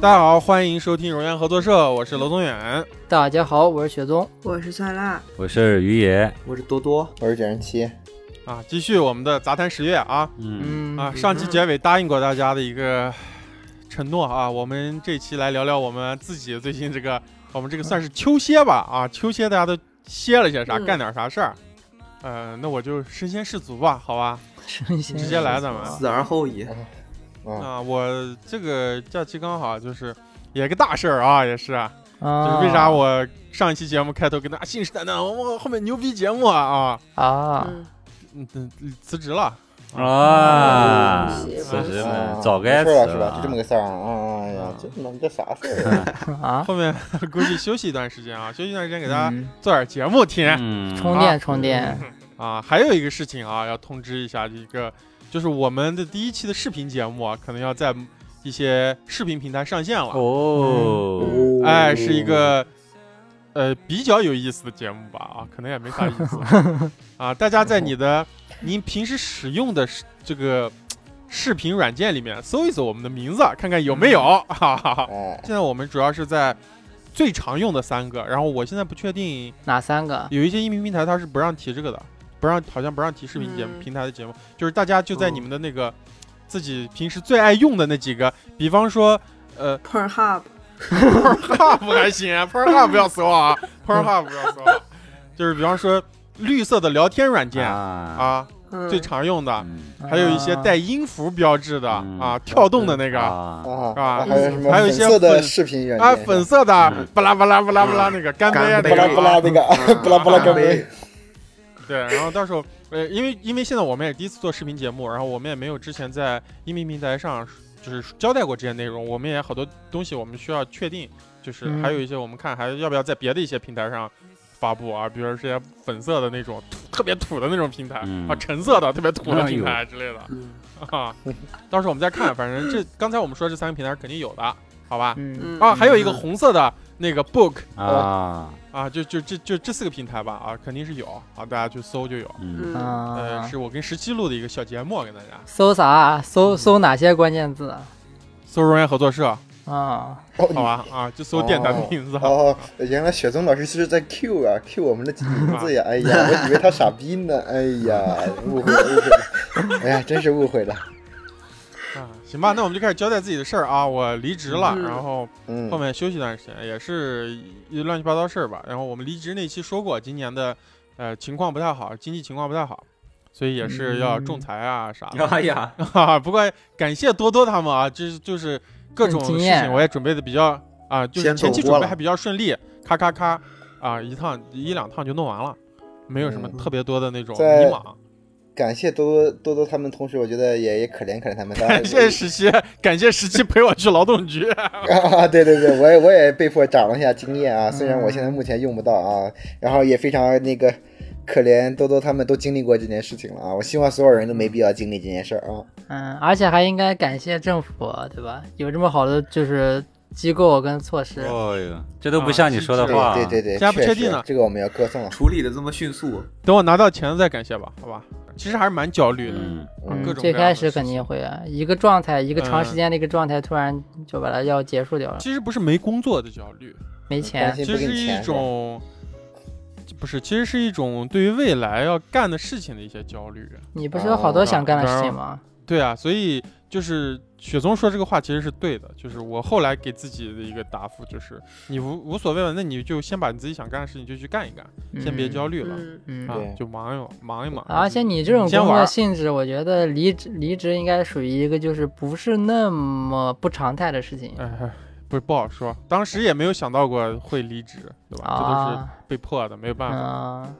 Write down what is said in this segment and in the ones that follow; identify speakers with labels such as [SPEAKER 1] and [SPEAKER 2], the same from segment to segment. [SPEAKER 1] 大家好，欢迎收听荣源合作社，我
[SPEAKER 2] 嗯
[SPEAKER 1] 是娄宗远。
[SPEAKER 2] 大家好，我是雪宗。
[SPEAKER 3] 我是酸辣，
[SPEAKER 4] 我是于野，
[SPEAKER 5] 我是多多，
[SPEAKER 6] 我是九十七，
[SPEAKER 1] 啊，继续我们的杂谈十月啊
[SPEAKER 4] 嗯，
[SPEAKER 2] 嗯
[SPEAKER 1] 啊！上期结尾答应过大家的一个承诺啊，
[SPEAKER 2] 嗯
[SPEAKER 1] 我们这期来聊聊我们自己最近这个，我们这个算是秋歇吧啊，秋歇大家都歇了些啥，
[SPEAKER 3] 嗯
[SPEAKER 1] 干点啥事儿。呃，那我就身先士卒吧，好吧？
[SPEAKER 2] 直
[SPEAKER 1] 直接来咱们
[SPEAKER 5] 死而后已。
[SPEAKER 6] 嗯，
[SPEAKER 1] 啊，我这个假期刚好就是也个大事儿啊，也是啊，就是
[SPEAKER 2] 啊！
[SPEAKER 1] 为啥我上一期节目开头跟大家信誓旦旦，我后面牛逼节目啊啊，
[SPEAKER 2] 啊？
[SPEAKER 3] 嗯，
[SPEAKER 1] 嗯嗯，辞职了。
[SPEAKER 4] 啊，
[SPEAKER 3] 嗯
[SPEAKER 4] 此时
[SPEAKER 6] 啊
[SPEAKER 4] 们早该
[SPEAKER 6] 是
[SPEAKER 4] 死
[SPEAKER 6] 了是了，就这么
[SPEAKER 4] 了，
[SPEAKER 6] 个事儿啊！哎呀
[SPEAKER 1] 啊，
[SPEAKER 6] 这能这啥事儿啊？
[SPEAKER 2] 啊？
[SPEAKER 1] 后面估计休息一段时间啊，休息一段时间给大家
[SPEAKER 2] 嗯
[SPEAKER 1] 做点节目听、
[SPEAKER 4] 嗯，
[SPEAKER 2] 充电充电，
[SPEAKER 1] 啊。还有一个事情啊，要通知一下一个，就是我们的第一期的视频节目啊，可能要在一些视频平台上线了。
[SPEAKER 4] 哦，
[SPEAKER 1] 哎，是一个呃比较有意思的节目吧啊，可能也没啥意思啊。大家在你的您平时使用的视这个视频软件里面搜一搜我们的名字，啊看看有没有。哈 哈哈。
[SPEAKER 6] 哎，
[SPEAKER 1] 现在我们主要是在最常用的三个，然后我现在不确定
[SPEAKER 2] 哪三个？
[SPEAKER 1] 有一些音频平台它是不让提这个的，不让好像不让提视频节目、
[SPEAKER 3] 嗯
[SPEAKER 1] 平台的节目，就是大家就在你们的那个、自己平时最爱用的那几个，比方说呃
[SPEAKER 3] p e r Hub，
[SPEAKER 1] ，Pornhub 还行，Pornhub 要死我啊，Pornhub 不要死我，就是比方说绿色的聊天软件啊
[SPEAKER 4] 啊，
[SPEAKER 3] 嗯，
[SPEAKER 1] 最常用的，
[SPEAKER 4] 嗯
[SPEAKER 1] 还有一
[SPEAKER 2] 啊
[SPEAKER 1] 些带音符标志的、
[SPEAKER 4] 嗯
[SPEAKER 1] 啊，跳动的那个。
[SPEAKER 4] 啊，
[SPEAKER 6] 啊
[SPEAKER 1] 啊
[SPEAKER 6] 还有什么
[SPEAKER 1] 还有一
[SPEAKER 6] 粉
[SPEAKER 1] 些
[SPEAKER 6] 色的
[SPEAKER 1] 粉
[SPEAKER 6] 视频软件？
[SPEAKER 1] 啊，粉色的
[SPEAKER 4] 嗯，
[SPEAKER 1] 巴拉巴拉巴拉巴拉那个干杯啊那
[SPEAKER 5] 干杯
[SPEAKER 1] 个
[SPEAKER 6] 不拉
[SPEAKER 1] 啊，
[SPEAKER 6] 不拉那个， 不拉不拉干杯。
[SPEAKER 1] 对，然后到时候，呃，因为因为现在我们也第一次做视频节目，然后我们也没有之前在音频平台上就是交代过这些内容，我们也好多东西我们需要确定，就是
[SPEAKER 2] 嗯
[SPEAKER 1] 还有一些我们看还要不要在别的一些平台上发布啊，比如说这些粉色的那种土特别土的那种平台、
[SPEAKER 4] 嗯
[SPEAKER 1] 啊，橙色的特别土的平台之类的、
[SPEAKER 5] 嗯，
[SPEAKER 1] 啊，到时候我们再看，反正这刚才我们说这三个平台是肯定有的，好吧？
[SPEAKER 2] 嗯
[SPEAKER 3] 嗯
[SPEAKER 1] 啊，还有一个红色的那个 book
[SPEAKER 4] 啊，
[SPEAKER 1] 啊，就就就就这四个平台吧啊，肯定是有啊，大家去搜就有。
[SPEAKER 4] 嗯，
[SPEAKER 3] 嗯，
[SPEAKER 1] 呃，
[SPEAKER 2] 啊
[SPEAKER 1] 是，我跟十七录的一个小节目，跟大家
[SPEAKER 2] 搜啥？啊
[SPEAKER 1] 嗯
[SPEAKER 2] 搜搜哪些关键字
[SPEAKER 1] 搜“荣源合作社
[SPEAKER 2] 啊？”，
[SPEAKER 6] 哦
[SPEAKER 1] 好吧啊，就搜电台的名字。
[SPEAKER 6] 哦，原来雪松老师是在 Q 啊，Q 我们的名字
[SPEAKER 1] 啊
[SPEAKER 6] 呀！哎呀，我以为他傻逼呢！哎呀，误会了，误会了！哎呀，真是误会了。
[SPEAKER 1] 啊，行吧，那我们就开始交代自己的事儿啊。我离职了，
[SPEAKER 3] 嗯
[SPEAKER 1] 然后
[SPEAKER 6] 嗯
[SPEAKER 1] 后，面休息一段时间，也是一乱七八糟事儿吧。然后我们离职那期说过，今年的呃情况不太好，经济情况不太好，所以也是要仲裁啊啥的。
[SPEAKER 5] 哎呀，
[SPEAKER 1] 哈哈，不过感谢多多他们啊，这就是各种
[SPEAKER 2] 嗯
[SPEAKER 1] 事
[SPEAKER 2] 经验
[SPEAKER 1] 情我也准备的比较啊，就是
[SPEAKER 5] 先
[SPEAKER 1] 前期
[SPEAKER 5] 走过
[SPEAKER 1] 准备
[SPEAKER 5] 了
[SPEAKER 1] 还比较顺利，咔咔咔啊，一趟一两趟就弄完了，没有什么
[SPEAKER 6] 嗯
[SPEAKER 1] 特别多的那种迷
[SPEAKER 6] 在
[SPEAKER 1] 茫。
[SPEAKER 6] 感谢多多多多他们，同时我觉得也也可怜可 怜他们。
[SPEAKER 1] 感谢十七，感谢十七陪我去劳动局。
[SPEAKER 6] 啊，对对对，我也我也被迫长了一下经验啊，虽然我现在
[SPEAKER 2] 嗯
[SPEAKER 6] 目前用不到啊，然后也非常那个可怜多多他们都经历过这件事情了啊，我希望所有人都没必要经历这件事儿啊。
[SPEAKER 2] 嗯，而且还应该感谢政府，对吧？有这么好的就是机构跟措
[SPEAKER 1] 嗯
[SPEAKER 2] 施，
[SPEAKER 4] 哦呦，这都不像你说的
[SPEAKER 1] 是
[SPEAKER 4] 话，
[SPEAKER 6] 对对对
[SPEAKER 1] 现在
[SPEAKER 6] 对，
[SPEAKER 1] 不
[SPEAKER 6] 确
[SPEAKER 1] 确
[SPEAKER 6] 实
[SPEAKER 1] 定呢
[SPEAKER 6] 这个我们要歌颂啊。
[SPEAKER 5] 处理的这么迅速，
[SPEAKER 1] 等我拿到钱了再感谢吧，好吧？其实还是蛮焦虑的。啊
[SPEAKER 4] 嗯，
[SPEAKER 1] 各种各
[SPEAKER 2] 嗯，最
[SPEAKER 1] 样的
[SPEAKER 2] 开始
[SPEAKER 1] 事
[SPEAKER 2] 肯
[SPEAKER 1] 情
[SPEAKER 2] 定会啊，一个状态，一个长时
[SPEAKER 1] 嗯
[SPEAKER 2] 间的一个状态，突然就把它要结束掉了，
[SPEAKER 1] 其实不是没工作的焦虑，
[SPEAKER 2] 没
[SPEAKER 6] 担
[SPEAKER 2] 钱，
[SPEAKER 6] 心
[SPEAKER 1] 其
[SPEAKER 6] 不
[SPEAKER 1] 实是
[SPEAKER 6] 给你
[SPEAKER 1] 一
[SPEAKER 6] 钱是吧
[SPEAKER 1] 种，不是，其实是一种对于未来要干的事情的一些焦虑。
[SPEAKER 2] 你不是有好
[SPEAKER 1] 哦
[SPEAKER 2] 多想干的事情吗？
[SPEAKER 1] 对啊，所以就是雪松说这个话其实是对的，就是我后来给自己的一个答复就是，你无无所谓了，那你就先把你自己想干的事情就去干一干，先别焦虑了、
[SPEAKER 3] 嗯，
[SPEAKER 2] 嗯。嗯，
[SPEAKER 1] 啊
[SPEAKER 6] 对，
[SPEAKER 1] 就忙一忙忙一忙。
[SPEAKER 2] 而且啊你这种
[SPEAKER 1] 啊先
[SPEAKER 2] 工
[SPEAKER 1] 玩
[SPEAKER 2] 作
[SPEAKER 1] 儿
[SPEAKER 2] 性质，我觉得离职离职应该属于一个就是不是那么不常态的事情
[SPEAKER 1] 哎， 不是不好说，当时也没有想到过会离职，对吧？这都是
[SPEAKER 2] 啊。
[SPEAKER 1] 被迫的，没有办法，
[SPEAKER 2] 嗯，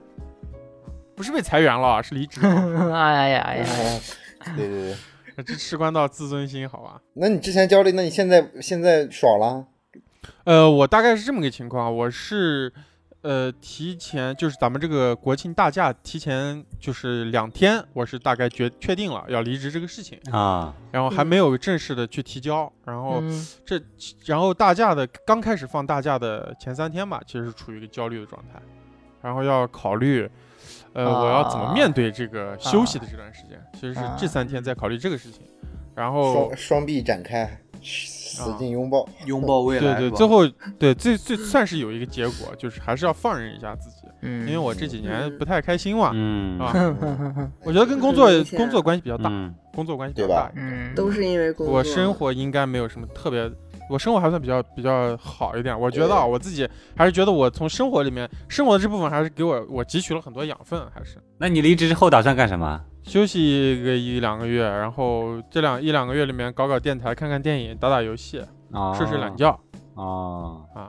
[SPEAKER 1] 不是被裁员了，啊是离职 了
[SPEAKER 2] 哎呀哎呀，
[SPEAKER 6] 对对对，
[SPEAKER 1] 这事关到自尊心，好吧？
[SPEAKER 6] 那你之前焦虑，那你现在现在爽了？
[SPEAKER 1] 呃，我大概是这么个情况，啊我是呃提前就是咱们这个国庆大假提前就是两天，我是大概决确定了要离职这个事情，
[SPEAKER 4] 啊，
[SPEAKER 1] 然后还没有正式的去提交，然后
[SPEAKER 2] 嗯
[SPEAKER 1] 这然后大假的刚开始放大假的前三天吧，其实是处于一个焦虑的状态，然后要考虑。呃，我要怎么
[SPEAKER 2] 啊
[SPEAKER 1] 面对这个休息的这段时间？其实是
[SPEAKER 2] 啊
[SPEAKER 1] 这三天在考虑这个事情，然后
[SPEAKER 6] 双双臂展开，
[SPEAKER 1] 啊
[SPEAKER 6] 使劲拥抱。
[SPEAKER 5] 拥抱未
[SPEAKER 1] 对
[SPEAKER 5] 来，
[SPEAKER 1] 对，
[SPEAKER 5] 是吧
[SPEAKER 1] 最后对最最算是有一个结果，就是还是要放任一下自己，
[SPEAKER 2] 嗯，
[SPEAKER 1] 因为我这几年不太开心嘛。
[SPEAKER 4] 嗯
[SPEAKER 1] 啊
[SPEAKER 6] 嗯
[SPEAKER 1] 我觉得跟工作
[SPEAKER 3] 嗯明显
[SPEAKER 1] 工作关系比较大，
[SPEAKER 4] 嗯
[SPEAKER 1] 工作关系比较
[SPEAKER 6] 对
[SPEAKER 1] 大
[SPEAKER 6] 吧
[SPEAKER 1] 一点。
[SPEAKER 2] 嗯
[SPEAKER 3] 都是因为工作。
[SPEAKER 1] 我生活应该没有什么特别，我生活还算比较比较好一点。我觉得啊，我自己还是觉得我从生活里面生活的这部分还是给我我汲取了很多养分，还是
[SPEAKER 4] 那你离职之后打算干什么？
[SPEAKER 1] 休息个一两个月，然后这两一两个月里面搞搞电台，看看电影，打打游戏，
[SPEAKER 4] 哦，
[SPEAKER 1] 睡睡懒觉，
[SPEAKER 4] 哦
[SPEAKER 1] 啊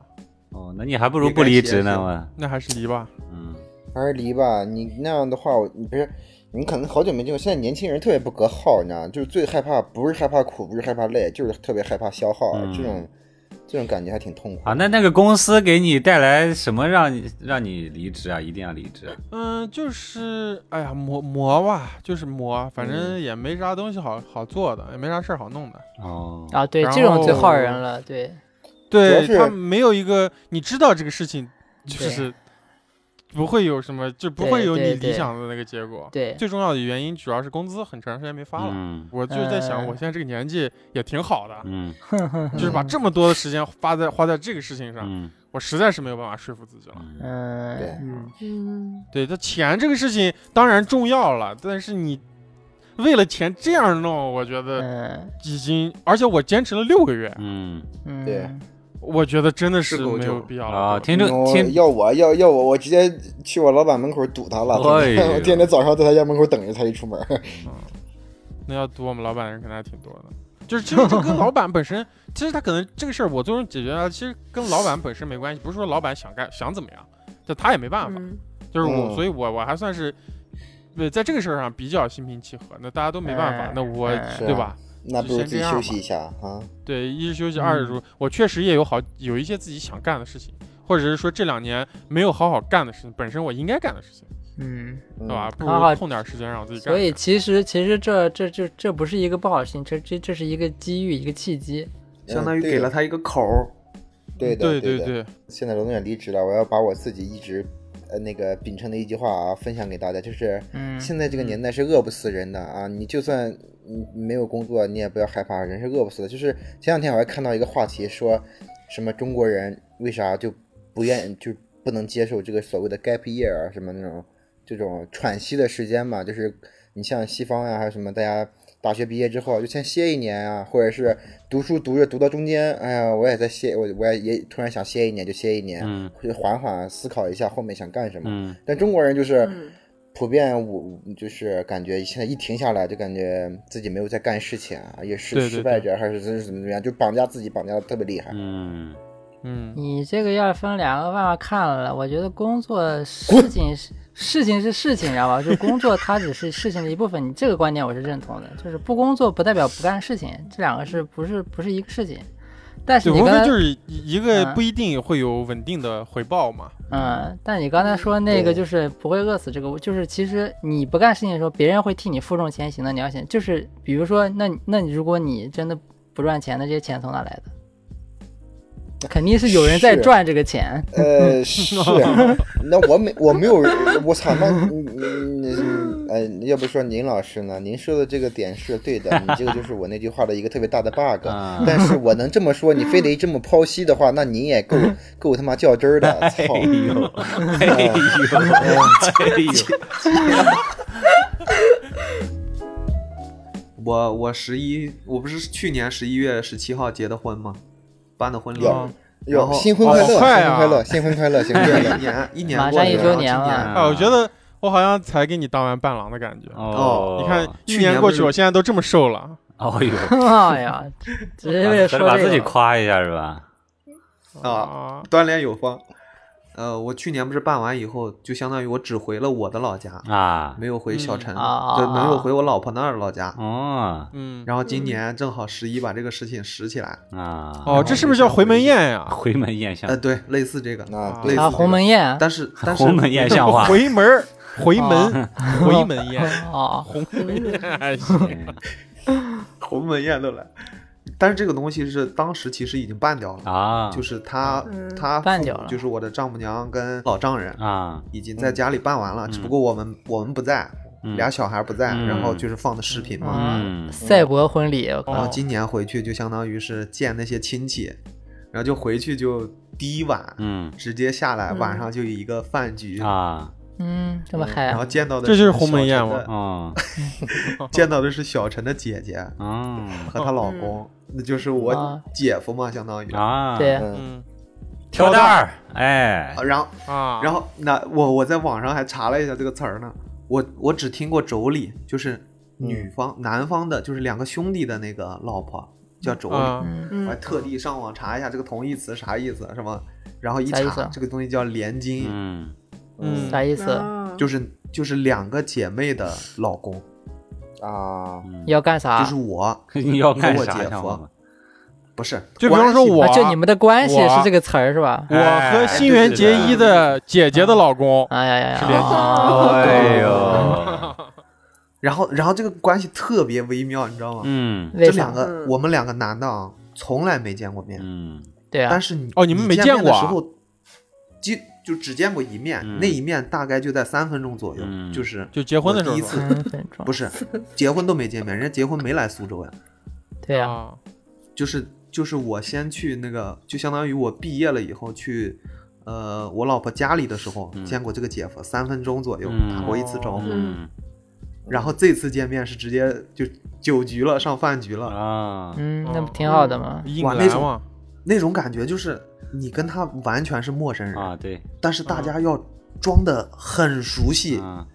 [SPEAKER 4] 哦，那你还不如不离职
[SPEAKER 5] 也该歇
[SPEAKER 4] 呢
[SPEAKER 5] 歇
[SPEAKER 4] 我。
[SPEAKER 1] 那还是离吧。
[SPEAKER 4] 嗯，
[SPEAKER 6] 还是离吧，你那样的话，我你不是你可能好久没见过，现在年轻人特别不隔号，你知道吗？就是最害怕不是害怕苦，不是害怕累，就是特别害怕消耗，啊
[SPEAKER 4] 嗯
[SPEAKER 6] 这种这种感觉还挺痛苦。
[SPEAKER 4] 啊，那那个公司给你带来什么让你让你离职啊？一定要离职啊？
[SPEAKER 1] 嗯，就是哎呀磨磨吧，就是磨，反正也没啥东西好好做的，也没啥事儿好弄的。
[SPEAKER 4] 哦，
[SPEAKER 2] 啊，对，
[SPEAKER 1] 然
[SPEAKER 2] 这种最
[SPEAKER 1] 后
[SPEAKER 2] 耗人了，对，
[SPEAKER 6] 主要
[SPEAKER 1] 对
[SPEAKER 6] 是
[SPEAKER 1] 他没有一个，你知道这个事情就是不会有什么，就不会
[SPEAKER 2] 对
[SPEAKER 1] 有你
[SPEAKER 2] 对
[SPEAKER 1] 理
[SPEAKER 2] 对
[SPEAKER 1] 想的那个结果。
[SPEAKER 2] 对
[SPEAKER 1] 最重要的原因主要是工资很长时间没发了。
[SPEAKER 4] 嗯
[SPEAKER 1] 我就是在想，
[SPEAKER 2] 嗯
[SPEAKER 1] 我现在这个年纪也挺好的，
[SPEAKER 4] 嗯
[SPEAKER 1] 就是把这么多的时间花在花在这个事情上，
[SPEAKER 4] 嗯
[SPEAKER 1] 我实在是哎没有办法说服自己了。
[SPEAKER 4] 嗯
[SPEAKER 6] 对
[SPEAKER 2] 嗯，
[SPEAKER 6] 嗯
[SPEAKER 3] 嗯，
[SPEAKER 1] 对，这钱这个事情当然重要了，但是你为了钱这样弄，我觉得
[SPEAKER 2] 嗯
[SPEAKER 1] 已经，而且我坚持了六个月，
[SPEAKER 4] 嗯
[SPEAKER 2] 嗯，
[SPEAKER 6] 对
[SPEAKER 1] 我觉得真的是
[SPEAKER 5] 是够
[SPEAKER 1] 没
[SPEAKER 5] 久
[SPEAKER 1] 有必要了。
[SPEAKER 4] 啊，
[SPEAKER 1] 我
[SPEAKER 4] 听众
[SPEAKER 6] 我
[SPEAKER 4] 听
[SPEAKER 6] 要我要要我，我直接去我老板门口堵他了。
[SPEAKER 4] 哎呦
[SPEAKER 6] 我天天早上在他家门口等着他一出门。
[SPEAKER 1] 那要赌我们老板的人可能还挺多的。 就是其实这跟老板本身， 其实他可能这个事儿我最终解决了，其实跟老板本身没关系，不是说老板想干想怎么样，就他也没办法。
[SPEAKER 3] 嗯
[SPEAKER 1] 就是我，
[SPEAKER 6] 嗯
[SPEAKER 1] 所以我我还算是对在这个事儿上比较心平气和。那大家都没办法，
[SPEAKER 2] 嗯
[SPEAKER 1] 那我
[SPEAKER 2] 嗯
[SPEAKER 4] 啊
[SPEAKER 1] 对吧？
[SPEAKER 6] 那不如自己休息一下啊。
[SPEAKER 1] 对，一是休息，二是说我确实也有好有一些自己想干的事情，或者是说这两年没有好好干的事情，本身我应该干的事情，
[SPEAKER 2] 嗯，
[SPEAKER 1] 对吧？不
[SPEAKER 2] 好好
[SPEAKER 1] 如空点时间让我自己干
[SPEAKER 2] 所
[SPEAKER 1] 干。
[SPEAKER 2] 以其实其实这这这这不是一个不好的事情，这这这是一个机遇，一个契机。
[SPEAKER 6] 嗯
[SPEAKER 5] 相当于给了他一个口儿，
[SPEAKER 6] 对的，
[SPEAKER 1] 对
[SPEAKER 6] 对的。
[SPEAKER 1] 对，
[SPEAKER 6] 现在罗总也离职了，我要把我自己一直呃那个秉承的一句话啊分享给大家，就是
[SPEAKER 2] 嗯，
[SPEAKER 6] 现在这个年代是饿不死人的啊！你就算你没有工作，你也不要害怕，人是饿不死的。就是前两天我还看到一个话题，说什么中国人为啥就不愿就不能接受这个所谓的 gap year 啊，什么那种这种喘息的时间嘛？就是你像西方呀、还有什么，大家大学毕业之后就先歇一年啊，或者是读书读着读到中间，哎呀，我也在歇，我我也也突然想歇一年就歇一年，
[SPEAKER 4] 嗯
[SPEAKER 6] 就缓缓思考一下后面想干什么。
[SPEAKER 4] 嗯
[SPEAKER 6] 但中国人就是。
[SPEAKER 3] 嗯
[SPEAKER 6] 普遍我就是感觉现在一停下来就感觉自己没有在干事情啊，也是
[SPEAKER 1] 对对
[SPEAKER 6] 失败者还是怎么怎么样，就绑架自己绑架的特别厉 害。
[SPEAKER 4] 嗯
[SPEAKER 1] 嗯，
[SPEAKER 2] 你这个要分两个办法看了，我觉得工作事情是事情是事情，你知道吧？就工作它只是事情的一部分，你这个观点我是认同的，就是不工作不代表不干事情，这两个是不是不是一个事情？但是
[SPEAKER 1] 对，
[SPEAKER 2] 你
[SPEAKER 1] 无
[SPEAKER 2] 刚
[SPEAKER 1] 非
[SPEAKER 2] 才
[SPEAKER 1] 就是一一个
[SPEAKER 2] 嗯
[SPEAKER 1] 不一定会有稳定的回报嘛。
[SPEAKER 2] 嗯，但你刚才说那个
[SPEAKER 6] 对
[SPEAKER 2] 就是不会饿死这个，就是其实你不干事情的时候，别人会替你负重前行的。你要想，就是比如说，那你那你如果你真的不赚钱，那这些钱从哪来的？肯定是有人在
[SPEAKER 6] 是
[SPEAKER 2] 赚这个钱。
[SPEAKER 6] 呃，是，那我没我没有，我嗯操，那你你你呃，要不说您老师呢？您说的这个点是对的，你这个就是我那句话的一个特别大的 bug。
[SPEAKER 4] 啊
[SPEAKER 6] 但是我能这么说，你非得这么剖析的话，那你也 够够他妈较真儿的，操！
[SPEAKER 4] 哎呦哎呦 哎呦
[SPEAKER 5] 我我十一，我不是去年十一月十七号结的婚吗？办的婚礼，
[SPEAKER 6] 哟
[SPEAKER 5] 然后
[SPEAKER 6] 哟，新婚快乐，
[SPEAKER 1] 好
[SPEAKER 6] 新
[SPEAKER 1] 快啊
[SPEAKER 6] 婚快乐，新婚快乐，新婚 快
[SPEAKER 5] 一
[SPEAKER 6] 乐。
[SPEAKER 5] 年一年
[SPEAKER 2] 马
[SPEAKER 5] 过
[SPEAKER 2] 上
[SPEAKER 5] 去
[SPEAKER 2] 一
[SPEAKER 5] 了
[SPEAKER 2] 周
[SPEAKER 5] 然后
[SPEAKER 2] 年
[SPEAKER 5] 今
[SPEAKER 2] 了
[SPEAKER 5] 年
[SPEAKER 1] 哎，我觉得我好像才给你当完伴郎的感觉。
[SPEAKER 4] 啊哦，
[SPEAKER 1] 你看，一
[SPEAKER 5] 去
[SPEAKER 1] 年
[SPEAKER 5] 年
[SPEAKER 1] 过
[SPEAKER 5] 不
[SPEAKER 1] 去，
[SPEAKER 5] 是
[SPEAKER 1] 我现在都这么瘦了。
[SPEAKER 4] 哦呦，
[SPEAKER 2] 哎呀，只是为了说这个。
[SPEAKER 4] 把自己夸一下是吧？
[SPEAKER 5] 啊，锻炼有方。呃，我去年不是办完以后，就相当于我只回了我的老家，
[SPEAKER 4] 啊，
[SPEAKER 5] 没有回小陈，
[SPEAKER 2] 嗯啊
[SPEAKER 5] 就没有回我老婆那儿老家。
[SPEAKER 4] 哦
[SPEAKER 1] 嗯，
[SPEAKER 5] 然后今年正好十一把这个事情拾起来，
[SPEAKER 4] 啊，
[SPEAKER 1] 哦，这是不是叫回门宴呀？
[SPEAKER 4] 回门宴像
[SPEAKER 1] 嗯
[SPEAKER 5] 呃，对，类似这个，
[SPEAKER 6] 那
[SPEAKER 1] 类似
[SPEAKER 2] 啊，鸿门宴。
[SPEAKER 5] 但是但是
[SPEAKER 4] 鸿门宴像 话，
[SPEAKER 1] 回门儿，回门，回门 宴，
[SPEAKER 2] 哦，
[SPEAKER 1] 鸿门宴还哎行。
[SPEAKER 5] 鸿门宴都来，但是这个东西是当时其实已经办掉 了，
[SPEAKER 4] 啊，
[SPEAKER 5] 就是他
[SPEAKER 3] 嗯
[SPEAKER 5] 他
[SPEAKER 2] 办
[SPEAKER 5] 父
[SPEAKER 2] 掉
[SPEAKER 5] 母
[SPEAKER 2] 了
[SPEAKER 5] 就是我的丈母娘跟老丈人
[SPEAKER 4] 啊，
[SPEAKER 5] 已经在家里办完了，只不过我们我们不在，
[SPEAKER 4] 嗯
[SPEAKER 5] 俩小孩不在，
[SPEAKER 4] 嗯
[SPEAKER 5] 然后就是放的视频嘛。
[SPEAKER 2] 啊
[SPEAKER 4] 嗯哦
[SPEAKER 2] 赛博婚礼，我
[SPEAKER 5] 然后
[SPEAKER 2] 靠，
[SPEAKER 5] 今年回去就相当于是见那些亲戚，然后就回去就第一晚
[SPEAKER 4] 嗯
[SPEAKER 5] 直接下来，
[SPEAKER 2] 嗯
[SPEAKER 5] 晚上就有一个饭局，
[SPEAKER 4] 啊，
[SPEAKER 2] 嗯，这么嗨
[SPEAKER 5] 然
[SPEAKER 2] 啊
[SPEAKER 5] 后，见到的
[SPEAKER 1] 这就是
[SPEAKER 5] 小
[SPEAKER 1] 鸿门宴
[SPEAKER 5] 陈
[SPEAKER 1] 吗
[SPEAKER 5] 的
[SPEAKER 4] 哦，
[SPEAKER 5] 见到的是小陈的姐姐
[SPEAKER 4] 哦
[SPEAKER 5] 和她老公，那就是我
[SPEAKER 2] 啊
[SPEAKER 5] 姐夫嘛，相当于。
[SPEAKER 4] 啊，
[SPEAKER 2] 对，
[SPEAKER 6] 嗯，
[SPEAKER 1] 嗯
[SPEAKER 4] 挑担儿，哎
[SPEAKER 5] 啊，然后
[SPEAKER 1] 啊，
[SPEAKER 5] 然
[SPEAKER 1] 后
[SPEAKER 5] 后那我我在网上还查了一下这个词儿呢，我我只听过妯娌，就是女
[SPEAKER 1] 嗯
[SPEAKER 5] 方、男方的，就是两个兄弟的那个老婆叫妯娌。
[SPEAKER 1] 啊
[SPEAKER 2] 嗯，
[SPEAKER 5] 我还特地上网查一下这个同义词啥意思，什么，然后一
[SPEAKER 2] 啥意思
[SPEAKER 5] 查
[SPEAKER 2] 啊
[SPEAKER 5] 这个东西叫连襟，
[SPEAKER 4] 嗯
[SPEAKER 1] 嗯
[SPEAKER 2] 啥意思？
[SPEAKER 5] 就是就是两个姐妹的老公，
[SPEAKER 6] 啊，
[SPEAKER 4] 嗯，
[SPEAKER 2] 要干啥？
[SPEAKER 5] 就是我，
[SPEAKER 4] 你要干啥
[SPEAKER 5] 跟我姐
[SPEAKER 4] 呀？
[SPEAKER 5] 夫啊
[SPEAKER 4] 我
[SPEAKER 5] 不是，
[SPEAKER 1] 就比方说
[SPEAKER 5] 关系
[SPEAKER 1] 我
[SPEAKER 2] 啊，就你们的关系
[SPEAKER 1] 我
[SPEAKER 2] 是这个词儿是吧？
[SPEAKER 1] 我和新垣结衣的姐姐的老公，
[SPEAKER 2] 哎呀呀呀
[SPEAKER 1] 是联系
[SPEAKER 2] 啊！
[SPEAKER 5] 哦
[SPEAKER 4] 哎呦，
[SPEAKER 5] 然后然后这个关系特别微妙，你知道吗？
[SPEAKER 4] 嗯
[SPEAKER 5] 这
[SPEAKER 2] 为啥？
[SPEAKER 5] 两个
[SPEAKER 3] 嗯
[SPEAKER 5] 我们两个男的啊，从来没见过面，
[SPEAKER 4] 嗯
[SPEAKER 2] 对啊
[SPEAKER 5] 但，是你
[SPEAKER 1] 哦你们没
[SPEAKER 5] 见
[SPEAKER 1] 见
[SPEAKER 5] 面的
[SPEAKER 1] 过啊
[SPEAKER 5] 时候，就就只见过一面，
[SPEAKER 4] 嗯
[SPEAKER 5] 那一面大概就在三分钟左右，
[SPEAKER 4] 嗯
[SPEAKER 5] 就是
[SPEAKER 1] 就结婚的时候
[SPEAKER 5] 我第一次
[SPEAKER 1] 是吧
[SPEAKER 2] 三分钟
[SPEAKER 5] 不，是结婚都没见面，人家结婚没来苏州呀，
[SPEAKER 2] 对
[SPEAKER 4] 哦
[SPEAKER 2] 呀，
[SPEAKER 1] 啊，
[SPEAKER 5] 就是就是我先去那个，就相当于我毕业了以后去。呃，我老婆家里的时候
[SPEAKER 4] 嗯
[SPEAKER 5] 见过这个姐夫，三分钟左右
[SPEAKER 4] 嗯
[SPEAKER 5] 打过一次招呼，
[SPEAKER 4] 嗯
[SPEAKER 5] 然后这次见面是直接就酒局了，上饭局了，
[SPEAKER 4] 啊，
[SPEAKER 2] 嗯，那
[SPEAKER 1] 哦
[SPEAKER 2] 不挺好的吗？
[SPEAKER 1] 硬
[SPEAKER 5] 哇
[SPEAKER 1] 来
[SPEAKER 5] 那种
[SPEAKER 1] 嘛，
[SPEAKER 5] 那种感觉就是你跟他完全是陌生人，
[SPEAKER 4] 啊，对，
[SPEAKER 5] 但是大家要装的很熟悉，
[SPEAKER 4] 嗯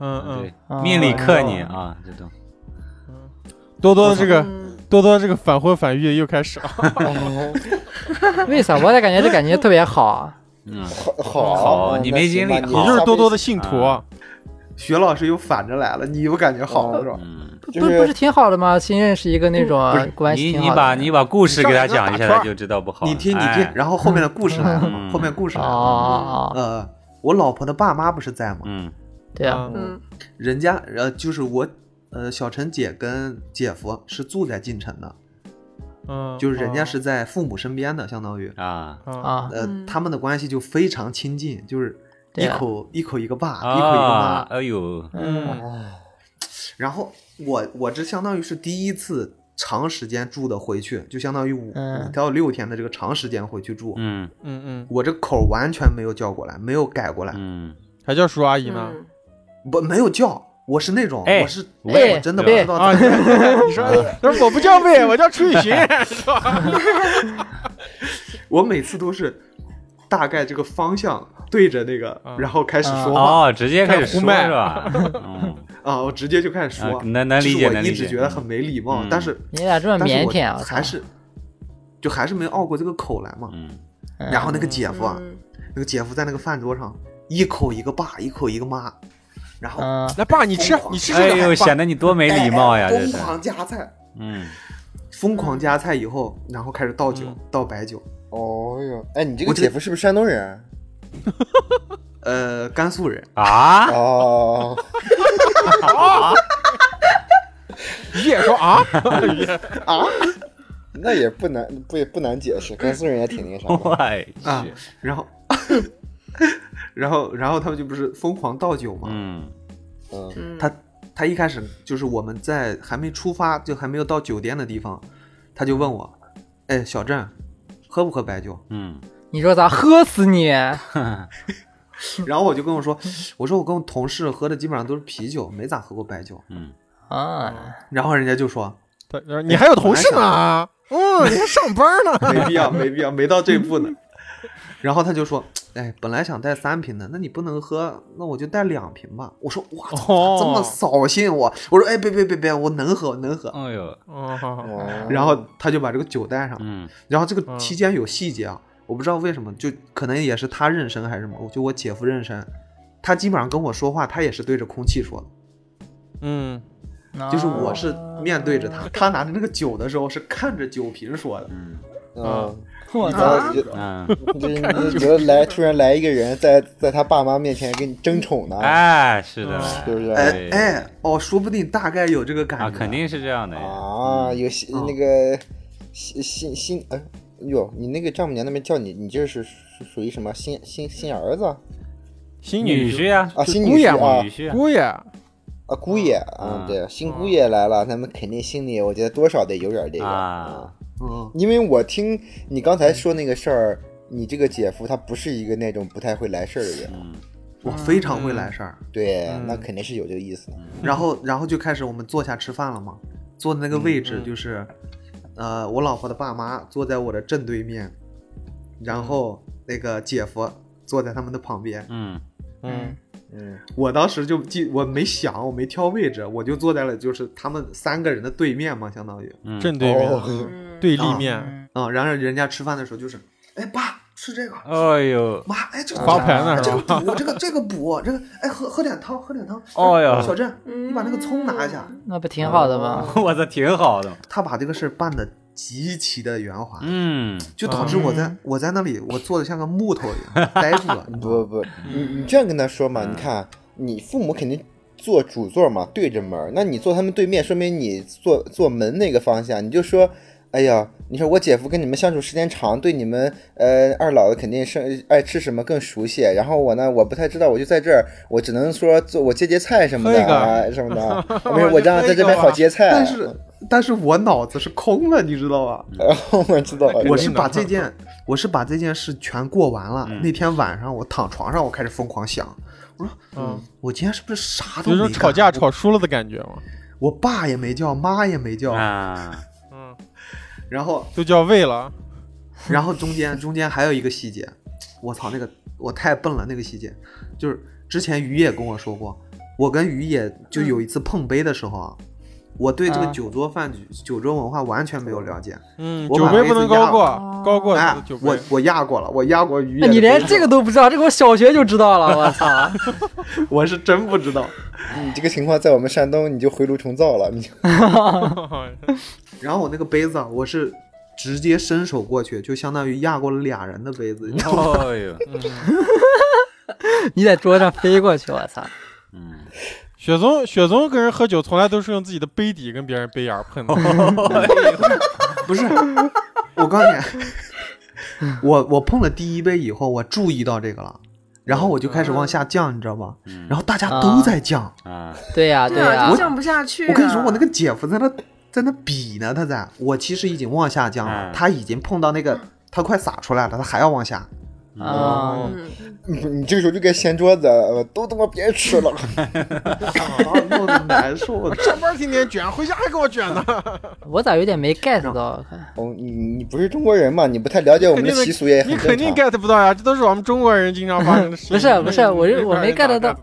[SPEAKER 1] 嗯嗯，
[SPEAKER 4] 对，命里克你啊，
[SPEAKER 5] 嗯
[SPEAKER 4] 这种，
[SPEAKER 1] 多多的这个
[SPEAKER 3] 嗯
[SPEAKER 1] 多多的这个反婚反育又开始了，
[SPEAKER 2] 为啥？我咋感觉这感觉特别好啊？
[SPEAKER 4] 嗯
[SPEAKER 6] 好，好，
[SPEAKER 4] 好你没经历
[SPEAKER 6] 你
[SPEAKER 4] 好
[SPEAKER 1] 你就是多多的
[SPEAKER 6] 下
[SPEAKER 1] 信徒，嗯
[SPEAKER 4] 啊
[SPEAKER 5] 学老师又反着来了，你又感觉好了是吧？
[SPEAKER 4] 嗯，
[SPEAKER 2] 不
[SPEAKER 6] 就是
[SPEAKER 2] 不不是挺好的吗？新认识一个那种啊关系
[SPEAKER 4] 你
[SPEAKER 2] 挺
[SPEAKER 4] 你
[SPEAKER 2] 好
[SPEAKER 4] 把
[SPEAKER 2] 的。
[SPEAKER 4] 你把故事给他讲一下，他就知道不好了。
[SPEAKER 5] 你听你听
[SPEAKER 4] 哎，，
[SPEAKER 5] 然后后面的故事来了嘛，
[SPEAKER 4] 嗯
[SPEAKER 5] 后面故事
[SPEAKER 2] 哦
[SPEAKER 5] 来了。
[SPEAKER 2] 哦哦，
[SPEAKER 5] 呃，我老婆的爸妈不是在吗？
[SPEAKER 4] 嗯
[SPEAKER 2] 对啊，
[SPEAKER 1] 嗯
[SPEAKER 3] 嗯
[SPEAKER 5] 人家呃就是我呃小陈姐跟姐夫是住在晋城的，
[SPEAKER 1] 嗯，
[SPEAKER 5] 就是人家是在父母身边的，相当于
[SPEAKER 4] 啊，
[SPEAKER 1] 啊，
[SPEAKER 2] 啊，
[SPEAKER 5] 呃
[SPEAKER 3] 嗯
[SPEAKER 5] 他们的关系就非常亲近，就是
[SPEAKER 2] 对
[SPEAKER 5] 一
[SPEAKER 2] 啊
[SPEAKER 5] 口一口一个爸，一口一个妈
[SPEAKER 4] 啊，，哎呦，
[SPEAKER 1] 嗯
[SPEAKER 5] 然后我我这相当于是第一次长时间住的回去，就相当于五、
[SPEAKER 2] 嗯
[SPEAKER 5] 五到六天的这个长时间回去住，
[SPEAKER 4] 嗯
[SPEAKER 1] 嗯嗯，
[SPEAKER 5] 我这口完全没有叫过来，没有改过来，
[SPEAKER 4] 嗯，
[SPEAKER 1] 还叫叔阿姨呢，
[SPEAKER 3] 嗯
[SPEAKER 5] 不没有叫，我是那种、
[SPEAKER 4] 哎
[SPEAKER 5] 我是
[SPEAKER 4] 我
[SPEAKER 2] 也
[SPEAKER 5] 我真的
[SPEAKER 4] 哎
[SPEAKER 5] 不知道
[SPEAKER 1] 啊，
[SPEAKER 5] 咋
[SPEAKER 1] 你
[SPEAKER 5] 讲、
[SPEAKER 1] 你说，哎他说我不叫魏，我叫楚雨荨，是吧？
[SPEAKER 5] 我每次都是大概这个方向对着那个，
[SPEAKER 1] 嗯
[SPEAKER 5] 然后开始说话
[SPEAKER 4] 哦，直接开始
[SPEAKER 1] 胡
[SPEAKER 4] 说是
[SPEAKER 1] 麦
[SPEAKER 4] 吧？ 嗯，
[SPEAKER 5] 啊我直接就开始说，
[SPEAKER 4] 啊能能理解
[SPEAKER 5] 这是
[SPEAKER 4] 能
[SPEAKER 5] 我一
[SPEAKER 4] 理
[SPEAKER 5] 直
[SPEAKER 4] 解
[SPEAKER 5] 觉得很没礼貌，
[SPEAKER 4] 嗯
[SPEAKER 5] 但是
[SPEAKER 2] 你俩这么
[SPEAKER 5] 但是
[SPEAKER 2] 腼
[SPEAKER 5] 我
[SPEAKER 2] 腆啊，我操
[SPEAKER 5] 还是就还是没拗过这个口来嘛。
[SPEAKER 4] 嗯
[SPEAKER 5] 然后那个姐夫啊，
[SPEAKER 3] 嗯
[SPEAKER 5] 那个姐夫在那个饭桌上一口一个爸，一口一个妈，然后哎
[SPEAKER 2] 嗯，
[SPEAKER 1] 来，爸，你吃，你吃
[SPEAKER 4] 哎
[SPEAKER 1] 这
[SPEAKER 4] 呦，
[SPEAKER 1] 个，
[SPEAKER 4] 显得你多没礼貌呀，这
[SPEAKER 5] 疯
[SPEAKER 4] 是，
[SPEAKER 5] 狂夹菜，
[SPEAKER 4] 嗯
[SPEAKER 5] 疯狂夹菜以后，然后开始倒酒
[SPEAKER 1] 嗯，
[SPEAKER 5] 倒白酒。
[SPEAKER 6] 哦哟，哎，你这
[SPEAKER 5] 我
[SPEAKER 6] 个
[SPEAKER 5] 这
[SPEAKER 6] 姐夫是不是山东人？啊
[SPEAKER 5] 呃，甘肃人，
[SPEAKER 4] 啊，
[SPEAKER 6] 哦，
[SPEAKER 1] 你也说啊，
[SPEAKER 6] 那也不难，不也不难解释，甘肃人也挺那啥的。
[SPEAKER 4] 我
[SPEAKER 5] 啊
[SPEAKER 4] 去，
[SPEAKER 5] 然后，然后，然后他们就不是疯狂倒酒嘛。
[SPEAKER 4] 嗯
[SPEAKER 6] 嗯
[SPEAKER 3] 嗯
[SPEAKER 5] 他他一开始就是我们在还没出发，就还没有到酒店的地方，他就问我，哎，小郑，喝不喝白酒？
[SPEAKER 4] 嗯
[SPEAKER 2] 你说咋喝死你？啊
[SPEAKER 5] 然后我就跟我说，我说我跟我同事喝的基本上都是啤酒，没咋喝过白酒。
[SPEAKER 4] 嗯，
[SPEAKER 2] 啊，
[SPEAKER 5] 然后人家就说，
[SPEAKER 1] 他他说你还有同事呢，嗯，你还上班呢，
[SPEAKER 5] 没必要，没必要，没到 这步呢。然后他就说：“哎，本来想带三瓶的，那你不能喝，那我就带两瓶吧。”我说：“哇，
[SPEAKER 1] 哦
[SPEAKER 5] 这么扫兴我！”我说：“哎，别别别别，我能喝，我能喝。
[SPEAKER 4] 哎呦，
[SPEAKER 1] 哦，好好
[SPEAKER 6] 哦
[SPEAKER 5] 然后他就把这个酒带上，
[SPEAKER 4] 嗯
[SPEAKER 5] 然后
[SPEAKER 1] 嗯
[SPEAKER 5] 这个期间有细节啊，我不知道为什么，就可能也是他妊娠还是什么，就我姐夫妊娠，他基本上跟我说话，他也是对着空气说的，
[SPEAKER 1] 嗯，
[SPEAKER 5] 就是
[SPEAKER 4] 啊
[SPEAKER 5] 我是面对 着他，他拿着那个酒的时候是看着酒瓶说的。
[SPEAKER 4] 嗯
[SPEAKER 6] 嗯，
[SPEAKER 2] 我
[SPEAKER 6] 然
[SPEAKER 2] 操，
[SPEAKER 6] 后你就
[SPEAKER 4] 嗯，
[SPEAKER 6] 你就 你就觉得来突然来一个人在在他爸妈面前给你争宠呢，
[SPEAKER 4] 哎，是的，
[SPEAKER 6] 是不是？
[SPEAKER 5] 哎
[SPEAKER 4] 对
[SPEAKER 5] 哎哦，说不定大概有这个感觉，
[SPEAKER 4] 啊，肯定是这样的呀，
[SPEAKER 6] 啊，有新那
[SPEAKER 4] 哦
[SPEAKER 6] 个新新新哎哟，你那个丈母娘那边叫你，你这是属属于什么新新新儿子
[SPEAKER 1] 新
[SPEAKER 4] 女
[SPEAKER 1] 女
[SPEAKER 4] 婿呀，
[SPEAKER 6] 啊？新
[SPEAKER 1] 姑
[SPEAKER 6] 女
[SPEAKER 1] 爷
[SPEAKER 6] 婿
[SPEAKER 1] 嘛
[SPEAKER 6] 啊
[SPEAKER 4] 女？婿啊，
[SPEAKER 1] 姑爷，
[SPEAKER 6] 啊，姑爷
[SPEAKER 4] 嗯
[SPEAKER 6] 啊，对，新姑爷来了，他们肯定心里我觉得多少得有点这个
[SPEAKER 4] 啊，
[SPEAKER 5] 嗯，
[SPEAKER 6] 因为我听你刚才说那个事儿，你这个姐夫他不是一个那种不太会来事儿的人，
[SPEAKER 4] 嗯，
[SPEAKER 5] 我非常会来事儿。
[SPEAKER 6] 对，
[SPEAKER 1] 嗯
[SPEAKER 6] 那肯定是有这个意思的。
[SPEAKER 5] 然后，然后就开始我们坐下吃饭了嘛。坐的那个位置
[SPEAKER 1] 嗯嗯
[SPEAKER 5] 就是，呃，我老婆的爸妈坐在我的正对面，然后那个姐夫坐在他们的旁边。
[SPEAKER 4] 嗯，
[SPEAKER 1] 嗯，
[SPEAKER 6] 嗯，
[SPEAKER 5] 我当时就记，我没想，我没挑位置，我就坐在了就是他们三个人的对面嘛，相当于。
[SPEAKER 4] 嗯
[SPEAKER 1] 正对面、
[SPEAKER 6] 哦
[SPEAKER 2] 嗯
[SPEAKER 1] 对立面，
[SPEAKER 2] 嗯
[SPEAKER 5] 啊、然后人家吃饭的时候就是，哎爸，吃这个，
[SPEAKER 4] 哎呦，
[SPEAKER 5] 妈，哎这个
[SPEAKER 1] 发牌呢
[SPEAKER 5] 这
[SPEAKER 1] 啊是
[SPEAKER 5] 个
[SPEAKER 1] 吧？
[SPEAKER 5] 补，这个这个补，这个哎喝喝点汤，喝点汤。
[SPEAKER 4] 哦哟
[SPEAKER 5] 小郑，你把那个葱拿一下。
[SPEAKER 2] 那不挺好的吗？
[SPEAKER 4] 我操，挺好的，
[SPEAKER 5] 他把这个事儿办的极其的圆滑，
[SPEAKER 4] 嗯，
[SPEAKER 5] 就导致我在、我在那里我坐的像个木头 一样呆住了。你知道吗
[SPEAKER 6] 不不不，你你这样跟他说嘛，你看啊你父母肯定坐主座嘛，对着门儿，那你坐他们对面，说明你坐坐门那个方向，你就说。哎呀，你说我姐夫跟你们相处时间长，对你们呃二老肯定是爱吃什么更熟悉。然后我呢，我不太知道，我就在这儿，我只能说做我接接菜什么的
[SPEAKER 1] 喝一个
[SPEAKER 6] 啊什么的。没
[SPEAKER 1] 我
[SPEAKER 6] 有，
[SPEAKER 1] 就
[SPEAKER 6] 我让在这边好接菜。
[SPEAKER 5] 但是但是我脑子是空的，你知道吧？
[SPEAKER 6] 然后 我知道了，
[SPEAKER 5] 我是把这件我是把这件事全过完了。
[SPEAKER 4] 嗯
[SPEAKER 5] 那天晚上我躺床上，我开始疯狂想，我说
[SPEAKER 1] 嗯，
[SPEAKER 5] 我今天是不是啥都
[SPEAKER 1] 有
[SPEAKER 5] 没
[SPEAKER 1] 种
[SPEAKER 5] 干
[SPEAKER 1] 吵架吵输了的感觉嘛。
[SPEAKER 5] 我爸也没叫，妈也没叫，
[SPEAKER 4] 啊，
[SPEAKER 1] 嗯，
[SPEAKER 5] 然后
[SPEAKER 1] 都叫喂了。
[SPEAKER 5] 然后中间中间还有一个细节，我操，那个我太笨了，那个细节就是之前于野跟我说过，我跟于野就有一次碰杯的时候啊，我对这个
[SPEAKER 2] 啊
[SPEAKER 5] 酒桌饭局、酒桌文化完全没有了解，
[SPEAKER 1] 嗯，
[SPEAKER 5] 我
[SPEAKER 1] 酒
[SPEAKER 5] 把
[SPEAKER 1] 杯
[SPEAKER 5] 杯
[SPEAKER 1] 不
[SPEAKER 5] 子
[SPEAKER 1] 能
[SPEAKER 5] 压
[SPEAKER 1] 高
[SPEAKER 5] 了
[SPEAKER 1] 过，高过
[SPEAKER 5] 哎
[SPEAKER 1] 酒，杯。
[SPEAKER 5] 我我压过了，我压过于
[SPEAKER 2] 那
[SPEAKER 5] 野的
[SPEAKER 2] 哎你
[SPEAKER 5] 杯子，
[SPEAKER 2] 连这个都不知道，这个我小学就知道了，我操！
[SPEAKER 5] 我是真不知道。
[SPEAKER 6] 你这个情况在我们山东，你就回炉重造了，你就
[SPEAKER 5] 然后我那个杯子啊，我是直接伸手过去，就相当于压过了俩人的杯子，你知道吗？
[SPEAKER 4] 哎呦，
[SPEAKER 2] 你在桌上飞过去，我操！
[SPEAKER 4] 嗯，
[SPEAKER 1] 雪松，雪松跟人喝酒从来都是用自己的杯底跟别人杯沿儿碰的。
[SPEAKER 5] 不是， 我告诉你，我我碰了第一杯以后，我注意到这个了，然后我就开始往下降，你知道吧？
[SPEAKER 4] 嗯
[SPEAKER 5] 然后大家都在降，
[SPEAKER 4] 啊，
[SPEAKER 2] 对呀、
[SPEAKER 3] 对
[SPEAKER 2] 呀、
[SPEAKER 3] 啊，就降不下去啊。
[SPEAKER 5] 我跟你说，我那个姐夫在那在那比呢，他在我其实已经往下降了，
[SPEAKER 4] 嗯
[SPEAKER 5] 他已经碰到那个他快洒出来了，他还要往下，
[SPEAKER 2] 啊、
[SPEAKER 4] 哦
[SPEAKER 3] 嗯，
[SPEAKER 6] 你你这个时候就该掀桌子，呃都他妈别吃了。
[SPEAKER 5] 啊，弄得难受的。
[SPEAKER 1] 上哎班天天卷，回家还给我卷呢。
[SPEAKER 2] 我咋有点没 get 到？
[SPEAKER 6] 哦，你你不是中国人嘛？你不太了解我
[SPEAKER 1] 肯
[SPEAKER 6] 们的
[SPEAKER 1] 定能
[SPEAKER 6] 习俗也很
[SPEAKER 1] 你肯定
[SPEAKER 6] 正常。
[SPEAKER 1] get 不到呀，这都是我们中国人经常发生的事情。
[SPEAKER 2] 不是不是我
[SPEAKER 1] 你
[SPEAKER 2] 是我
[SPEAKER 1] 哪儿
[SPEAKER 2] 没
[SPEAKER 1] 哪儿
[SPEAKER 2] get 到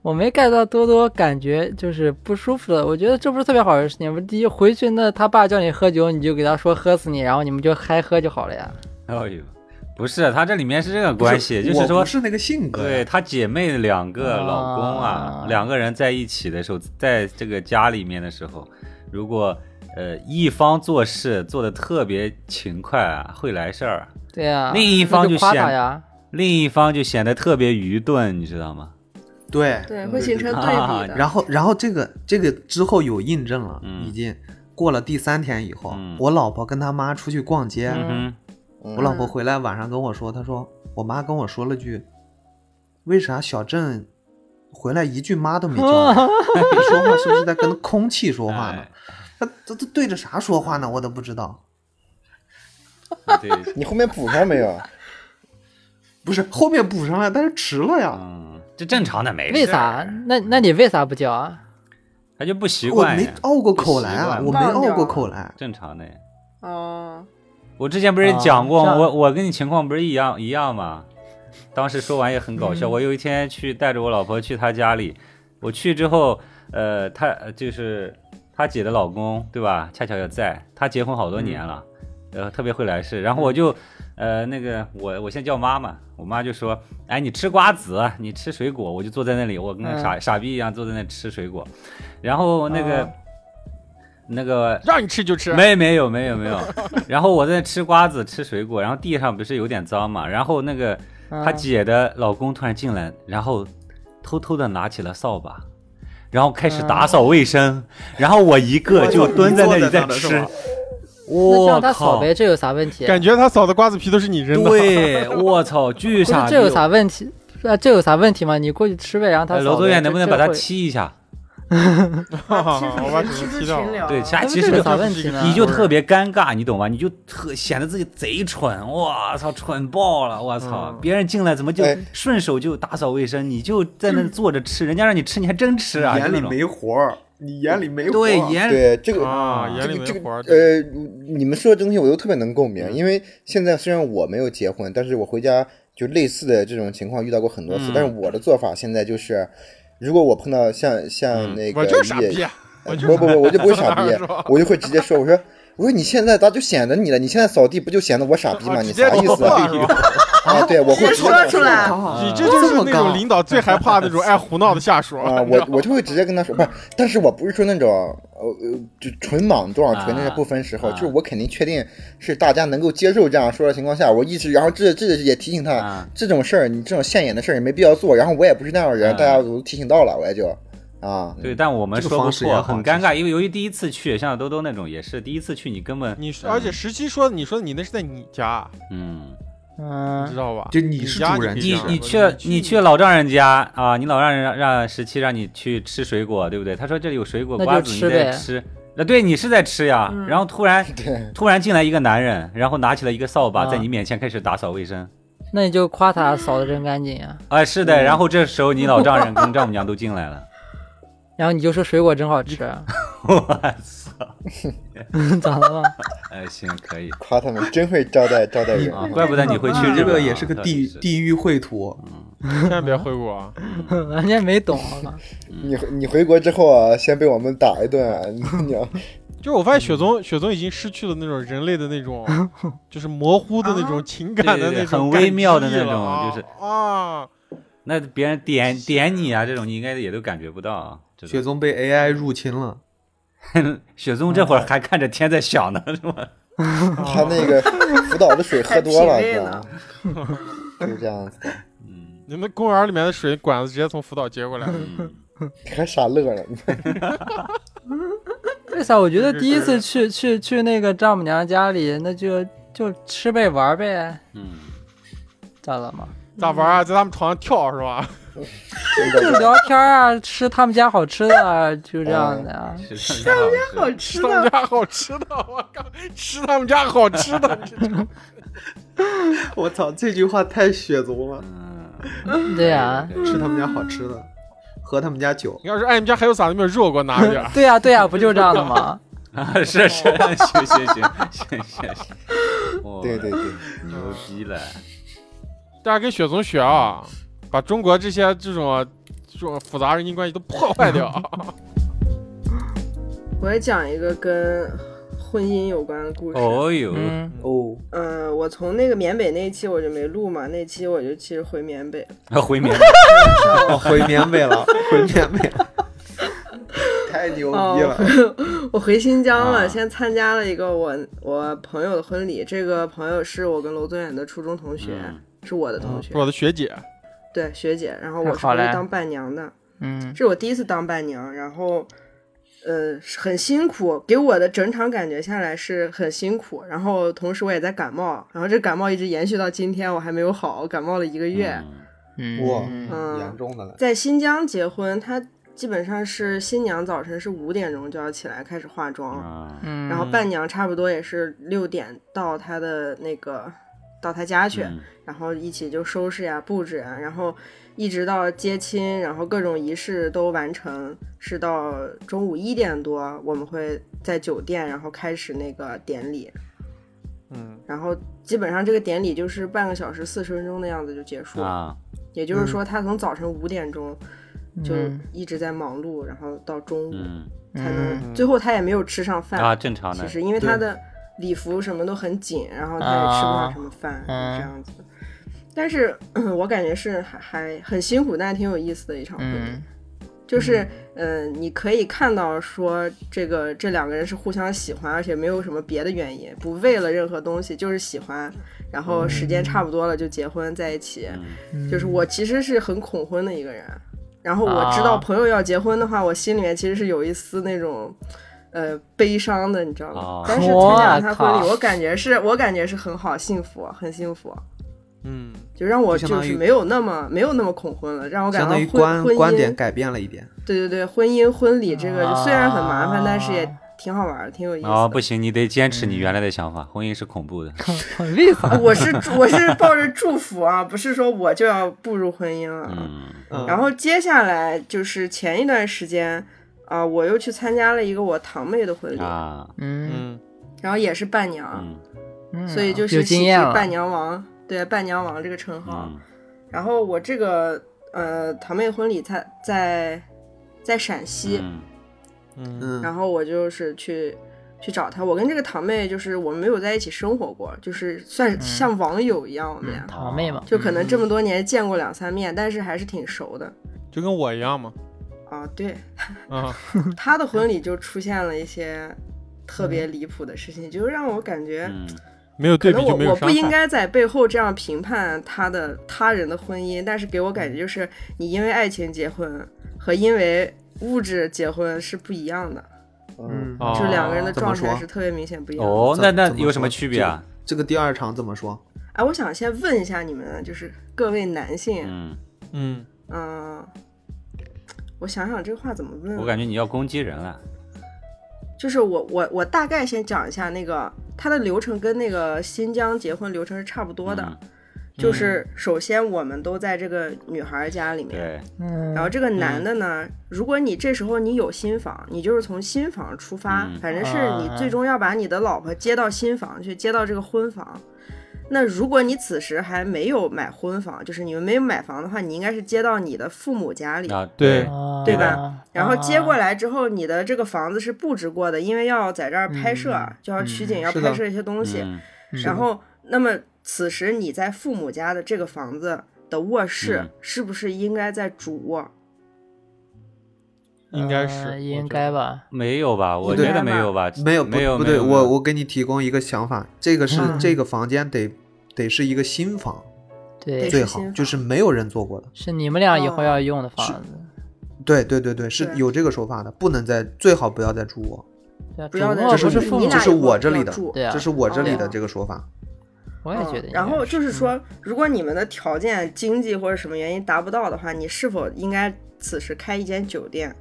[SPEAKER 2] 我没 get 到多多感觉就是不舒服的，我觉得这不是特别好的事情。不是，第一回去那他爸叫你喝酒，你就给他说喝死你，然后你们就嗨喝就好了呀。
[SPEAKER 4] 哎呦，不是，啊他这里面是这个关系，就
[SPEAKER 5] 我
[SPEAKER 4] 是
[SPEAKER 5] 不
[SPEAKER 4] 说。
[SPEAKER 5] 是那个性格，
[SPEAKER 4] 对，她姐妹两个老公啊
[SPEAKER 2] 啊，
[SPEAKER 4] 两个人在一起的时候，在这个家里面的时候，如果呃一方做事做的特别勤快啊，会来事儿，
[SPEAKER 2] 对呀、
[SPEAKER 4] 另一方
[SPEAKER 2] 那
[SPEAKER 4] 就
[SPEAKER 2] 就夸他
[SPEAKER 4] 显
[SPEAKER 2] 呀。
[SPEAKER 4] 另一方就显得特别愚钝，你知道吗？
[SPEAKER 5] 对
[SPEAKER 3] 对，会形成对比的。
[SPEAKER 5] 然后，然后这个这个之后有印证了，
[SPEAKER 4] 嗯
[SPEAKER 5] 已经过了第三天以后，
[SPEAKER 4] 嗯
[SPEAKER 5] 我老婆跟她妈出去逛街，
[SPEAKER 4] 嗯
[SPEAKER 5] 我老婆回来晚上跟我说，她说我妈跟我说了句，为啥小郑回来一句妈都没叫 我？你说话是不是在跟空气说
[SPEAKER 4] 哼，
[SPEAKER 5] 话呢？她这这对着啥说话呢？我都不知道。
[SPEAKER 4] 哎对，
[SPEAKER 6] 你后面补上没有？啊
[SPEAKER 5] 不是后面补上来，但是迟了呀，
[SPEAKER 4] 嗯，这正常的没事。
[SPEAKER 2] 为啥？？那那你为啥不叫啊？
[SPEAKER 4] 他就不习
[SPEAKER 5] 我
[SPEAKER 4] 惯
[SPEAKER 5] 没
[SPEAKER 4] 呀，
[SPEAKER 5] 拗过口来啊，
[SPEAKER 4] 习惯
[SPEAKER 5] 我没拗过口 来。
[SPEAKER 4] 正常的呀。
[SPEAKER 3] 哦，
[SPEAKER 4] 我之前不是讲过吗？
[SPEAKER 2] 啊这
[SPEAKER 4] 我
[SPEAKER 2] 样
[SPEAKER 4] 我跟你情况不是一样一样吗？当时说完也很 搞笑。
[SPEAKER 2] 嗯
[SPEAKER 4] 我有一天去带着我老婆去她家里，我去之后，呃，她呃就是她姐的老公对吧？恰巧也在，她结婚好多年了，
[SPEAKER 2] 嗯
[SPEAKER 4] 呃，特别会来事。然后我就，呃，那个我我先叫妈妈，我妈就说，哎，你吃瓜子，你吃水果，我就坐在那里，我跟
[SPEAKER 2] 嗯
[SPEAKER 4] 个傻、傻逼一样坐在那吃水果。然后那个、
[SPEAKER 2] 啊
[SPEAKER 4] 那个
[SPEAKER 1] 让你吃就吃。
[SPEAKER 4] 没没有没有没有。 然后我在吃瓜子吃水果，然后地上不是有点脏嘛，然后那个他
[SPEAKER 2] 嗯
[SPEAKER 4] 姐的老公突然进来，然后偷偷的拿起了扫把。然后开始打扫卫生，然后我一个就蹲在那里在
[SPEAKER 5] 嗯你坐在那
[SPEAKER 4] 吃
[SPEAKER 5] 儿，
[SPEAKER 2] 那
[SPEAKER 4] 我
[SPEAKER 2] 让他扫
[SPEAKER 4] 靠！
[SPEAKER 2] 呗，这有啥问题？啊
[SPEAKER 1] 感觉他嫂子瓜子皮都是你扔的。
[SPEAKER 4] 对，我操，
[SPEAKER 2] 不
[SPEAKER 4] 巨
[SPEAKER 2] 是
[SPEAKER 4] 傻逼！
[SPEAKER 2] 呃这有啥问题？啊，这有啥问题吗？你过去吃呗，然后他
[SPEAKER 4] 哎
[SPEAKER 2] 扫呗。
[SPEAKER 4] 楼总远能不能
[SPEAKER 2] 这
[SPEAKER 4] 把
[SPEAKER 2] 这
[SPEAKER 4] 他
[SPEAKER 2] 会
[SPEAKER 4] 踢一下？
[SPEAKER 1] 哈哈
[SPEAKER 3] 其实
[SPEAKER 1] 我把
[SPEAKER 3] 你
[SPEAKER 1] 只能踢
[SPEAKER 3] 是踢出
[SPEAKER 1] 掉
[SPEAKER 3] 群
[SPEAKER 1] 了。
[SPEAKER 3] 聊，
[SPEAKER 4] 对，其他
[SPEAKER 2] 那
[SPEAKER 4] 其
[SPEAKER 2] 这
[SPEAKER 4] 实
[SPEAKER 2] 个
[SPEAKER 4] 就
[SPEAKER 2] 咋问题呢
[SPEAKER 4] 你就特别尴尬，你懂吗？你就特显得自己贼蠢，我操，蠢爆了，我操！
[SPEAKER 5] 嗯
[SPEAKER 4] 别人进来怎么就
[SPEAKER 6] 哎
[SPEAKER 4] 顺手就打扫卫生，你就在那坐着吃，人家让你吃你还真吃啊，
[SPEAKER 5] 眼
[SPEAKER 4] 就
[SPEAKER 5] 里
[SPEAKER 4] 那种
[SPEAKER 5] 没活儿，你眼里没活儿。
[SPEAKER 4] 对眼里
[SPEAKER 6] 对这个
[SPEAKER 1] 哎啊，
[SPEAKER 6] 这
[SPEAKER 1] 眼里
[SPEAKER 6] 个这
[SPEAKER 1] 没
[SPEAKER 6] 个
[SPEAKER 1] 活儿。嗯
[SPEAKER 6] 呃，你们说的这东西我都特别能共鸣，因为现在虽然我没有结婚，但是我回家就类似的这种情况遇到过很多次。
[SPEAKER 1] 嗯
[SPEAKER 6] 但是我的做法现在就是，如果我碰到像像那
[SPEAKER 1] 嗯
[SPEAKER 6] 个
[SPEAKER 1] 我就是傻
[SPEAKER 6] 也
[SPEAKER 1] 逼啊，我就
[SPEAKER 6] 不不不，我就不会傻
[SPEAKER 1] 当
[SPEAKER 6] 逼
[SPEAKER 1] 然说，
[SPEAKER 6] 我就会直接说，我说我说你现在咋就显得你了？你现在扫地不就显得我傻逼吗？
[SPEAKER 1] 啊
[SPEAKER 6] 你
[SPEAKER 1] 直接
[SPEAKER 6] 啥意思啊？
[SPEAKER 1] 是吧？
[SPEAKER 6] 啊，对，我会
[SPEAKER 3] 直接
[SPEAKER 6] 直接
[SPEAKER 3] 说出来，
[SPEAKER 4] 啊
[SPEAKER 1] 你这就是那种领导最害怕 的那种爱胡闹的下属
[SPEAKER 6] 啊，我我就会直接跟他说，不是，但是我不是说那种呃呃，就纯莽撞，纯那
[SPEAKER 4] 啊
[SPEAKER 6] 个不分时候，
[SPEAKER 4] 啊
[SPEAKER 6] 就是我肯定确定是大家能够接受这样说的情况下，我一直，然后这这也提醒他、
[SPEAKER 4] 啊
[SPEAKER 6] 这种事儿，你这种现眼的事儿也没必要做，然后我也不是那样的人，
[SPEAKER 4] 啊
[SPEAKER 6] 大家都提醒到了，我也就啊，
[SPEAKER 4] 对，但我们
[SPEAKER 5] 这个
[SPEAKER 4] 说不
[SPEAKER 5] 方式也
[SPEAKER 4] 错，
[SPEAKER 5] 好
[SPEAKER 4] 很
[SPEAKER 5] 其
[SPEAKER 4] 尴尬，因为由于第一次去，像兜兜那种也是第一次去，你根 本
[SPEAKER 1] 你而且十七说，你说你那是在你家，啊
[SPEAKER 4] 嗯，
[SPEAKER 1] 你知
[SPEAKER 2] 嗯，
[SPEAKER 1] 道吧？
[SPEAKER 5] 就你是
[SPEAKER 1] 家
[SPEAKER 5] 主人
[SPEAKER 1] 可以
[SPEAKER 5] 你
[SPEAKER 1] 这
[SPEAKER 4] 你
[SPEAKER 1] 样
[SPEAKER 4] 你
[SPEAKER 1] 说
[SPEAKER 4] 去你去老丈人家啊，你老丈人让让十七让你去吃水果，对不对？他说这里有水果
[SPEAKER 2] 那就
[SPEAKER 4] 瓜子，你
[SPEAKER 2] 吃
[SPEAKER 4] 在
[SPEAKER 2] 呗
[SPEAKER 4] 吃。那对你是在吃呀，
[SPEAKER 3] 嗯
[SPEAKER 4] 然后突 然
[SPEAKER 6] 对
[SPEAKER 4] 突然进来一个男人，然后拿起了一个扫把，
[SPEAKER 2] 啊
[SPEAKER 4] 在你面前开始打扫卫生。
[SPEAKER 2] 那你就夸他扫的真干净呀、
[SPEAKER 4] 啊，是的，然后这时候你老丈人跟丈母娘都进来了，
[SPEAKER 2] 然后你就说水果真好吃，啊
[SPEAKER 4] 我操！
[SPEAKER 2] 咋了吗？
[SPEAKER 4] 哎，行，可 以
[SPEAKER 6] 夸他们真会招待招待人
[SPEAKER 4] 啊，
[SPEAKER 6] 啊，
[SPEAKER 4] 怪不得你会去
[SPEAKER 5] 你
[SPEAKER 4] 日
[SPEAKER 5] 这
[SPEAKER 4] 本啊，
[SPEAKER 5] 个也是个地
[SPEAKER 4] 到底是嗯
[SPEAKER 5] 地域绘图，
[SPEAKER 1] 千万别回国啊，
[SPEAKER 2] 完全没懂好吗？
[SPEAKER 6] 你回你回国之后啊，先被我们打一顿啊，你你要
[SPEAKER 1] 就是我发现雪宗雪宗已经失去了那种人类的那 种，就是模糊的那种情感的那
[SPEAKER 4] 对对啊对
[SPEAKER 1] 种
[SPEAKER 4] 很
[SPEAKER 1] 感
[SPEAKER 4] 微妙的
[SPEAKER 1] 知
[SPEAKER 4] 那
[SPEAKER 1] 了
[SPEAKER 4] 种
[SPEAKER 1] 啊
[SPEAKER 4] 就是
[SPEAKER 1] 啊，
[SPEAKER 4] 那别人点点你啊，这种你应该也都感觉不到啊。这种
[SPEAKER 5] 雪宗被 AI 入侵了，
[SPEAKER 4] 雪宗这会儿还看着天在想呢，是吧？
[SPEAKER 6] 他那个辅导的水喝多了，
[SPEAKER 3] 太品
[SPEAKER 6] 你
[SPEAKER 3] 味
[SPEAKER 6] 知道
[SPEAKER 3] 了
[SPEAKER 6] 吗？就是这样子，
[SPEAKER 4] 嗯
[SPEAKER 1] 你们公园里面的水管子直接从福岛接过来 的，
[SPEAKER 4] 嗯
[SPEAKER 6] 你还傻乐 呢，
[SPEAKER 2] 为啥？我觉得第一次去去去那个丈母娘家里，那就就吃呗玩呗，
[SPEAKER 4] 嗯，
[SPEAKER 2] 咋了吗？
[SPEAKER 1] 咋玩啊？在他们床上跳是吧？
[SPEAKER 6] 真
[SPEAKER 2] 就
[SPEAKER 6] 的。
[SPEAKER 2] 聊天啊，吃他们家好吃的啊，就这样的啊。
[SPEAKER 4] 是上家
[SPEAKER 3] 好
[SPEAKER 4] 吃。
[SPEAKER 1] 吃
[SPEAKER 3] 吃
[SPEAKER 1] 他们
[SPEAKER 3] 的，
[SPEAKER 1] 家好吃的，我靠，吃他们家好吃 的，你这
[SPEAKER 5] 我操，这句话太雪宗了，
[SPEAKER 4] 嗯，
[SPEAKER 2] 对啊呀、。
[SPEAKER 4] 对
[SPEAKER 5] 吃他们家好吃的，喝他们家酒，
[SPEAKER 1] 你要是哎，你们家还有啥子没有肉，给我拿一点儿
[SPEAKER 2] 对呀、啊对呀、不就这样的 吗？
[SPEAKER 4] 啊，是是，行行行行行行，哇
[SPEAKER 6] 对对，对，
[SPEAKER 4] 牛逼了，
[SPEAKER 1] 大家跟雪总学啊，把中国这些这种这种复杂人际关系都破坏掉。
[SPEAKER 3] 我也讲一个跟婚姻有关的故事。
[SPEAKER 4] 哦呦，
[SPEAKER 2] 嗯，
[SPEAKER 5] 哦，
[SPEAKER 3] 嗯，我从那个缅北那期我就没录嘛，那期我就其实回缅北了。
[SPEAKER 4] 回民，
[SPEAKER 5] 哦回缅北了，回缅北 了，太牛
[SPEAKER 3] 哦
[SPEAKER 5] 逼了，
[SPEAKER 3] 我回新疆了，
[SPEAKER 4] 啊
[SPEAKER 3] 先参加了一个我我朋友的婚礼。这个朋友是我跟罗宗远的初中同学，
[SPEAKER 4] 嗯
[SPEAKER 3] 是我的同学，
[SPEAKER 1] 是我的学姐，
[SPEAKER 3] 对学姐。然后
[SPEAKER 2] 太
[SPEAKER 3] 我是
[SPEAKER 2] 好
[SPEAKER 3] 回去
[SPEAKER 2] 嘞
[SPEAKER 3] 当伴娘的，
[SPEAKER 2] 嗯，
[SPEAKER 3] 这是我第一次当伴娘，然后。呃，很辛苦，给我的整场感觉下来是很辛苦。然后同时我也在感冒，然后这感冒一直延续到今天，我还没有好，我感冒了一个月。
[SPEAKER 4] 嗯
[SPEAKER 2] 嗯
[SPEAKER 5] 哇
[SPEAKER 3] 嗯
[SPEAKER 5] 严重的了，
[SPEAKER 3] 在新疆结婚，他基本上是新娘早晨是五点钟就要起来开始化妆，
[SPEAKER 4] 啊，
[SPEAKER 2] 嗯，
[SPEAKER 3] 然后伴娘差不多也是六点到她的那个到她家去，
[SPEAKER 4] 嗯
[SPEAKER 3] 然后一起就收拾呀、布置呀，然后一直到接亲，然后各种仪式都完成，是到中午一点多，我们会在酒店，然后开始那个典礼，
[SPEAKER 1] 嗯，
[SPEAKER 3] 然后基本上这个典礼就是半个小时四十分钟的样子就结束了，
[SPEAKER 4] 啊，
[SPEAKER 3] 也就是说她从早晨五点钟就
[SPEAKER 2] 嗯
[SPEAKER 3] 一直在忙碌，然后到中午
[SPEAKER 4] 嗯
[SPEAKER 3] 才能，
[SPEAKER 1] 嗯
[SPEAKER 3] 最后她也没有吃上饭
[SPEAKER 4] 啊，正常的
[SPEAKER 3] 其，实因为他
[SPEAKER 5] 对
[SPEAKER 3] 的礼服什么都很紧，然后他也吃不
[SPEAKER 2] 啊
[SPEAKER 3] 上什么饭，
[SPEAKER 2] 嗯
[SPEAKER 3] 这样子。但是我感觉是还还很辛苦，但是挺有意思的一场婚礼。
[SPEAKER 2] 嗯
[SPEAKER 3] 就是，嗯、你可以看到说这个这两个人是互相喜欢，而且没有什么别的原因，不为了任何东西，就是喜欢，然后时间差不多了就结婚在一起。
[SPEAKER 4] 嗯
[SPEAKER 2] 嗯，
[SPEAKER 3] 就是我其实是很恐婚的一个人，然后我知
[SPEAKER 2] 啊
[SPEAKER 3] 道朋友要结婚的话，我心里面其实是有一丝那种。呃，悲伤的，你知道吗？
[SPEAKER 4] 哦
[SPEAKER 3] 但是参加了他
[SPEAKER 2] 哇靠
[SPEAKER 3] 婚礼，我感觉是，我感觉是很好，幸福，很幸福。
[SPEAKER 1] 嗯，
[SPEAKER 3] 就让我
[SPEAKER 5] 就相
[SPEAKER 3] 就
[SPEAKER 5] 当于
[SPEAKER 3] 是没有那么没有那么恐婚了，让我感
[SPEAKER 5] 相当于
[SPEAKER 3] 到婚
[SPEAKER 5] 观
[SPEAKER 3] 婚
[SPEAKER 5] 观
[SPEAKER 3] 姻
[SPEAKER 5] 点改变了一点。
[SPEAKER 3] 对对对，婚姻婚礼这个
[SPEAKER 2] 啊
[SPEAKER 3] 虽然很麻烦，但是也挺好玩儿，挺有意思的。
[SPEAKER 4] 啊、不行，你得坚持你原来的想法，婚姻是恐怖的。
[SPEAKER 2] 为啥？
[SPEAKER 3] 我是我是抱着祝福啊，不是说我就要步入婚姻了。
[SPEAKER 4] 嗯，
[SPEAKER 5] 嗯
[SPEAKER 3] 然后接下来就是前一段时间啊、我又去参加了一个我堂妹的婚礼，
[SPEAKER 4] 啊，
[SPEAKER 2] 嗯，
[SPEAKER 1] 嗯，
[SPEAKER 3] 然后也是伴娘，
[SPEAKER 4] 嗯
[SPEAKER 2] 嗯
[SPEAKER 3] 所以就
[SPEAKER 2] 有
[SPEAKER 3] 是喜
[SPEAKER 2] 经
[SPEAKER 3] 剧
[SPEAKER 2] 验了。
[SPEAKER 3] 伴娘王，对伴娘王这个称号。
[SPEAKER 4] 嗯
[SPEAKER 3] 然后我这个呃堂妹婚礼在在在陕西，
[SPEAKER 4] 嗯
[SPEAKER 1] 嗯
[SPEAKER 5] 嗯
[SPEAKER 3] 然后我就是去去找她。我跟这个堂妹就是我们没有在一起生活过，就是
[SPEAKER 2] 嗯
[SPEAKER 3] 算像网友一样，我们俩、
[SPEAKER 2] 堂妹嘛，
[SPEAKER 3] 就可能这
[SPEAKER 2] 嗯
[SPEAKER 3] 么多年见过两三面，但是还是挺熟的。
[SPEAKER 1] 就跟我一样嘛，
[SPEAKER 3] 啊，对，
[SPEAKER 1] 啊，
[SPEAKER 3] 她的婚礼就出现了一些特别离谱的事情，就让我感觉，
[SPEAKER 4] 嗯
[SPEAKER 1] 没有对
[SPEAKER 3] 可
[SPEAKER 1] 比
[SPEAKER 3] 能我
[SPEAKER 1] 就没有
[SPEAKER 3] 我
[SPEAKER 1] 伤
[SPEAKER 3] 不
[SPEAKER 1] 害。
[SPEAKER 3] 应该在背后这样评判她的他人的婚姻，但是给我
[SPEAKER 4] 嗯
[SPEAKER 3] 感觉就是你因为爱情结婚和因为物质结婚是不一样的，
[SPEAKER 6] 嗯，
[SPEAKER 1] 啊
[SPEAKER 3] 就两个人的
[SPEAKER 5] 怎么
[SPEAKER 3] 状
[SPEAKER 5] 说
[SPEAKER 3] 态是特别明显不一样的。
[SPEAKER 4] 哦，
[SPEAKER 5] 怎
[SPEAKER 4] 那那
[SPEAKER 5] 怎么
[SPEAKER 4] 有哦什么
[SPEAKER 5] 说
[SPEAKER 4] 区别啊？
[SPEAKER 5] 这个第二场怎么说？
[SPEAKER 3] 哎，我想先问一下你们，就是各位男性，
[SPEAKER 4] 嗯，
[SPEAKER 1] 嗯，
[SPEAKER 3] 嗯、我想想这个话怎么问啊，
[SPEAKER 4] 我感觉你要攻击人了。
[SPEAKER 3] 就是我我我大概先讲一下那个它的流程跟那个新疆结婚流程是差不多的，
[SPEAKER 4] 嗯
[SPEAKER 3] 就是首先我们都在这个女孩家里面，
[SPEAKER 4] 对，
[SPEAKER 2] 嗯，
[SPEAKER 3] 然后这个男的呢，如果你这时候你有新房，你就是从新房出发，
[SPEAKER 4] 嗯
[SPEAKER 3] 反正是你最终要把你的老婆接到新房去，接到这个婚房。那如果你此时还没有买婚房，就是你们没有买房的话，你应该是接到你的父母家里，
[SPEAKER 4] 啊，
[SPEAKER 1] 对
[SPEAKER 2] 哦
[SPEAKER 3] 对吧？然后接
[SPEAKER 5] 啊
[SPEAKER 3] 过来之后，你的这个房子是布置过的，因为要在这儿拍摄，
[SPEAKER 2] 嗯
[SPEAKER 3] 就要取景，
[SPEAKER 5] 嗯
[SPEAKER 3] 要
[SPEAKER 5] 是的
[SPEAKER 3] 拍摄一些东西。
[SPEAKER 4] 嗯
[SPEAKER 2] 嗯
[SPEAKER 3] 然后，那么此时你在父母家的这个房子的卧室，
[SPEAKER 4] 嗯
[SPEAKER 3] 是不是应该在主卧？
[SPEAKER 1] 应该
[SPEAKER 2] 呃
[SPEAKER 1] 是，
[SPEAKER 2] 应该吧？
[SPEAKER 4] 没有吧？我
[SPEAKER 5] 对
[SPEAKER 4] 觉得没有吧？
[SPEAKER 5] 没有，不
[SPEAKER 4] 没有，
[SPEAKER 5] 不
[SPEAKER 4] 没
[SPEAKER 5] 对，
[SPEAKER 4] 有
[SPEAKER 5] 我我给你提供一个想法，这个是、
[SPEAKER 2] 嗯
[SPEAKER 5] 这个房间得得是一个新房，
[SPEAKER 2] 对
[SPEAKER 3] 得，
[SPEAKER 5] 最
[SPEAKER 3] 是
[SPEAKER 5] 好
[SPEAKER 3] 新
[SPEAKER 5] 就
[SPEAKER 3] 房
[SPEAKER 5] 是没有人做过的。
[SPEAKER 2] 是你们俩以后
[SPEAKER 3] 哦
[SPEAKER 2] 要用的房子，
[SPEAKER 5] 对对对对，是
[SPEAKER 3] 对
[SPEAKER 5] 有这个说法的，不能在最好不要再住我，
[SPEAKER 2] 对啊
[SPEAKER 3] 不要
[SPEAKER 2] 主
[SPEAKER 3] 再
[SPEAKER 2] 卧
[SPEAKER 5] 这
[SPEAKER 2] 不
[SPEAKER 5] 是
[SPEAKER 2] 是
[SPEAKER 5] 这
[SPEAKER 2] 父母
[SPEAKER 3] 你俩
[SPEAKER 5] 是
[SPEAKER 3] 以后
[SPEAKER 5] 我
[SPEAKER 3] 不
[SPEAKER 5] 这
[SPEAKER 3] 要
[SPEAKER 5] 里的
[SPEAKER 3] 住
[SPEAKER 2] 对啊
[SPEAKER 5] 这，是我这里的
[SPEAKER 3] 哦
[SPEAKER 5] 这个说法。
[SPEAKER 2] 我也觉得应该是。
[SPEAKER 3] 嗯然后就是说，如果你们的条件、经济或者什么原因达不到的话，你是否应该此时开一间酒店？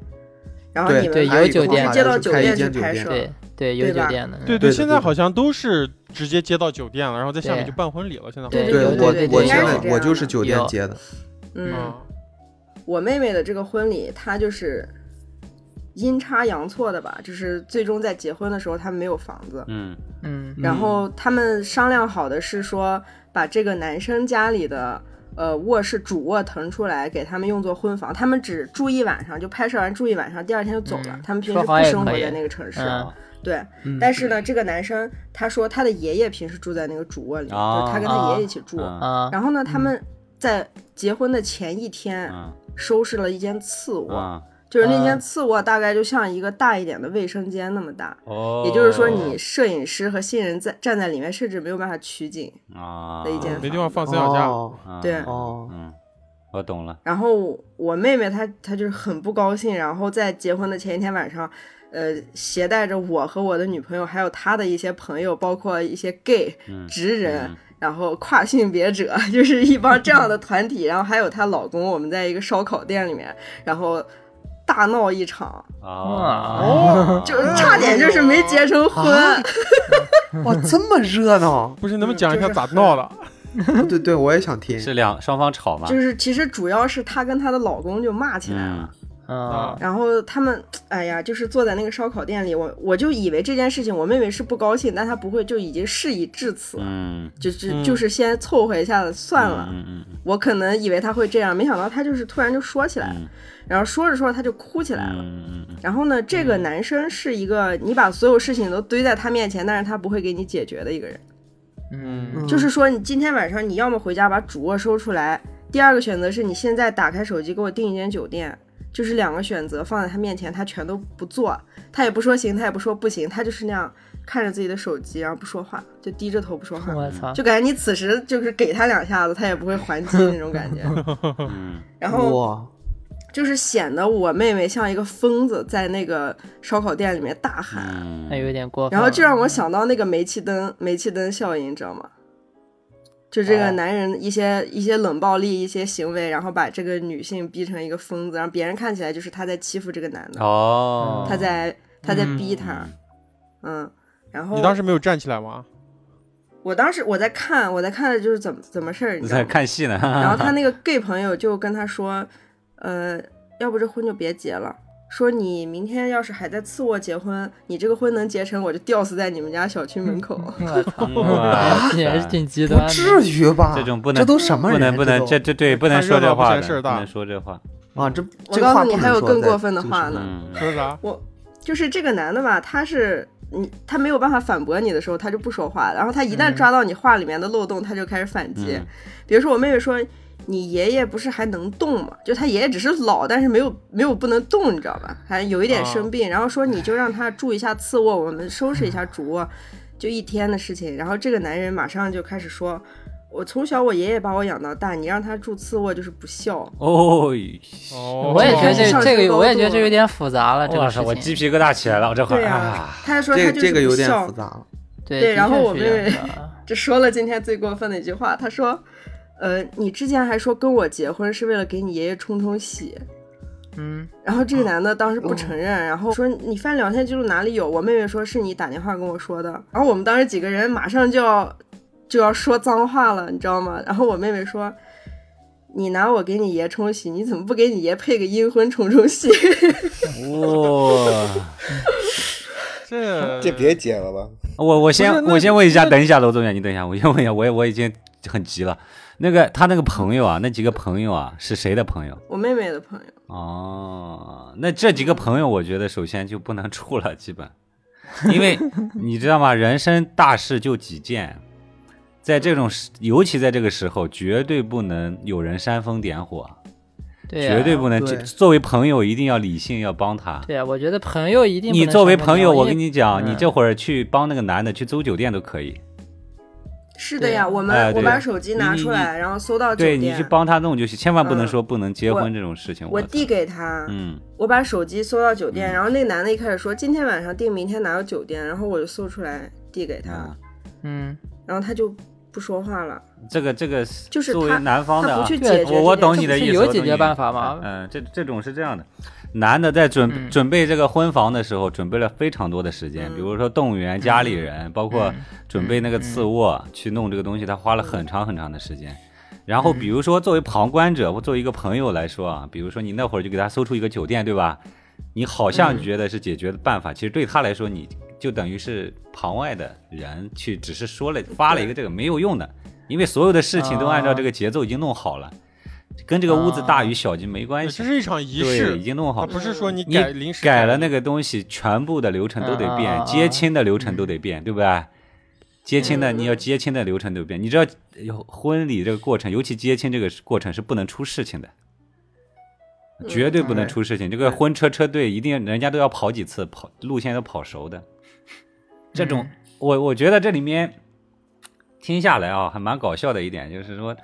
[SPEAKER 3] 然后
[SPEAKER 5] 对
[SPEAKER 3] 你
[SPEAKER 2] 对
[SPEAKER 3] 们
[SPEAKER 2] 有酒
[SPEAKER 3] 同
[SPEAKER 2] 店
[SPEAKER 3] 时
[SPEAKER 2] 的
[SPEAKER 3] 接到
[SPEAKER 5] 是
[SPEAKER 3] 酒
[SPEAKER 5] 开一
[SPEAKER 3] 店去
[SPEAKER 5] 间酒
[SPEAKER 3] 拍
[SPEAKER 5] 店
[SPEAKER 3] 摄。
[SPEAKER 2] 对对，有
[SPEAKER 3] 对
[SPEAKER 2] 酒
[SPEAKER 3] 吧
[SPEAKER 2] 店的，
[SPEAKER 1] 对
[SPEAKER 5] 对的
[SPEAKER 1] 现在
[SPEAKER 5] 对的
[SPEAKER 1] 好像都是直接接到酒店了，然后在下面
[SPEAKER 2] 对
[SPEAKER 1] 就办婚礼了。现在好
[SPEAKER 3] 对
[SPEAKER 1] 像
[SPEAKER 2] 对
[SPEAKER 3] 对
[SPEAKER 2] 有
[SPEAKER 5] 我
[SPEAKER 2] 对
[SPEAKER 5] 我
[SPEAKER 2] 应
[SPEAKER 5] 现
[SPEAKER 2] 该是
[SPEAKER 5] 在
[SPEAKER 3] 这
[SPEAKER 5] 我
[SPEAKER 3] 样
[SPEAKER 5] 就
[SPEAKER 3] 的
[SPEAKER 5] 是酒店
[SPEAKER 2] 有
[SPEAKER 5] 接的，
[SPEAKER 2] 啊
[SPEAKER 3] 嗯，
[SPEAKER 1] 嗯
[SPEAKER 3] 我妹妹的这个婚礼，她就是阴差阳错的吧，就是最终在结婚的时候，她没有房子，
[SPEAKER 4] 嗯
[SPEAKER 2] 嗯，
[SPEAKER 3] 然后他们商量好的是说，把这个男生家里的呃卧室主卧腾出来给他们用作婚房，他们只住一晚上，就拍摄完住一晚上，第二天就走了。
[SPEAKER 2] 嗯
[SPEAKER 3] 他们平
[SPEAKER 2] 说
[SPEAKER 3] 时
[SPEAKER 2] 好
[SPEAKER 3] 不
[SPEAKER 2] 也
[SPEAKER 3] 生
[SPEAKER 2] 可
[SPEAKER 3] 活
[SPEAKER 2] 以
[SPEAKER 3] 在那个城市，
[SPEAKER 2] 嗯
[SPEAKER 3] 对。
[SPEAKER 5] 嗯
[SPEAKER 3] 但是呢，这个男生他说他的爷爷平时住在那个主卧里，
[SPEAKER 4] 啊
[SPEAKER 3] 就是他跟他爷爷一起住。
[SPEAKER 4] 嗯
[SPEAKER 2] 啊，
[SPEAKER 3] 然后呢，他们在结婚的前一天
[SPEAKER 4] 嗯
[SPEAKER 3] 收拾了一间次卧，
[SPEAKER 4] 嗯，
[SPEAKER 3] 就是那间
[SPEAKER 2] 嗯
[SPEAKER 3] 次卧大概就像一个大一点的卫生间那么大。
[SPEAKER 4] 哦，
[SPEAKER 3] 也就是说，你摄影师和新人在站在里面，甚至没有办法取景。
[SPEAKER 4] 啊
[SPEAKER 3] 的一间
[SPEAKER 1] 没地方放三脚架。！
[SPEAKER 5] 哦，
[SPEAKER 4] 啊
[SPEAKER 3] 对
[SPEAKER 5] 哦
[SPEAKER 4] 嗯，我懂了，
[SPEAKER 3] 然后我妹妹她她就是很不高兴，然后在结婚的前一天晚上，呃，携带着我和我的女朋友，还有她的一些朋友，包括一些 gay
[SPEAKER 4] 嗯
[SPEAKER 3] 直人，
[SPEAKER 4] 嗯
[SPEAKER 3] 然后跨性别者， 就是一帮这样的团体，然后还有她老公，我们在一个烧烤店里面，然后大闹一场，
[SPEAKER 4] 哦，
[SPEAKER 3] 就差点就是没结成婚。
[SPEAKER 5] 啊哇，这么热闹
[SPEAKER 1] 不是，你能不能讲一下咋闹的？
[SPEAKER 5] 对对，我也想听。
[SPEAKER 4] 是两双方吵嘛，
[SPEAKER 3] 就是其实主要是她跟她的老公就骂起来了。
[SPEAKER 4] 嗯
[SPEAKER 2] 啊，
[SPEAKER 3] 然后他们，哎呀，就是坐在那个烧烤店里，我我就以为这件事情，我妹妹是不高兴，但她不会，就已经事已至此，
[SPEAKER 4] 嗯
[SPEAKER 3] 就是、
[SPEAKER 1] 嗯
[SPEAKER 3] 就是先凑合一下子算了。
[SPEAKER 4] 嗯嗯嗯
[SPEAKER 3] 我可能以为她会这样，没想到她就是突然就说起来了，
[SPEAKER 4] 嗯
[SPEAKER 3] 然后说着说着她就哭起来了。
[SPEAKER 4] 嗯嗯
[SPEAKER 3] 然后呢，这个男生是一个你把所有事情都堆在他面前，但是他不会给你解决的一个人。
[SPEAKER 2] 嗯，
[SPEAKER 5] 嗯
[SPEAKER 3] 就是说，你今天晚上你要么回家把主卧收出来，第二个选择是你现在打开手机给我订一间酒店，就是两个选择放在他面前，他全都不做，他也不说行，他也不说不行，他就是那样看着自己的手机，然后不说话，就低着头不说话，
[SPEAKER 2] 我操，
[SPEAKER 3] 就感觉你此时就是给他两下子，他也不会还击那种感觉。
[SPEAKER 4] 嗯
[SPEAKER 3] 然后
[SPEAKER 5] 哇，
[SPEAKER 3] 就是显得我妹妹像一个疯子在那个烧烤店里面大 喊，
[SPEAKER 4] 嗯，
[SPEAKER 1] 哎
[SPEAKER 2] 那有点过分
[SPEAKER 3] 然
[SPEAKER 2] 了。
[SPEAKER 3] 后就让我想到那个煤气灯煤气灯效应，你知道吗？就这
[SPEAKER 6] 啊
[SPEAKER 3] 个男人一些一些冷暴力、一些行为，然后把这个女性逼成一个疯子，让别人看起来就是他在欺负这个男的，
[SPEAKER 4] 哦，
[SPEAKER 3] 他在他在
[SPEAKER 1] 嗯
[SPEAKER 3] 逼他，嗯然后
[SPEAKER 1] 你当时没有站起来吗？
[SPEAKER 3] 我当时我在看，我在看就是怎么怎么事儿，你
[SPEAKER 4] 你
[SPEAKER 3] 知道
[SPEAKER 4] 在
[SPEAKER 3] 吗？
[SPEAKER 4] 看戏呢，
[SPEAKER 3] 然
[SPEAKER 4] 然
[SPEAKER 3] 后他那个 gay 朋友就跟他说，呃，要不这婚就别结了。说你明天要是还在次卧结婚，你这个婚能结成，我就吊死在你们家小区门口。
[SPEAKER 2] 我操，
[SPEAKER 4] 哇塞
[SPEAKER 2] 也是挺极
[SPEAKER 5] 不
[SPEAKER 2] 端的。
[SPEAKER 5] 至于吧？
[SPEAKER 4] 这种不能
[SPEAKER 5] 这都什么
[SPEAKER 4] 不
[SPEAKER 5] 人？
[SPEAKER 4] 能不能，这这
[SPEAKER 5] 这
[SPEAKER 4] 对不能
[SPEAKER 1] 看
[SPEAKER 4] 说
[SPEAKER 1] 热
[SPEAKER 4] 这
[SPEAKER 1] 闹不
[SPEAKER 4] 话
[SPEAKER 1] 嫌
[SPEAKER 4] 的，
[SPEAKER 1] 事儿
[SPEAKER 4] 不
[SPEAKER 1] 大
[SPEAKER 4] 能说这话。
[SPEAKER 5] 都啊，这
[SPEAKER 3] 我
[SPEAKER 5] 这话
[SPEAKER 3] 告诉你，
[SPEAKER 5] 不能
[SPEAKER 3] 还有
[SPEAKER 5] 说
[SPEAKER 3] 更
[SPEAKER 5] 在
[SPEAKER 3] 过分的
[SPEAKER 5] 这个
[SPEAKER 3] 话
[SPEAKER 5] 时候
[SPEAKER 3] 呢。
[SPEAKER 4] 嗯，
[SPEAKER 1] 说啥？
[SPEAKER 3] 我就是这个男的吧，他是你他没有办法反驳你的时候，他就不说话，然后他一
[SPEAKER 5] 嗯
[SPEAKER 3] 旦抓到你话里面的漏洞，他就开始反击。
[SPEAKER 4] 嗯
[SPEAKER 3] 比如说我妹妹说。你爷爷不是还能动吗？就他爷爷只是老，但是没有没有不能动，你知道吧？还有一点
[SPEAKER 5] 哦
[SPEAKER 3] 生病，然后说 你就让他住一下次卧，我们收拾一下主卧，就一天的事情。然后这个男人马上就开始说，我从小我爷爷把我养到大，你让他住次卧就是不孝。
[SPEAKER 4] 哦，
[SPEAKER 1] 哦，
[SPEAKER 2] 我也觉得这
[SPEAKER 3] 上
[SPEAKER 2] 这
[SPEAKER 3] 升
[SPEAKER 2] 个，
[SPEAKER 3] 高
[SPEAKER 2] 我也觉得
[SPEAKER 3] 度
[SPEAKER 2] 这有点复杂了，这
[SPEAKER 4] 我
[SPEAKER 2] 个
[SPEAKER 4] 操，
[SPEAKER 2] 事
[SPEAKER 4] 我鸡
[SPEAKER 2] 情。
[SPEAKER 4] 皮疙瘩起来了，我这会
[SPEAKER 3] 对
[SPEAKER 4] 儿
[SPEAKER 3] 呀、
[SPEAKER 4] 啊，
[SPEAKER 3] 他还说
[SPEAKER 5] 这
[SPEAKER 3] 他
[SPEAKER 5] 个
[SPEAKER 3] 就是
[SPEAKER 5] 这个有
[SPEAKER 3] 不
[SPEAKER 5] 点
[SPEAKER 3] 孝
[SPEAKER 5] 复杂了。
[SPEAKER 2] 对
[SPEAKER 3] 对
[SPEAKER 2] 的
[SPEAKER 3] 然后
[SPEAKER 2] 确
[SPEAKER 3] 我
[SPEAKER 2] 是
[SPEAKER 3] 妹
[SPEAKER 2] 这样
[SPEAKER 3] 妹
[SPEAKER 2] 的啊
[SPEAKER 3] 这说了今天最过分的一句话，他说：“呃，你之前还说跟我结婚是为了给你爷爷冲冲喜。
[SPEAKER 2] 嗯，”
[SPEAKER 3] 然后这个男的当时不承认，然后说：“你翻聊天记录哪里有？”我妹妹说：“是你打电话跟我说的。”然后我们当时几个人马上就要就要说脏话了，你知道吗？然后我妹妹说：“你拿我给你爷冲喜，你怎么不给你爷配个阴婚冲冲喜？”
[SPEAKER 4] 哇。
[SPEAKER 1] 这
[SPEAKER 6] 这别结了吧。
[SPEAKER 4] 我我
[SPEAKER 1] 不是
[SPEAKER 4] 先
[SPEAKER 1] 那
[SPEAKER 4] 我先问一下，等一下，罗总远，你等一下，我先问一下，我也我已经很急了。那个他那个朋友啊，那几个朋友啊，是谁的朋友？
[SPEAKER 3] 我妹妹的朋友，
[SPEAKER 4] 哦，那这几个朋友，我觉得首先就不能处了，基本，因为你知道吗？人生大事就几件，在这种时，尤其在这个时候，绝对不能有人煽风点火，
[SPEAKER 2] 对呀，
[SPEAKER 4] 绝对不能。
[SPEAKER 5] 对
[SPEAKER 4] 作为朋友，一定要理性，要帮他。
[SPEAKER 2] 对呀，啊我觉得朋友一定不
[SPEAKER 4] 你
[SPEAKER 2] 能
[SPEAKER 4] 作为
[SPEAKER 2] 伤害
[SPEAKER 4] 朋友，
[SPEAKER 2] 到
[SPEAKER 4] 我
[SPEAKER 2] 因为
[SPEAKER 4] 跟你讲，你
[SPEAKER 2] 嗯
[SPEAKER 4] 这会儿去帮那个男的去租酒店都可以。
[SPEAKER 3] 是的
[SPEAKER 2] 对
[SPEAKER 3] 呀，我们、
[SPEAKER 4] 哎对
[SPEAKER 3] 我把手机拿
[SPEAKER 4] 你
[SPEAKER 3] 出来，然后搜到酒
[SPEAKER 4] 对
[SPEAKER 3] 店，
[SPEAKER 4] 你去帮他弄就行，千万不能
[SPEAKER 3] 嗯
[SPEAKER 4] 说不能结
[SPEAKER 3] 我
[SPEAKER 4] 婚这种事情。
[SPEAKER 3] 我
[SPEAKER 4] 操
[SPEAKER 3] 递给他，
[SPEAKER 4] 嗯，
[SPEAKER 3] 我把手机搜到酒店，然后那男的一开始说今天晚上订，明天拿到酒店，然后我就搜出来递给他，
[SPEAKER 4] 啊，
[SPEAKER 2] 嗯，
[SPEAKER 3] 然后他就不说话了，
[SPEAKER 4] 这个这个是
[SPEAKER 3] 就是
[SPEAKER 4] 作为
[SPEAKER 3] 他
[SPEAKER 4] 男方的
[SPEAKER 3] 他
[SPEAKER 4] 啊
[SPEAKER 3] 不，去
[SPEAKER 2] 对
[SPEAKER 3] 解决这
[SPEAKER 4] 我
[SPEAKER 3] 个。
[SPEAKER 4] 我懂
[SPEAKER 2] 这
[SPEAKER 4] 你
[SPEAKER 2] 不
[SPEAKER 4] 的
[SPEAKER 2] 是
[SPEAKER 4] 意思，
[SPEAKER 2] 有
[SPEAKER 4] 我懂
[SPEAKER 2] 解
[SPEAKER 4] 你
[SPEAKER 2] 决
[SPEAKER 4] 的
[SPEAKER 2] 办
[SPEAKER 4] 意思
[SPEAKER 2] 法吗
[SPEAKER 4] 嗯，这这种是这样的，男的在准、
[SPEAKER 2] 嗯
[SPEAKER 4] 准备这个婚房的时候，准备了非常多的时间，
[SPEAKER 3] 嗯
[SPEAKER 4] 比如说动物园、家里人，包括
[SPEAKER 2] 嗯
[SPEAKER 4] 准备那个次卧、去弄这个东西，他花了很长很长的时间。然
[SPEAKER 2] 嗯
[SPEAKER 4] 后，比如说作为旁观者或作为一个朋友来说啊，比如说你那会儿就给他搜出一个酒店，对吧？
[SPEAKER 2] 嗯
[SPEAKER 4] 你好像觉得是解决的办法，其实对他来说，你就等于是旁外的人去，只是说了发了一个这个没有用的，因为所有的事情都
[SPEAKER 2] 哦
[SPEAKER 4] 按照这个节奏已经弄好了，跟这个屋子大与小就没关
[SPEAKER 1] 对
[SPEAKER 4] 系
[SPEAKER 1] 这。是一场仪
[SPEAKER 4] 对，已
[SPEAKER 1] 式，
[SPEAKER 4] 经弄好
[SPEAKER 1] 它
[SPEAKER 4] 了。
[SPEAKER 1] 不是说你
[SPEAKER 4] 你
[SPEAKER 1] 改啊临时
[SPEAKER 4] 改了那
[SPEAKER 1] 个，
[SPEAKER 4] 个东西，全部的流程都得
[SPEAKER 2] 嗯嗯
[SPEAKER 4] 变
[SPEAKER 2] 嗯，
[SPEAKER 4] 接
[SPEAKER 2] 嗯
[SPEAKER 4] 亲的流程都得变，对不对？接亲的
[SPEAKER 3] 嗯
[SPEAKER 4] 你要接亲的流程都变，你知道有婚礼这个过程，尤其接亲这个过程是不能出事情的，
[SPEAKER 3] 嗯
[SPEAKER 4] 绝对不能
[SPEAKER 1] 哎
[SPEAKER 5] 对
[SPEAKER 4] 出事情。这个婚车车队一定人家都要跑几次，跑路线都跑熟的。这种
[SPEAKER 2] 嗯
[SPEAKER 4] 我我觉得这里面听下来啊，还蛮搞笑的一点就是说，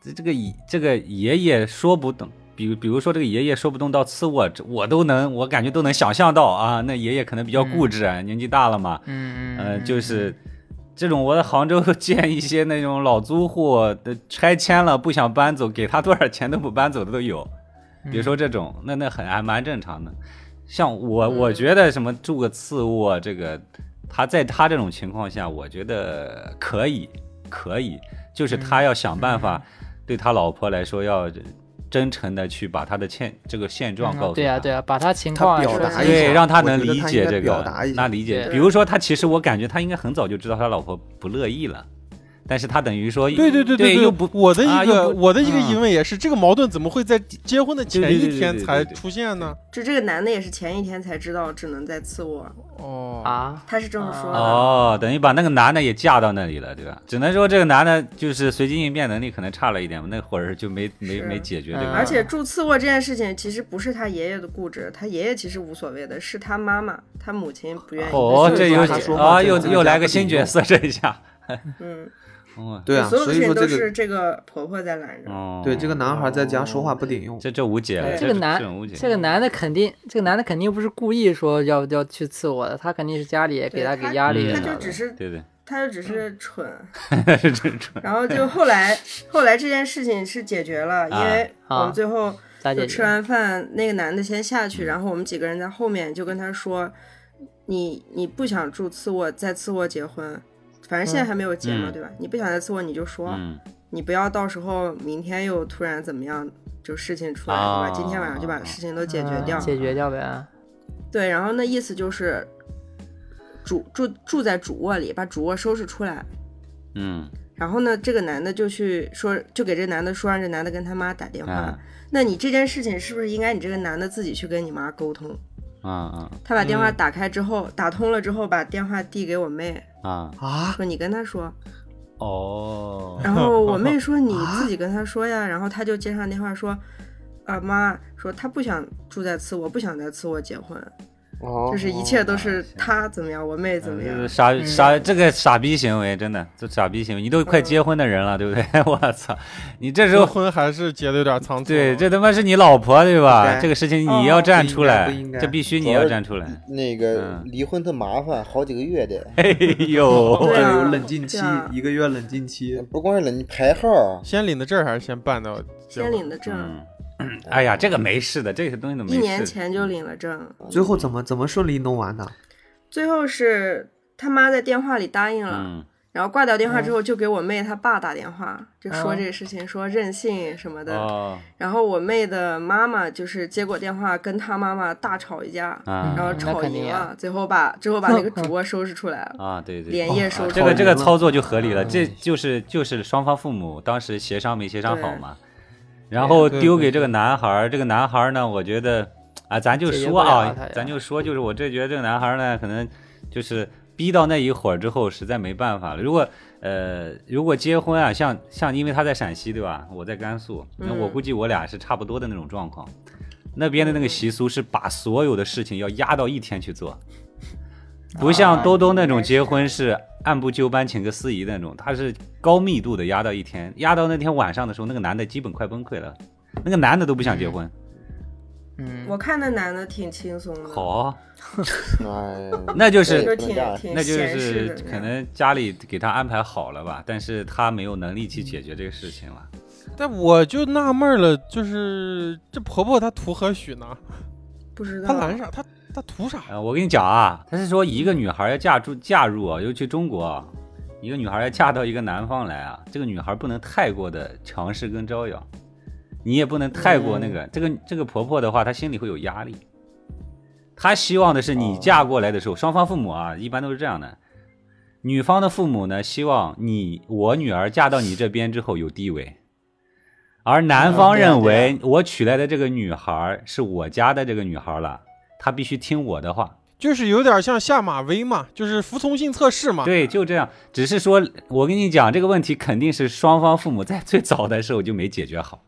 [SPEAKER 4] 这这个爷这个爷爷说不动，比如比如说这个爷爷说不动到次卧，这我都能，我感觉都能想象到啊。那爷爷可能比较固执，啊年纪大了嘛，
[SPEAKER 2] 嗯嗯
[SPEAKER 4] 呃，
[SPEAKER 2] 嗯
[SPEAKER 4] 就
[SPEAKER 2] 嗯
[SPEAKER 4] 是这种我在杭州见一些那种老租户的拆迁了不想搬走，给他多少钱都不搬走的都有。
[SPEAKER 2] 嗯
[SPEAKER 4] 比如说这种，那那很还蛮正常的。像我，
[SPEAKER 2] 嗯
[SPEAKER 4] 我觉得什么住个次卧，这个他在他这种情况下，我觉得可以，可以，就是他要想办法
[SPEAKER 2] 嗯
[SPEAKER 4] 对他老婆来说要真诚的去把他的欠这个现状
[SPEAKER 2] 嗯
[SPEAKER 4] 告诉他。
[SPEAKER 2] 对呀对呀，把他情
[SPEAKER 5] 他
[SPEAKER 2] 况啊
[SPEAKER 5] 表
[SPEAKER 2] 说
[SPEAKER 5] 达
[SPEAKER 2] 出
[SPEAKER 5] 一
[SPEAKER 2] 来
[SPEAKER 5] 下
[SPEAKER 4] 对，让他能
[SPEAKER 5] 我觉得
[SPEAKER 4] 理
[SPEAKER 5] 他应
[SPEAKER 4] 解
[SPEAKER 5] 该
[SPEAKER 4] 这
[SPEAKER 5] 表
[SPEAKER 4] 个
[SPEAKER 5] 达一，下
[SPEAKER 4] 那理解。
[SPEAKER 2] 对
[SPEAKER 4] 比如说，他其实我感觉他应该很早就知道他老婆不乐意了，但是他等于说，
[SPEAKER 1] 对对对
[SPEAKER 4] 对，
[SPEAKER 1] 对，
[SPEAKER 4] 又不
[SPEAKER 1] 我的
[SPEAKER 4] 啊
[SPEAKER 1] 一个
[SPEAKER 4] 又不
[SPEAKER 1] 我的一个
[SPEAKER 4] 嗯
[SPEAKER 1] 疑问也是，这个矛盾怎么会在结婚的前
[SPEAKER 4] 对对
[SPEAKER 1] 一
[SPEAKER 4] 对
[SPEAKER 1] 天
[SPEAKER 4] 对对
[SPEAKER 1] 才
[SPEAKER 4] 对对
[SPEAKER 1] 出现呢？
[SPEAKER 3] 就这个男的也是前一天才知道只能在次卧，
[SPEAKER 1] 哦，
[SPEAKER 2] 啊，
[SPEAKER 3] 他是这么说的。
[SPEAKER 4] 哦，等于把那个男的也嫁到那里了，对吧？只能说这个男的就是随机应变能力可能差了一点，那会儿就没没
[SPEAKER 3] 是哎
[SPEAKER 4] 没解决这
[SPEAKER 2] 嗯
[SPEAKER 4] 个。
[SPEAKER 3] 而且住次卧这件事情其实不是他爷爷的固执，他爷爷其实无所谓的，是他妈妈，他母亲不愿意。
[SPEAKER 4] 哦，这有
[SPEAKER 5] 他说话
[SPEAKER 4] 啊，
[SPEAKER 5] 这
[SPEAKER 4] 又
[SPEAKER 5] 个
[SPEAKER 4] 又来个新角色，这一下，
[SPEAKER 3] 嗯，
[SPEAKER 4] 哦，
[SPEAKER 5] 对啊，
[SPEAKER 3] 所有
[SPEAKER 5] 所
[SPEAKER 3] 的
[SPEAKER 5] 以
[SPEAKER 3] 事情
[SPEAKER 5] 说
[SPEAKER 3] 都
[SPEAKER 5] 这
[SPEAKER 3] 是
[SPEAKER 5] 个
[SPEAKER 3] 这个婆婆在拦着。
[SPEAKER 4] 哦
[SPEAKER 5] 对这个男孩在家说话不顶用，
[SPEAKER 4] 这这无解了，
[SPEAKER 3] 对
[SPEAKER 2] 这个
[SPEAKER 4] 种
[SPEAKER 2] 男
[SPEAKER 4] 这种无解，
[SPEAKER 2] 这个男的肯定，这个男的肯定不是故意说要要去刺我的，他肯定是家里也给
[SPEAKER 3] 对
[SPEAKER 2] 他
[SPEAKER 3] 他
[SPEAKER 2] 给压力
[SPEAKER 4] 嗯
[SPEAKER 2] 了
[SPEAKER 3] 他
[SPEAKER 2] 的。
[SPEAKER 3] 就只是
[SPEAKER 4] 对对，
[SPEAKER 3] 他就只是蠢，
[SPEAKER 4] 是真蠢。
[SPEAKER 3] 然后就后来后来这件事情是解决了，因为
[SPEAKER 2] 啊
[SPEAKER 3] 我们最后
[SPEAKER 2] 咋
[SPEAKER 3] 就
[SPEAKER 2] 解
[SPEAKER 3] 吃
[SPEAKER 2] 决？
[SPEAKER 3] 完饭，那个男的先下
[SPEAKER 4] 嗯
[SPEAKER 3] 去，然后我们几个人在后面就跟他说：“你你不想住次卧，在次卧结婚，反正现在还没有结嘛，
[SPEAKER 4] 嗯
[SPEAKER 3] 对吧？你不想在次卧你就说，
[SPEAKER 4] 嗯，
[SPEAKER 3] 你不要到时候明天又突然怎么样，就事情出来，
[SPEAKER 4] 啊
[SPEAKER 3] 对吧？今天晚上就把事
[SPEAKER 4] 哦
[SPEAKER 3] 情都解决
[SPEAKER 2] 嗯
[SPEAKER 3] 掉。
[SPEAKER 2] 解决掉呗。
[SPEAKER 3] 对，然后那意思就是主住住在主卧里，把主卧收拾出来。
[SPEAKER 4] 嗯，
[SPEAKER 3] 然后呢，这个男的就去说，就给这男的说，让这男的跟他妈打电话。
[SPEAKER 4] 啊
[SPEAKER 3] 那你这件事情是不是应该你这个男的自己去跟你妈沟通？
[SPEAKER 4] 啊
[SPEAKER 3] 他把电话打开之后，打通了之后，把电话递给我妹，
[SPEAKER 4] 啊啊，
[SPEAKER 5] 啊，
[SPEAKER 3] 说你跟他 说。
[SPEAKER 4] 哦，
[SPEAKER 3] 然后我妹说你
[SPEAKER 4] 啊
[SPEAKER 3] 自己跟他说呀。然后他就接上电话说，啊妈，说他不想住在次卧，不想在次卧结婚，
[SPEAKER 5] 哦
[SPEAKER 3] 就是一切都是
[SPEAKER 4] 哦行
[SPEAKER 3] 他怎么样，我妹怎么样
[SPEAKER 4] 这。呃傻傻，这个傻逼行为真的，这傻逼行为，你都快结婚的人了，对不 对？我操，你这时
[SPEAKER 1] 这
[SPEAKER 4] 候
[SPEAKER 1] 婚还是结的有点仓促。
[SPEAKER 4] 对，这他妈是你老婆对吧？
[SPEAKER 5] 对
[SPEAKER 4] 这个事情你要站出来
[SPEAKER 5] 不应该不应，该
[SPEAKER 4] 这必须你要站出来。
[SPEAKER 6] 那个
[SPEAKER 4] 嗯
[SPEAKER 6] 离婚特麻烦，好几个月的，
[SPEAKER 4] 哎
[SPEAKER 5] 这
[SPEAKER 4] 呦，
[SPEAKER 3] 对啊
[SPEAKER 5] 有冷静期
[SPEAKER 3] 对啊，
[SPEAKER 5] 一个月冷静期，
[SPEAKER 6] 不光是冷，你 排号，啊
[SPEAKER 1] 先领的证儿还是先办的？
[SPEAKER 3] 先领的证，
[SPEAKER 4] 嗯， 哎呀，这个没事的，这个东西都没
[SPEAKER 3] 一
[SPEAKER 4] 事。嗯
[SPEAKER 3] 年前就领了证。
[SPEAKER 5] 最后怎么怎么顺利弄完的？
[SPEAKER 3] 最后是他妈在电话里答应了，
[SPEAKER 4] 嗯，嗯
[SPEAKER 3] 然后挂掉电话之后就给我妹她爸打电话，就说
[SPEAKER 2] 哦
[SPEAKER 3] 这个事情，说任性什么的。
[SPEAKER 4] 哦，
[SPEAKER 3] 然后我妹的妈妈就是接过电话跟她妈妈大吵一架，
[SPEAKER 4] 啊
[SPEAKER 3] 然后
[SPEAKER 2] 那
[SPEAKER 3] 吵
[SPEAKER 2] 肯
[SPEAKER 3] 赢
[SPEAKER 2] 定
[SPEAKER 3] 了，
[SPEAKER 2] 呀
[SPEAKER 3] 最后把最后把那个 主卧收拾出来了。
[SPEAKER 4] 啊，对对，
[SPEAKER 3] 连夜收
[SPEAKER 4] 啊
[SPEAKER 3] 拾
[SPEAKER 4] 这个这
[SPEAKER 5] 好
[SPEAKER 4] 个
[SPEAKER 5] 评论
[SPEAKER 4] 操作就合理了，这就是就是双方父母当时协商没协商好嘛，然后
[SPEAKER 1] 对
[SPEAKER 4] 丢
[SPEAKER 1] 对
[SPEAKER 4] 给这个男孩儿，这个男孩儿呢，我觉得啊，咱就
[SPEAKER 2] 解决
[SPEAKER 4] 说
[SPEAKER 2] 不了
[SPEAKER 4] 啊
[SPEAKER 2] 他呀，
[SPEAKER 4] 咱就说，就是我这觉得这个男孩儿呢，可能就是逼到那一会儿之后，实在没办法了。如果呃，如果结婚啊，像像因为他在陕西对吧，我在甘肃，那我
[SPEAKER 3] 嗯
[SPEAKER 4] 估计我俩是差不多的那种状况。那边的那个习俗是把所有的事情要压到一天去做，不像兜兜那种结婚是按部就班，请个司仪那种，他是高密度的压到一天，压到那天晚上的时候，那个男的基本快崩溃了，那个男的都不想结婚。
[SPEAKER 2] 嗯，
[SPEAKER 3] 我看那男的挺轻松的，
[SPEAKER 4] 好、啊
[SPEAKER 6] 哎呀，
[SPEAKER 4] 哦那就
[SPEAKER 3] 就是是
[SPEAKER 6] 对
[SPEAKER 3] 挺挺
[SPEAKER 4] 那就
[SPEAKER 3] 闲适
[SPEAKER 4] 是
[SPEAKER 3] 的那
[SPEAKER 4] 可
[SPEAKER 3] 样。
[SPEAKER 4] 能家里给他安排好了吧，但是他没有能力去解决这个事情了。
[SPEAKER 1] 但我就纳闷了，就是这婆婆她图何许呢？
[SPEAKER 3] 不知道
[SPEAKER 1] 她拦啥？她她图啥？
[SPEAKER 4] 呃，我跟你讲啊，他是说一个女孩要嫁入嫁入啊，尤其中国啊，一个女孩要嫁到一个男方来啊，这个女孩不能太过的强势跟招摇，你也不能太过那个。这个这个婆婆的话，她心里会有压力。她希望的是你嫁过来的时候，双方父母啊，一般都是这样的。女方的父母呢，希望你我女儿嫁到你这边之后有地位，而男方认为我娶来的这个女孩是我家的这个女孩了，她必须听我的话。
[SPEAKER 1] 就是有点像下马威嘛，就是服从性测试嘛。
[SPEAKER 4] 对，就这样。只是说，我跟你讲，这个问题肯定是双方父母在最早的时候就没解决好，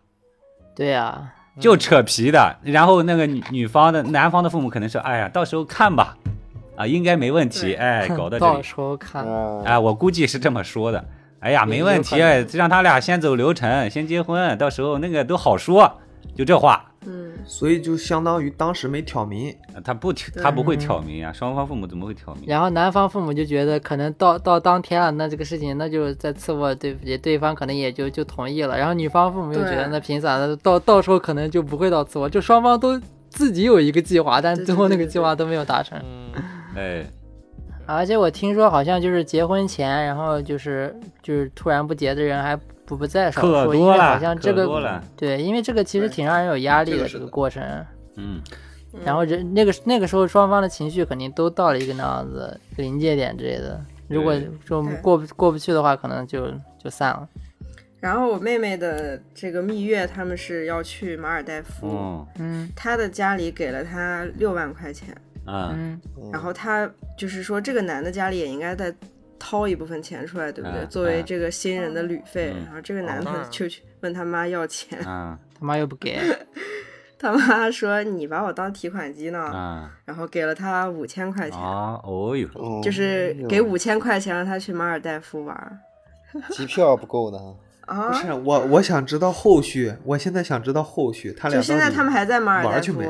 [SPEAKER 2] 对啊呀，
[SPEAKER 4] 就扯皮的。然后那个女女方的男方的父母可能说：“哎呀，到时候看吧，啊，应该没问题。”
[SPEAKER 3] 对
[SPEAKER 4] 哎，搞到这
[SPEAKER 2] 到
[SPEAKER 4] 里，
[SPEAKER 2] 时候看。
[SPEAKER 3] 嗯
[SPEAKER 6] 啊，
[SPEAKER 4] 哎，我估计是这么说的。哎呀，
[SPEAKER 6] 对
[SPEAKER 4] 没问题，
[SPEAKER 6] 有可
[SPEAKER 4] 哎
[SPEAKER 6] 能
[SPEAKER 4] 让他俩先走流程，先结婚，到时候那个都好说。就这话，
[SPEAKER 3] 嗯，
[SPEAKER 5] 所以就相当于当时没挑明，
[SPEAKER 4] 他不挑，
[SPEAKER 3] 对
[SPEAKER 4] 他不会挑明啊，双方父母怎么会挑明？
[SPEAKER 2] 然后男方父母就觉得可能到到当天了，那这个事情那就是在次卧对也对方可能也就就同意了，然后女方父母又觉
[SPEAKER 3] 对
[SPEAKER 2] 得那凭啥呢？到到时候可能就不会到次卧，就双方都自己有一个计划，但
[SPEAKER 3] 对对
[SPEAKER 2] 最后那
[SPEAKER 3] 对
[SPEAKER 2] 个
[SPEAKER 3] 对
[SPEAKER 2] 计划都没有达成。
[SPEAKER 1] 嗯，
[SPEAKER 4] 哎，
[SPEAKER 2] 而且我听说好像就是结婚前，然后就是就是突然不结的人还不不在少数，
[SPEAKER 4] 可
[SPEAKER 2] 因
[SPEAKER 4] 多
[SPEAKER 2] 为
[SPEAKER 4] 了，
[SPEAKER 2] 好像这
[SPEAKER 4] 可多
[SPEAKER 2] 个
[SPEAKER 4] 了，
[SPEAKER 2] 对，因为这个其实挺让人有压力
[SPEAKER 5] 这
[SPEAKER 2] 的
[SPEAKER 5] 个是
[SPEAKER 2] 这个
[SPEAKER 5] 的
[SPEAKER 2] 过程。
[SPEAKER 4] 嗯，
[SPEAKER 2] 然后人那个那个时候双方的情绪肯定都到了一个那样子临界点之类的，如果
[SPEAKER 4] 对
[SPEAKER 2] 就
[SPEAKER 3] 对
[SPEAKER 2] 过不过不去的话，可能就就散了。
[SPEAKER 3] 然后我妹妹的这个蜜月，他们是要去马尔代夫，
[SPEAKER 4] 哦，
[SPEAKER 2] 嗯
[SPEAKER 3] 她的家里给了她六万块钱，
[SPEAKER 4] 嗯，
[SPEAKER 2] 嗯
[SPEAKER 3] 然后她就是说这个男的家里也应该再掏一部分钱出来，对不对？
[SPEAKER 4] 嗯
[SPEAKER 3] 作为这个新人的旅费，
[SPEAKER 4] 嗯
[SPEAKER 3] 然后这个男
[SPEAKER 1] 哦
[SPEAKER 3] 的就去问他妈要钱，
[SPEAKER 4] 嗯，
[SPEAKER 2] 他妈又不给，
[SPEAKER 3] 他妈说你把我当提款机呢，
[SPEAKER 4] 嗯，
[SPEAKER 3] 然后给了他五千块钱，
[SPEAKER 4] 啊，哦哟，
[SPEAKER 6] 嗯
[SPEAKER 3] 就是给五千块钱让他去马尔代夫玩儿
[SPEAKER 6] 机票不够呢，
[SPEAKER 3] 啊
[SPEAKER 5] 不。是我我想知道后续，我现在想知道后续，他俩
[SPEAKER 3] 就现在
[SPEAKER 5] 到底
[SPEAKER 3] 他们还在马尔
[SPEAKER 5] 玩
[SPEAKER 3] 代
[SPEAKER 5] 儿去
[SPEAKER 3] 夫
[SPEAKER 5] 没，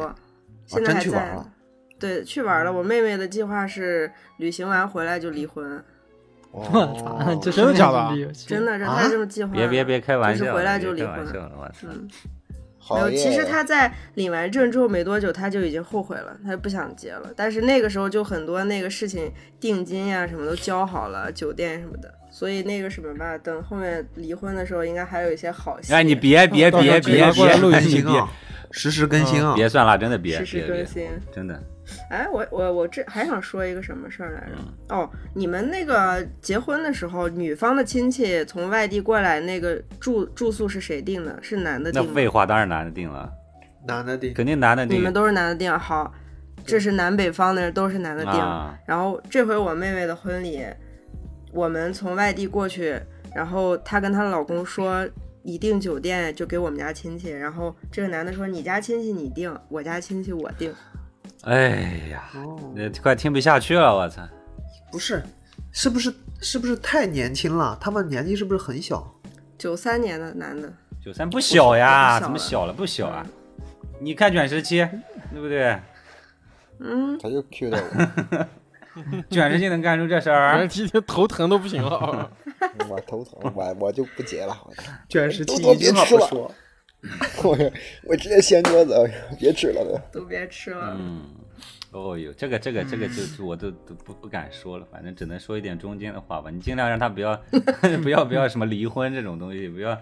[SPEAKER 3] 现在
[SPEAKER 5] 真
[SPEAKER 3] 还
[SPEAKER 5] 去
[SPEAKER 3] 在。
[SPEAKER 5] 玩了
[SPEAKER 3] 对，去玩了。我妹妹的计划是旅行完回来就离婚，
[SPEAKER 2] 我
[SPEAKER 6] 哦
[SPEAKER 2] 操， 就是
[SPEAKER 1] 真的假的
[SPEAKER 2] 那种游戏
[SPEAKER 3] 真的，这
[SPEAKER 5] 啊
[SPEAKER 3] 他是这么计划的。
[SPEAKER 4] 别别别开玩笑
[SPEAKER 3] 就
[SPEAKER 4] 了，
[SPEAKER 3] 是回来就离
[SPEAKER 4] 别
[SPEAKER 3] 婚
[SPEAKER 4] 开
[SPEAKER 3] 了
[SPEAKER 4] 玩笑了，我操！
[SPEAKER 3] 嗯，没
[SPEAKER 6] 好
[SPEAKER 3] 有。
[SPEAKER 6] 耶！
[SPEAKER 3] 其实他在领完证之后没多久，他就已经后悔了，他就不想结了。但是那个时候就很多那个事情，定金呀、什么都交好了，酒店什么的，所以那个什么吧，等后面离婚的时候，应该还有一些好戏。
[SPEAKER 4] 哎，你别别
[SPEAKER 1] 到时
[SPEAKER 4] 别
[SPEAKER 1] 候
[SPEAKER 4] 别
[SPEAKER 1] 警察过来
[SPEAKER 4] 别
[SPEAKER 1] 录
[SPEAKER 5] 更
[SPEAKER 1] 一期
[SPEAKER 4] 你
[SPEAKER 5] 新
[SPEAKER 4] 别
[SPEAKER 5] 啊，实时更新
[SPEAKER 4] 嗯
[SPEAKER 5] 啊，
[SPEAKER 4] 别算了，真的别
[SPEAKER 3] 实时
[SPEAKER 4] 别
[SPEAKER 3] 更
[SPEAKER 4] 别，
[SPEAKER 3] 新。
[SPEAKER 4] 真的
[SPEAKER 3] 哎，我我我这还想说一个什么事儿来着？
[SPEAKER 4] 嗯
[SPEAKER 3] 哦，你们那个结婚的时候，女方的亲戚从外地过来，那个住住宿是谁定的？是男的
[SPEAKER 4] 那
[SPEAKER 3] 定
[SPEAKER 4] 废
[SPEAKER 3] 的？
[SPEAKER 4] 话，当然男的定了，
[SPEAKER 5] 男的定，
[SPEAKER 4] 肯定男的
[SPEAKER 3] 你
[SPEAKER 4] 定
[SPEAKER 3] 们都是男的定啊，好，这是南北方的人都是男的定。
[SPEAKER 4] 啊，
[SPEAKER 3] 然后这回我妹妹的婚礼，我们从外地过去，然后她跟她老公说，你订酒店就给我们家亲戚，然后这个男的说你家亲戚你订，我家亲戚我订。
[SPEAKER 4] 哎呀，
[SPEAKER 5] 哦，
[SPEAKER 4] 那快听不下去了，我操！
[SPEAKER 5] 不是，是不是是不是太年轻了？他们年纪是不是很小？
[SPEAKER 3] 九三年的男的，
[SPEAKER 4] 九三不小
[SPEAKER 3] 不小
[SPEAKER 4] 呀，
[SPEAKER 3] 了
[SPEAKER 4] 怎么小了？不小啊！你看卷十七，对 不对？
[SPEAKER 3] 嗯，
[SPEAKER 6] 他又 Q 到我，
[SPEAKER 4] 卷十七能干出这事儿啊
[SPEAKER 1] 人？提天头疼都不行了。
[SPEAKER 6] 我头疼，我我就不结了，我
[SPEAKER 5] 卷十
[SPEAKER 6] 七一句话不说， 我我直接掀桌子，哎呀别吃了都。
[SPEAKER 3] 都别吃了。
[SPEAKER 4] 嗯，哦呦，这个这个这个就就我都都不不敢说了，反正只能说一点中间的话吧。你尽量让他不要 不要不要什么离婚这种东西，不要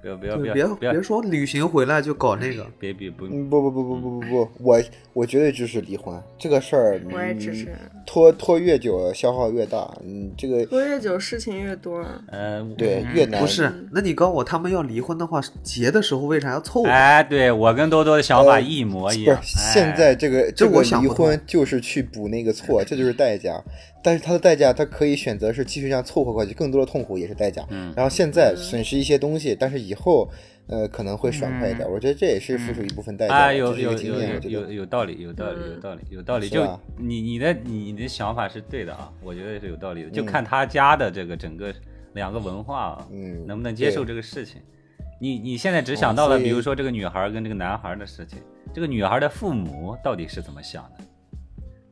[SPEAKER 4] 不要不要不
[SPEAKER 5] 对，
[SPEAKER 4] 要
[SPEAKER 5] 别
[SPEAKER 4] 不要
[SPEAKER 5] 别说旅行回来就搞那个，
[SPEAKER 4] 别别不
[SPEAKER 6] 嗯，不不不不不不不，我我绝对支持离婚这个事儿。
[SPEAKER 3] 我也支持
[SPEAKER 6] 嗯。拖拖越久，消耗越大。嗯，这个
[SPEAKER 3] 拖越久事情越多，
[SPEAKER 4] 呃
[SPEAKER 6] 对越难。
[SPEAKER 5] 不
[SPEAKER 3] 嗯
[SPEAKER 5] 是？那你告诉我，他们要离婚的话，结的时候为啥要凑合？
[SPEAKER 4] 哎，对我跟多多的想法一模一
[SPEAKER 6] 呃不
[SPEAKER 4] 样
[SPEAKER 6] 是。，
[SPEAKER 4] 哎
[SPEAKER 6] 现在这个这个
[SPEAKER 5] 我想
[SPEAKER 6] 离
[SPEAKER 5] 不通
[SPEAKER 6] 婚就是去补那个错，这就是代价。但是他的代价，他可以选择是继续这样凑合过去，更多的痛苦也是代价。
[SPEAKER 4] 嗯
[SPEAKER 6] 然后现在损失一些东西，但是以后呃可能会爽快一点。我觉得这也是付出一部分代
[SPEAKER 4] 嗯哎，
[SPEAKER 6] 价，
[SPEAKER 4] 啊，
[SPEAKER 6] 这
[SPEAKER 4] 有
[SPEAKER 6] 是一个
[SPEAKER 4] 有
[SPEAKER 6] 经
[SPEAKER 4] 有
[SPEAKER 6] 验。
[SPEAKER 4] 有
[SPEAKER 6] 我觉
[SPEAKER 4] 有
[SPEAKER 6] 得
[SPEAKER 4] 有道理，有道理，有道理，有道理。
[SPEAKER 6] 是啊
[SPEAKER 4] 就
[SPEAKER 6] 吧
[SPEAKER 4] 你你的你你的想法是对的啊，我觉得是有道理的。就
[SPEAKER 6] 嗯
[SPEAKER 4] 看他家的这个整个两个文化啊，
[SPEAKER 6] 嗯
[SPEAKER 4] 能不能接受
[SPEAKER 6] 对
[SPEAKER 4] 这个事情。你你现在只想到了，
[SPEAKER 6] 哦所以
[SPEAKER 4] 比如说这个女孩跟这个男孩的事情，这个女孩的父母到底是怎么想的，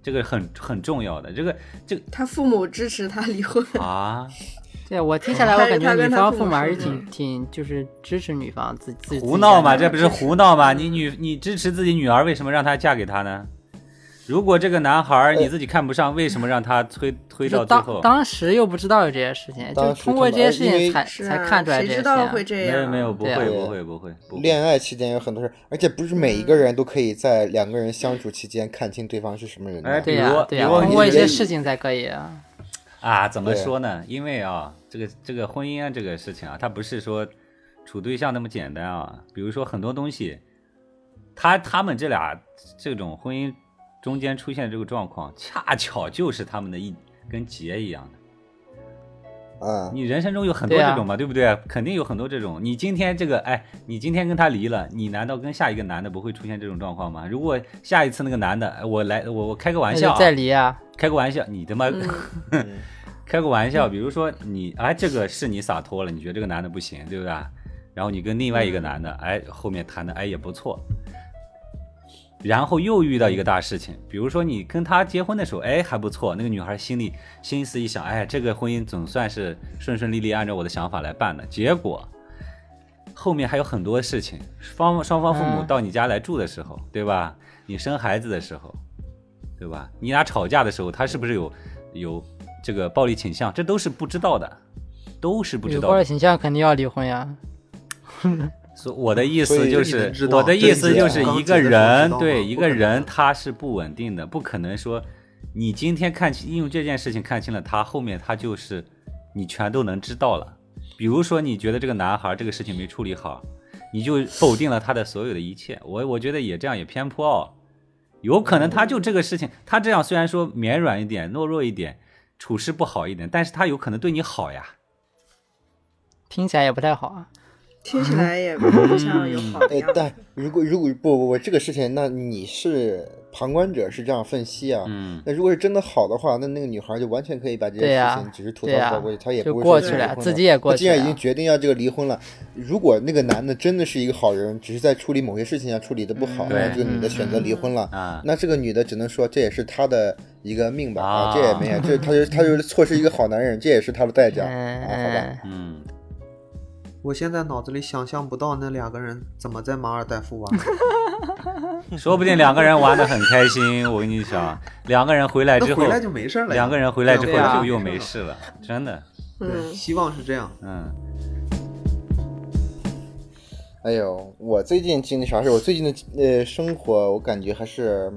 [SPEAKER 4] 这个很很重要的。这个 这个
[SPEAKER 3] 他父母支持他离婚。
[SPEAKER 4] 啊，
[SPEAKER 2] 对我听下来，我
[SPEAKER 3] 但是
[SPEAKER 2] 感
[SPEAKER 3] 他
[SPEAKER 2] 觉
[SPEAKER 3] 跟
[SPEAKER 2] 女
[SPEAKER 3] 他
[SPEAKER 2] 方
[SPEAKER 3] 父
[SPEAKER 2] 父
[SPEAKER 3] 母
[SPEAKER 2] 母还
[SPEAKER 3] 说
[SPEAKER 2] 是
[SPEAKER 3] 的
[SPEAKER 2] 挺挺就是支持女方自自
[SPEAKER 4] 胡闹嘛，
[SPEAKER 2] 嘛，
[SPEAKER 4] 这不是胡闹嘛？你女你支持自己女儿，为什么让她嫁给他呢？如果这个男孩儿你自己看不上，为什么让他推推
[SPEAKER 2] 就
[SPEAKER 4] 到最后
[SPEAKER 2] 当？当时又不知道有这些事情，就
[SPEAKER 6] 当
[SPEAKER 2] 是
[SPEAKER 6] 时
[SPEAKER 2] 通
[SPEAKER 6] 他
[SPEAKER 2] 过
[SPEAKER 6] 们
[SPEAKER 2] 这些
[SPEAKER 6] 呃
[SPEAKER 2] 事
[SPEAKER 6] 因为
[SPEAKER 2] 情才
[SPEAKER 3] 是
[SPEAKER 2] 才
[SPEAKER 3] 啊
[SPEAKER 2] 看出来这些
[SPEAKER 3] 谁知
[SPEAKER 2] 事情
[SPEAKER 3] 道
[SPEAKER 2] 啊
[SPEAKER 3] 会。这
[SPEAKER 4] 没
[SPEAKER 3] 样？
[SPEAKER 4] 有没有，不
[SPEAKER 2] 对
[SPEAKER 4] 会
[SPEAKER 2] 啊
[SPEAKER 4] 不会不会不会。
[SPEAKER 6] 恋爱期间有很多事，而且不是每一个人都可以在两个人相处期间看清对方是什么人的。
[SPEAKER 4] 哎
[SPEAKER 2] 对啊
[SPEAKER 4] 比如
[SPEAKER 2] 呀对呀，
[SPEAKER 4] 比如
[SPEAKER 2] 通过一
[SPEAKER 6] 你
[SPEAKER 2] 些
[SPEAKER 6] 愿意
[SPEAKER 2] 事情才可以啊。
[SPEAKER 4] 啊，怎么
[SPEAKER 6] 对
[SPEAKER 4] 说呢？因为啊，这个这个婚姻啊，这个事情啊，它不是说处对象那么简单啊。比如说很多东西，他他们这俩这种婚姻中间出现这个状况，恰巧就是他们的一跟结一样的。
[SPEAKER 6] 啊，
[SPEAKER 4] 你人生中有很多
[SPEAKER 2] 对啊
[SPEAKER 4] 这种嘛，对不对？肯定有很多这种。你今天这个，哎，你今天跟他离了，你难道跟下一个男的不会出现这种状况吗？如果下一次那个男的，哎我来，我我开个玩
[SPEAKER 2] 那
[SPEAKER 4] 笑、
[SPEAKER 2] 就
[SPEAKER 4] 啊，
[SPEAKER 2] 再离啊，
[SPEAKER 4] 开个玩笑，你他妈、
[SPEAKER 6] 嗯
[SPEAKER 4] 开个玩笑，比如说你哎，这个是你洒脱了，你觉得这个男的不行，对不对？然后你跟另外一个男的，哎，后面谈的哎也不错，然后又遇到一个大事情，比如说你跟他结婚的时候，哎还不错，那个女孩心里心思一想，哎，这个婚姻总算是顺顺利利按照我的想法来办的，结果后面还有很多事情，方双方父母
[SPEAKER 2] 嗯
[SPEAKER 4] 到你家来住的时候，对吧？你生孩子的时候，对吧？你俩吵架的时候，他是不是有有这个暴力倾向？这都是不知道的，都是不知
[SPEAKER 2] 有
[SPEAKER 4] 道
[SPEAKER 2] 暴力
[SPEAKER 4] 的。
[SPEAKER 2] 倾向肯定要离婚呀。
[SPEAKER 4] 所以我的意思就
[SPEAKER 5] 所以你
[SPEAKER 4] 是
[SPEAKER 5] 能知，道
[SPEAKER 4] 我的意思就是
[SPEAKER 5] 这一
[SPEAKER 4] 一
[SPEAKER 5] 点
[SPEAKER 4] 个人
[SPEAKER 5] 刚结的时候知道吗
[SPEAKER 4] 对
[SPEAKER 5] 不
[SPEAKER 4] 一
[SPEAKER 5] 可
[SPEAKER 4] 个
[SPEAKER 5] 能
[SPEAKER 4] 人
[SPEAKER 5] 的
[SPEAKER 4] 他是不稳定的，不可能说你今天看清，因为这件事情看清了他，后面他就是你全都能知道了。比如说，你觉得这个男孩这个事情没处理好，你就否定了他的所有的一切。我我觉得也这样也偏颇哦，有可能他就这个事情，他这样虽然说绵软一点、懦弱一点，处事不好一点，但是他有可能对你好呀。
[SPEAKER 2] 听起来也不太好啊。
[SPEAKER 3] 听起来也不像有好的
[SPEAKER 6] 哎
[SPEAKER 4] 嗯
[SPEAKER 3] 样，子。
[SPEAKER 6] 但如果如果不不不，这个事情，那你是旁观者是这样分析啊。
[SPEAKER 4] 嗯，
[SPEAKER 6] 那如果是真的好的话，那那个女孩就完全可以把这
[SPEAKER 2] 对
[SPEAKER 6] 件
[SPEAKER 2] 呀
[SPEAKER 6] 事情只是吐
[SPEAKER 2] 对呀啊
[SPEAKER 6] 槽过过去，她也
[SPEAKER 2] 就
[SPEAKER 6] 不会
[SPEAKER 2] 过
[SPEAKER 6] 说
[SPEAKER 2] 去
[SPEAKER 6] 离
[SPEAKER 2] 了，
[SPEAKER 6] 婚
[SPEAKER 2] 自己也过
[SPEAKER 6] 她既
[SPEAKER 2] 去
[SPEAKER 6] 然已经
[SPEAKER 2] 了。
[SPEAKER 6] 决定要这个离婚了，如果那个男的真的是一个好人，只是在处理某些事情上处理的不好，
[SPEAKER 4] 嗯对
[SPEAKER 6] 然后这个女的选择离婚了，
[SPEAKER 4] 啊，
[SPEAKER 6] 那这个女的只能说这也是她的一个命吧，
[SPEAKER 4] 啊
[SPEAKER 6] 这也没有，这她就她就是错失一个好男人，这也是她的代价，
[SPEAKER 2] 嗯
[SPEAKER 6] 啊，好吧，
[SPEAKER 2] 嗯，
[SPEAKER 4] 嗯，
[SPEAKER 5] 我现在脑子里想象不到那两个人怎么在马尔代夫啊 玩，
[SPEAKER 4] 说不定两个人玩的很开心，我跟你讲，两个人回来之
[SPEAKER 5] 那
[SPEAKER 4] 后
[SPEAKER 5] 回，来就没事儿了呀。
[SPEAKER 4] 两个人回来之
[SPEAKER 2] 对啊
[SPEAKER 4] 后就又没事了，真的，
[SPEAKER 5] 对，
[SPEAKER 3] 嗯，
[SPEAKER 5] 希望是这样。
[SPEAKER 4] 嗯，
[SPEAKER 6] 哎呦，我最近经历啥事儿？我最近的呃生活，我感觉还是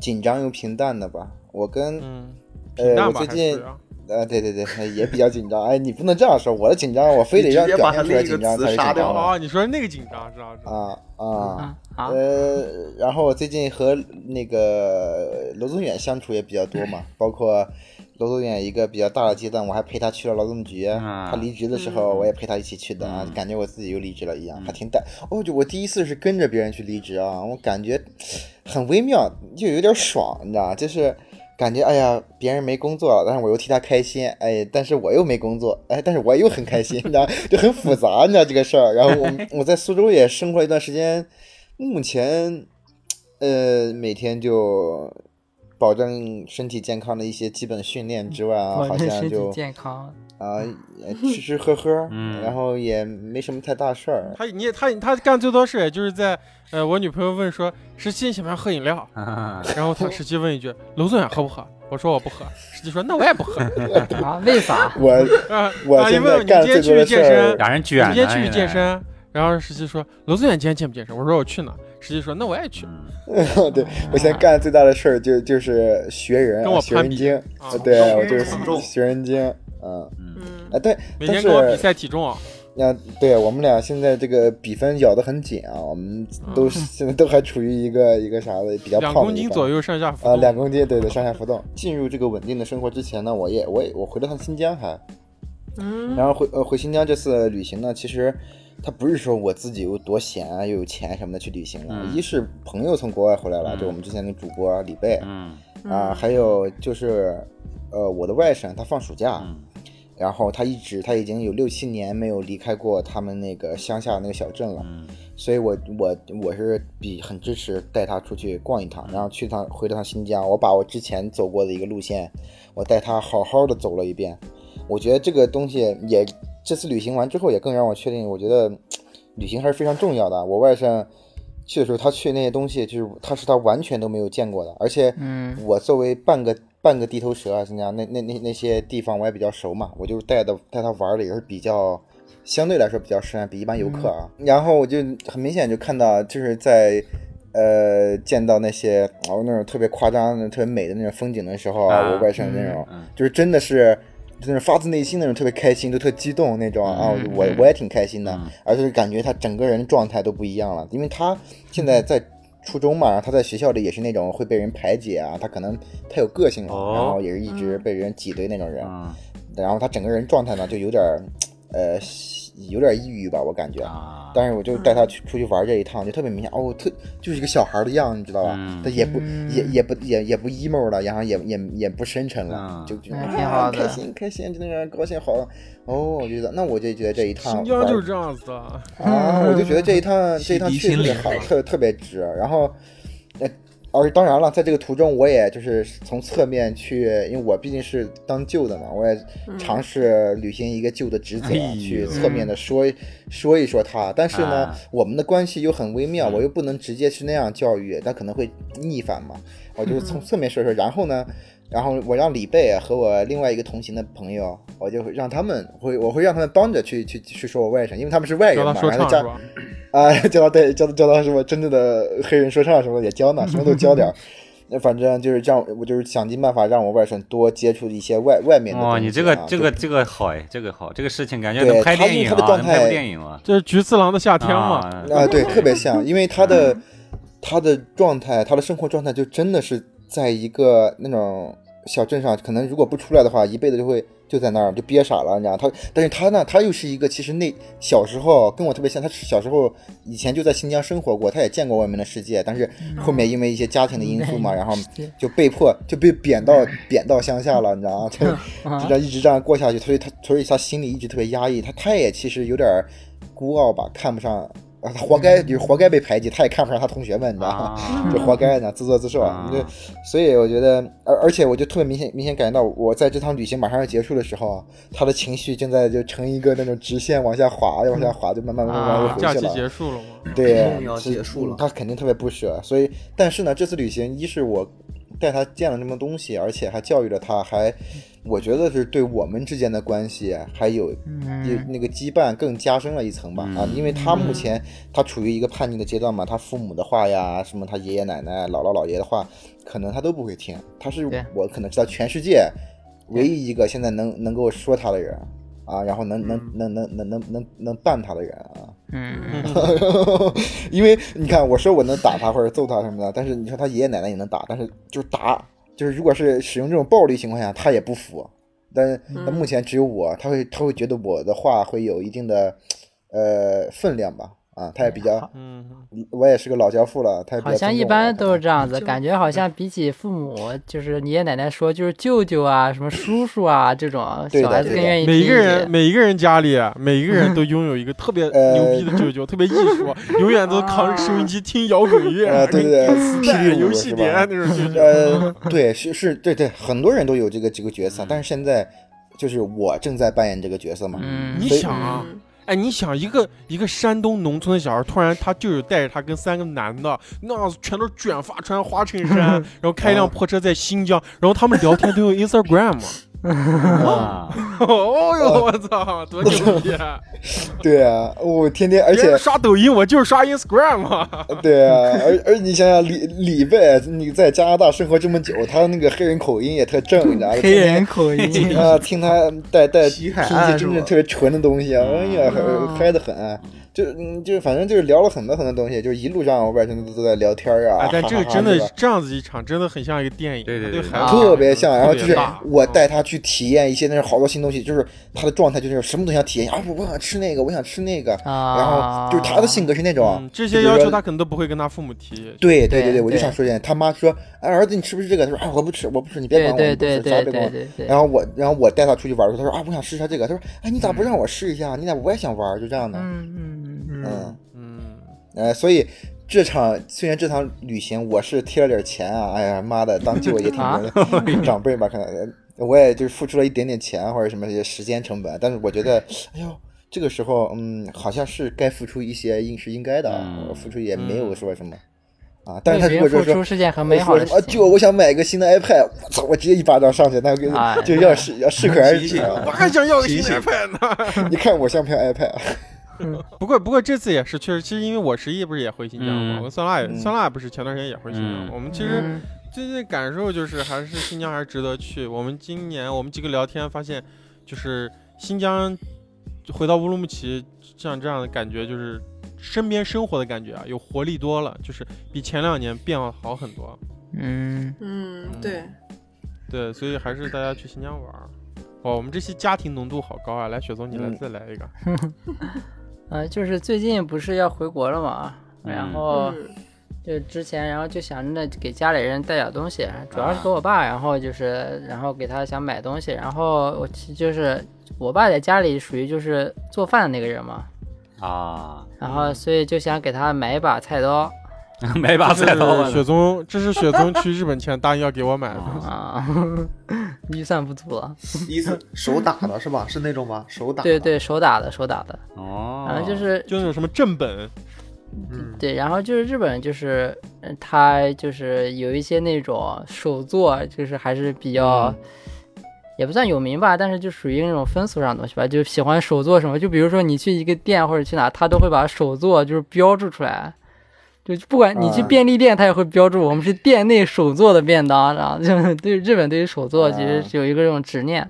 [SPEAKER 6] 紧张又平淡的吧。我跟、
[SPEAKER 1] 嗯，平
[SPEAKER 6] 呃，
[SPEAKER 1] 淡
[SPEAKER 6] 我
[SPEAKER 1] 吧
[SPEAKER 6] 最
[SPEAKER 1] 还
[SPEAKER 6] 近
[SPEAKER 1] 是啊？
[SPEAKER 6] 呃，对对对，也比较紧张。哎，你不能这样说，我的紧张，我非得
[SPEAKER 5] 你直
[SPEAKER 6] 让
[SPEAKER 5] 接
[SPEAKER 6] 表
[SPEAKER 5] 把
[SPEAKER 6] 现
[SPEAKER 5] 它
[SPEAKER 6] 出来
[SPEAKER 5] 另一个
[SPEAKER 6] 紧张
[SPEAKER 5] 词
[SPEAKER 6] 才是
[SPEAKER 5] 杀
[SPEAKER 6] 紧张
[SPEAKER 5] 掉
[SPEAKER 6] 的
[SPEAKER 1] 哦，你说那个紧张是吧？是吧
[SPEAKER 6] 啊啊
[SPEAKER 2] 嗯！好，
[SPEAKER 6] 呃，然后我最近和那个罗宗远相处也比较多 嘛，包括罗宗远一个比较大的阶段，我还陪他去了劳动局。
[SPEAKER 4] 啊
[SPEAKER 6] 他离职的时候，我也陪他一起去的啊，
[SPEAKER 4] 嗯
[SPEAKER 6] 感觉我自己又离职了一样，还挺带。哦，就我第一次是跟着别人去离职啊，我感觉很微妙，就有点爽，你知道，就是。感觉哎呀，别人没工作了，但是我又替他开心，哎，但是我又没工作，哎，但是我又很开心，你知道，就很复杂，你知道这个事儿。然后 我我在苏州也生活了一段时间，目前，呃，每天就保证身体健康的一些基本训练之外啊，
[SPEAKER 2] 嗯保
[SPEAKER 6] 好
[SPEAKER 2] 证
[SPEAKER 6] 像
[SPEAKER 2] 身
[SPEAKER 6] 就
[SPEAKER 2] 体健康。
[SPEAKER 6] 啊、 也吃吃喝喝，
[SPEAKER 4] 嗯
[SPEAKER 6] 然后也没什么太大事儿。
[SPEAKER 1] 他你呃也他他干最多事也就是在呃，我女朋友问说十七你想不想喝饮料，
[SPEAKER 4] 啊
[SPEAKER 1] 然后他十七问一句娄宗远喝不喝，我说我不喝，十七说那我也不 喝，
[SPEAKER 2] 啊，为啥？
[SPEAKER 6] 我
[SPEAKER 1] 啊，
[SPEAKER 6] 我
[SPEAKER 1] 啊一
[SPEAKER 6] 现
[SPEAKER 1] 问
[SPEAKER 6] 在
[SPEAKER 1] 你
[SPEAKER 6] 干
[SPEAKER 1] 今天
[SPEAKER 6] 最
[SPEAKER 1] 去
[SPEAKER 6] 多
[SPEAKER 1] 不去
[SPEAKER 6] 的
[SPEAKER 1] 健
[SPEAKER 6] 事
[SPEAKER 1] 身
[SPEAKER 6] 儿，，
[SPEAKER 4] 俩人
[SPEAKER 1] 你
[SPEAKER 4] 卷，
[SPEAKER 1] 今天去不去健？身？然后十七说娄宗远今天健不健身？我说我去呢。十七说那我也去，
[SPEAKER 4] 嗯，
[SPEAKER 6] 对我现在干最大的事儿就就是学人
[SPEAKER 1] 跟
[SPEAKER 6] 啊，
[SPEAKER 1] 我
[SPEAKER 6] 学
[SPEAKER 1] 攀
[SPEAKER 6] 人
[SPEAKER 1] 比
[SPEAKER 6] 精，
[SPEAKER 1] 啊
[SPEAKER 6] 呃对我就是
[SPEAKER 5] 体重
[SPEAKER 6] 学人精，嗯，
[SPEAKER 3] 嗯，
[SPEAKER 6] 啊对，
[SPEAKER 1] 每
[SPEAKER 6] 但
[SPEAKER 1] 天跟我比
[SPEAKER 6] 是
[SPEAKER 1] 赛体重，
[SPEAKER 6] 那对我们俩现在这个比分咬得很紧啊，我们都现在都还处于一个一个啥的比
[SPEAKER 1] 嗯
[SPEAKER 6] 较
[SPEAKER 1] 两
[SPEAKER 6] 胖
[SPEAKER 1] 公
[SPEAKER 6] 的一
[SPEAKER 1] 斤
[SPEAKER 6] 个
[SPEAKER 1] 左右上下浮
[SPEAKER 6] 啊，
[SPEAKER 1] 动。
[SPEAKER 6] 两公斤，对对，上下浮动。进入这个稳定的生活之前呢，我也我也我回了趟新疆还，
[SPEAKER 3] 嗯，
[SPEAKER 6] 然后回呃回新疆这次旅行呢，其实它不是说我自己有多闲啊，又有钱什么的去旅行了，
[SPEAKER 4] 嗯
[SPEAKER 6] 一是朋友从国外回来了，
[SPEAKER 4] 嗯
[SPEAKER 6] 就我们之前的主播李贝、
[SPEAKER 4] 嗯
[SPEAKER 6] 啊，还有就是呃我的外甥他放暑假，
[SPEAKER 4] 嗯
[SPEAKER 6] 然后他一直他已经有六七年没有离开过他们那个乡下那个小镇了，
[SPEAKER 4] 嗯
[SPEAKER 6] 所以我我我是比很支持带他出去逛一趟，然后去趟回了趟新疆，我把我之前走过的一个路线，我带他好好的走了一遍。我觉得这个东西也这次旅行完之后也更让我确定，我觉得嗯旅行还是非常重要的。我外甥去的时候，他去那些东西就是他是他完全都没有见过的，而且
[SPEAKER 2] 嗯
[SPEAKER 6] 我作为半个半个地头蛇啊，新疆那那那那些地方我也比较熟嘛，我就是带的带他玩的也是比较相对来说比较深，比一般游客啊。然后我就很明显就看到，就是在呃见到那些哦那种特别夸张的、特别美的那种风景的时候
[SPEAKER 4] 啊
[SPEAKER 6] 我外甥那种、
[SPEAKER 4] 嗯
[SPEAKER 6] 就是真的是。就是发自内心那种特别开心，都特激动那种啊！
[SPEAKER 2] 嗯
[SPEAKER 6] 我我也挺开心的，
[SPEAKER 4] 嗯
[SPEAKER 6] 而且感觉他整个人状态都不一样了，因为他现在在初中嘛，然后他在学校里也是那种会被人排挤啊，他可能太有个性了，
[SPEAKER 4] 哦
[SPEAKER 6] 然后也是一直被人挤兑那种人，
[SPEAKER 4] 嗯
[SPEAKER 6] 然后他整个人状态呢就有点儿，呃，有点抑郁吧，我感觉。
[SPEAKER 4] 啊，
[SPEAKER 6] 但是我就带他去出去玩这一趟，就特别明显哦，特就是一个小孩的样，你知道吧？
[SPEAKER 4] 嗯
[SPEAKER 6] 他也不也也不也也不 emo 了，然后也也也不深沉了
[SPEAKER 4] 嗯，
[SPEAKER 6] 就就
[SPEAKER 2] 嗯
[SPEAKER 6] 啊
[SPEAKER 2] 挺好的
[SPEAKER 6] 开心开心，就那让人高兴好了。哦，我觉得那我就觉得这一趟
[SPEAKER 1] 新疆
[SPEAKER 6] 玩
[SPEAKER 1] 就是这样子的，
[SPEAKER 6] 啊，
[SPEAKER 4] 嗯
[SPEAKER 6] 我就觉得这一趟这一趟
[SPEAKER 5] 洗
[SPEAKER 6] 去
[SPEAKER 5] 涤
[SPEAKER 6] 特
[SPEAKER 5] 心
[SPEAKER 6] 别
[SPEAKER 5] 灵
[SPEAKER 6] 好，特特别值。然后，呃，而当然了，在这个途中，我也就是从侧面去，因为我毕竟是当舅的嘛，我也尝试履行一个舅的职责，
[SPEAKER 4] 哎呦
[SPEAKER 6] 去侧面的说说一说他。但是呢，
[SPEAKER 4] 啊嗯
[SPEAKER 6] 我们的关系又很微妙，我又不能直接去那样教育，但可能会逆反嘛。我就是
[SPEAKER 4] 嗯
[SPEAKER 6] 从侧面说说，然后呢，然后我让李贝和我另外一个同行的朋友，我就会让他们会，我会让他们帮着去去去说我外甥，因为他们是外人
[SPEAKER 1] 教
[SPEAKER 6] 嘛，
[SPEAKER 1] 他说
[SPEAKER 6] 然后
[SPEAKER 1] 唱
[SPEAKER 6] 加
[SPEAKER 1] 是吧？
[SPEAKER 6] 啊， 教他对教他教他什么真正的黑人说唱什么的也教呢，什么都教点儿。那反正就是这样，我就是想尽办法让我外甥多接触一些外外面的东西啊。
[SPEAKER 4] 哇，你这个这个
[SPEAKER 6] 就
[SPEAKER 4] 这个好哎，这个好，这个事情感觉
[SPEAKER 6] 对
[SPEAKER 4] 能拍
[SPEAKER 6] 他
[SPEAKER 4] 电
[SPEAKER 6] 因为
[SPEAKER 4] 影
[SPEAKER 6] 他的
[SPEAKER 4] 啊，
[SPEAKER 6] 状
[SPEAKER 4] 能拍
[SPEAKER 6] 态
[SPEAKER 4] 部电影啊，
[SPEAKER 1] 这是菊次郎的夏天嘛？
[SPEAKER 4] 啊
[SPEAKER 6] 啊，对，特别像，因为他的他的状态，他的生活状态就真的是在一个那种小镇上，可能如果不出来的话，一辈子就会就在那儿就憋傻了，你知道吗？他，但是他呢，他又是一个其实那小时候跟我特别像，他小时候以前就在新疆生活过，他也见过外面的世界，但是后面因为一些家庭的因素
[SPEAKER 2] 嗯
[SPEAKER 6] 嘛，然后就被迫就被贬到贬到乡下了，你知道吗？他就这样一直这样过下去，所以他所以他心里一直特别压抑，他他也其实有点儿孤傲吧，看不上。啊，他活该，就是活该被排挤，他也看不上他同学们，你知道吗？
[SPEAKER 4] 啊
[SPEAKER 6] 就活该呢，自作自受
[SPEAKER 4] 啊
[SPEAKER 6] 啊！就所以我觉得，而而且我就特别明显明显感觉到，我在这趟旅行马上要结束的时候啊，他的情绪正在就成一个那种直线往下滑，往下滑，就慢慢慢慢
[SPEAKER 2] 啊
[SPEAKER 6] 慢
[SPEAKER 1] 啊
[SPEAKER 6] 慢
[SPEAKER 1] 假
[SPEAKER 6] 就回去
[SPEAKER 1] 期
[SPEAKER 6] 了。
[SPEAKER 1] 结束了吗？
[SPEAKER 6] 对，
[SPEAKER 5] 梦要
[SPEAKER 6] 是
[SPEAKER 5] 结束了
[SPEAKER 6] 嗯他肯定特别不舍。所以，但是呢，这次旅行，一是我带他见了这么多东西，而且还教育了他，还
[SPEAKER 5] 嗯
[SPEAKER 6] 我觉得是对我们之间的关系还有就
[SPEAKER 2] 嗯，
[SPEAKER 6] 那个羁绊更加深了一层吧啊，因为他
[SPEAKER 5] 嗯
[SPEAKER 6] 目前他处于一个叛逆的阶段嘛，他父母的话呀，什么他爷爷奶奶、姥姥姥爷的话，可能他都不会听。他是
[SPEAKER 2] 对
[SPEAKER 6] 我可能知道全世界唯一一个现在能能够说他的人啊，然后能能
[SPEAKER 5] 嗯
[SPEAKER 6] 能能能能能能办他的人啊。
[SPEAKER 2] 嗯，
[SPEAKER 6] 因为你看，我说我能打他或者揍他什么的，但是你说他爷爷奶奶也能打，但是就是打，就是如果是使用这种暴力情况下，他也不服。但是
[SPEAKER 2] 嗯
[SPEAKER 6] 那目前只有我，他会他会觉得我的话会有一定的呃分量吧，啊，他也比较，
[SPEAKER 1] 嗯，
[SPEAKER 6] 我也是个老教父了，他也比较
[SPEAKER 2] 好像
[SPEAKER 6] 尊
[SPEAKER 2] 一
[SPEAKER 6] 重我
[SPEAKER 2] 般都
[SPEAKER 6] 可
[SPEAKER 2] 是
[SPEAKER 6] 能
[SPEAKER 2] 这样子，
[SPEAKER 3] 就
[SPEAKER 2] 感觉好像比起父母，就是爷爷奶奶说，就是舅舅啊、什么叔叔啊这种，
[SPEAKER 6] 对
[SPEAKER 2] 小
[SPEAKER 6] 的
[SPEAKER 2] 孩子
[SPEAKER 6] 对
[SPEAKER 2] 更
[SPEAKER 6] 的
[SPEAKER 2] 愿意听
[SPEAKER 1] 每
[SPEAKER 2] 一
[SPEAKER 1] 一个人
[SPEAKER 2] 点。
[SPEAKER 1] 每一个人家里啊每一个人都拥有一个特别
[SPEAKER 6] 呃
[SPEAKER 1] 牛逼的舅舅，特别艺 术，啊永远都扛着收音机听摇滚乐
[SPEAKER 6] 呃，，对对对
[SPEAKER 1] 带
[SPEAKER 6] ，P
[SPEAKER 1] 游戏碟那 种舅舅。
[SPEAKER 6] 呃，对，是是，对对，很多人都有这个这个角色，但是现在就是我正在扮演这个角色嘛，
[SPEAKER 2] 嗯，
[SPEAKER 1] 你
[SPEAKER 6] 所以
[SPEAKER 1] 想啊，
[SPEAKER 3] 嗯
[SPEAKER 1] 哎，你想一个一个山东农村的小孩，突然他舅舅带着他跟三个男的，那样子全都是卷发，穿花衬 衫，然后开一
[SPEAKER 6] 哦
[SPEAKER 1] 辆破车在新疆，然后他们聊天都用 Instagram。
[SPEAKER 4] 啊，
[SPEAKER 1] 哦呦，我操，多牛逼！
[SPEAKER 6] 对啊，我天 天，而
[SPEAKER 1] 别
[SPEAKER 6] 且
[SPEAKER 1] 人刷抖音，我就是刷 Instagram 啊。
[SPEAKER 6] 对啊，而而你想想李李贝，你在加拿大生活这么久，他那个黑人口音也特正，你知道吗？。
[SPEAKER 2] 黑人口音
[SPEAKER 6] 啊， 听他带带听
[SPEAKER 5] 西
[SPEAKER 6] 一
[SPEAKER 5] 海
[SPEAKER 6] 些
[SPEAKER 5] 岸是
[SPEAKER 6] 真正
[SPEAKER 5] 吧
[SPEAKER 6] 特别纯的东西啊，哎呀，
[SPEAKER 2] 嗯
[SPEAKER 6] 嗨的很啊，就嗯就反正就是聊了很多很多东西，就是一路上我外甥都都在聊天啊
[SPEAKER 1] 哎，，但这
[SPEAKER 6] 哈
[SPEAKER 1] 个
[SPEAKER 6] 哈
[SPEAKER 1] 真
[SPEAKER 6] 对
[SPEAKER 1] 的
[SPEAKER 6] 吧
[SPEAKER 1] 这样子一场，真的很像一个电影，
[SPEAKER 4] 对对
[SPEAKER 1] 对
[SPEAKER 4] 对
[SPEAKER 1] 孩子
[SPEAKER 6] 啊
[SPEAKER 1] 啊
[SPEAKER 6] 特别像，然后
[SPEAKER 1] 特
[SPEAKER 6] 就
[SPEAKER 1] 别
[SPEAKER 6] 是
[SPEAKER 1] 大
[SPEAKER 6] 我带他去体验一些那种好多新东西，就是他的状态就是什么都想体验啊，我我想吃那个，我想吃那个，
[SPEAKER 2] 啊，
[SPEAKER 6] 呃然后就是他的性格是那种
[SPEAKER 1] 嗯，这些要求他可能都不会跟他父母提。
[SPEAKER 6] 对对对
[SPEAKER 2] 对
[SPEAKER 6] 对，我就
[SPEAKER 2] 对
[SPEAKER 6] 想说这点。他妈说：“哎，儿子，你吃不吃这个？”他说：“啊，我不吃，我不吃，你别管
[SPEAKER 2] 对对
[SPEAKER 6] 我，
[SPEAKER 2] 对
[SPEAKER 6] 你不吃啥
[SPEAKER 2] 对
[SPEAKER 6] 也别管
[SPEAKER 2] 对
[SPEAKER 6] 我。”
[SPEAKER 2] 对对，
[SPEAKER 6] 然后我，然后我带他出去玩的时候，他说：“啊，我想试一下这个。”他说：“哎，你咋不让我试一下？你咋我也想玩？”就这样的，
[SPEAKER 2] 嗯嗯
[SPEAKER 6] 嗯，
[SPEAKER 1] 嗯，
[SPEAKER 6] 呃，所以这场虽然这场旅行我是贴了点钱啊，哎呀妈的，当舅也挺
[SPEAKER 2] 啊
[SPEAKER 6] 牛的 长辈吧，可能我也就是付出了一点点钱或者什么一些时间成本，但是我觉得，哎呦。这个时候，嗯，好像是该付出一些，应是应该的啊，
[SPEAKER 4] 嗯
[SPEAKER 6] 我付出也没有说什么，啊，
[SPEAKER 2] 对
[SPEAKER 6] 但是他
[SPEAKER 2] 别
[SPEAKER 6] 如
[SPEAKER 2] 人
[SPEAKER 6] 果就是
[SPEAKER 2] 付
[SPEAKER 6] 说
[SPEAKER 2] 出是件很美好的
[SPEAKER 6] 说什么
[SPEAKER 2] 事
[SPEAKER 6] 啊，舅，
[SPEAKER 2] 情。
[SPEAKER 6] 我想买个新的 iPad，我操，我直接一巴掌上去，那个
[SPEAKER 2] 哎
[SPEAKER 6] 就要适要适可而
[SPEAKER 5] 提
[SPEAKER 6] 止
[SPEAKER 5] 醒
[SPEAKER 1] 我
[SPEAKER 6] 啊。
[SPEAKER 1] 还想要个新
[SPEAKER 5] 提醒
[SPEAKER 1] iPad 呢。
[SPEAKER 6] 你看我像不像 iPad？啊
[SPEAKER 1] 不过不过这次也是，确实，其实因为我十一不是也回新疆嘛，
[SPEAKER 4] 嗯
[SPEAKER 1] 我酸辣也
[SPEAKER 6] 嗯
[SPEAKER 1] 酸辣不是前段时间也回新疆嘛，
[SPEAKER 4] 嗯
[SPEAKER 1] 我们其实
[SPEAKER 2] 嗯
[SPEAKER 1] 最近感受就是还是新疆还是值得去。我们今年我们几个聊天发现，就是新疆回到乌鲁木齐，像这样的感觉就是身边生活的感觉啊，有活力多了，就是比前两年变化好很多。
[SPEAKER 2] 嗯，
[SPEAKER 3] 嗯，对，
[SPEAKER 1] 对，所以还是大家去新疆玩儿。哇，我们这期家庭浓度好高啊！来，雪松，你来
[SPEAKER 6] 嗯
[SPEAKER 1] 再来一个。
[SPEAKER 2] 呃，就是最近不是要回国了嘛，然
[SPEAKER 4] 嗯
[SPEAKER 2] 后
[SPEAKER 3] 嗯
[SPEAKER 2] 就之前，然后就想着给家里人带点东西，主要是给我爸，然后就是然后给他想买东西，然后我其实就是我爸在家里属于就是做饭的那个人嘛，
[SPEAKER 4] 啊，
[SPEAKER 2] 然后所以就想给他买一把菜刀
[SPEAKER 4] 买把菜刀
[SPEAKER 1] 这
[SPEAKER 4] 啊
[SPEAKER 1] 是雪松，这是雪松去日本前答应要给我买的。
[SPEAKER 2] 啊， 预算不足了，
[SPEAKER 5] 一次手打的是吧？是那种吧？手打的
[SPEAKER 2] 对，对，手打的手打的，
[SPEAKER 4] 哦，
[SPEAKER 2] 然后就是
[SPEAKER 1] 就那种什么正本，
[SPEAKER 5] 嗯，
[SPEAKER 2] 对，然后就是日本，就是呃它就是有一些那种手作，就是还是比较、也不算有名吧，但是就属于那种风俗上的东西吧，就喜欢手作什么。就比如说你去一个店或者去哪，他都会把手作就是标注出来，就不管你去
[SPEAKER 6] 啊
[SPEAKER 2] 便利店，他也会标注我们是店内手做的便当，然后就是 对日本对于手作其实
[SPEAKER 6] 啊
[SPEAKER 2] 是有一个这种执念。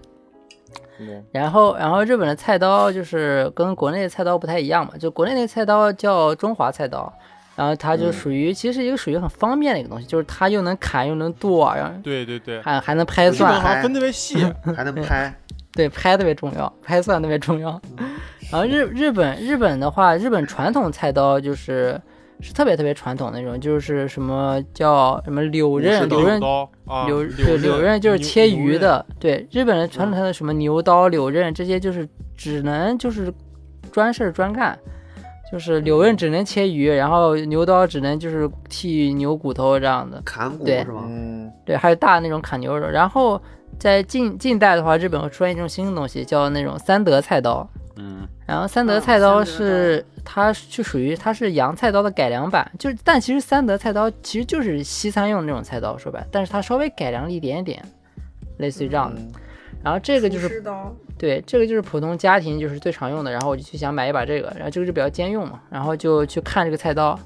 [SPEAKER 2] 然后，然后日本的菜刀就是跟国内的菜刀不太一样嘛，就国内那个菜刀叫中华菜刀，然后它就属于其实一个属于很方便的一个东西，就是它又能砍又能剁，然后
[SPEAKER 1] 对对对，
[SPEAKER 2] 还还能拍
[SPEAKER 1] 日本
[SPEAKER 2] 算，
[SPEAKER 1] 好像分特别细，
[SPEAKER 5] 还能拍，
[SPEAKER 2] 对，拍特别重要，拍算特别重要。然后日日本日本的话，日本传统菜刀就是是特别特别传统的那种，就是什么叫什么柳刃，
[SPEAKER 1] 柳
[SPEAKER 2] 柳刃
[SPEAKER 1] 刀啊，
[SPEAKER 2] 柳
[SPEAKER 1] 柳
[SPEAKER 2] 对柳刃就是
[SPEAKER 1] 牛嗯
[SPEAKER 2] 切
[SPEAKER 1] 牛
[SPEAKER 2] 鱼
[SPEAKER 1] 刃
[SPEAKER 2] 的，对日本人传统上的什么牛刀、柳刃这些，就是只能就是专事儿专干，就是柳刃只能切鱼，然后牛刀只能就是剔牛骨头这样的，
[SPEAKER 5] 砍骨
[SPEAKER 2] 对
[SPEAKER 5] 是吧？
[SPEAKER 6] 嗯，
[SPEAKER 2] 对，还有大那种砍牛肉。然后在近近代的话，日本会出现一种新的东西，叫那种三德菜刀。
[SPEAKER 4] 嗯，
[SPEAKER 2] 然后三德
[SPEAKER 3] 嗯
[SPEAKER 2] 菜刀
[SPEAKER 3] 三德
[SPEAKER 2] 是、它就属于它是洋菜刀的改良版，就是但其实三德菜刀其实就是西餐用的那种菜刀，说白了，但是它稍微改良了一点点，类似于这样的。
[SPEAKER 6] 嗯
[SPEAKER 2] 然后这个就是
[SPEAKER 3] 厨师刀，
[SPEAKER 2] 对，这个就是普通家庭就是最常用的，然后我就去想买一把这个，然后这个就比较兼用嘛，然后就去看这个菜刀。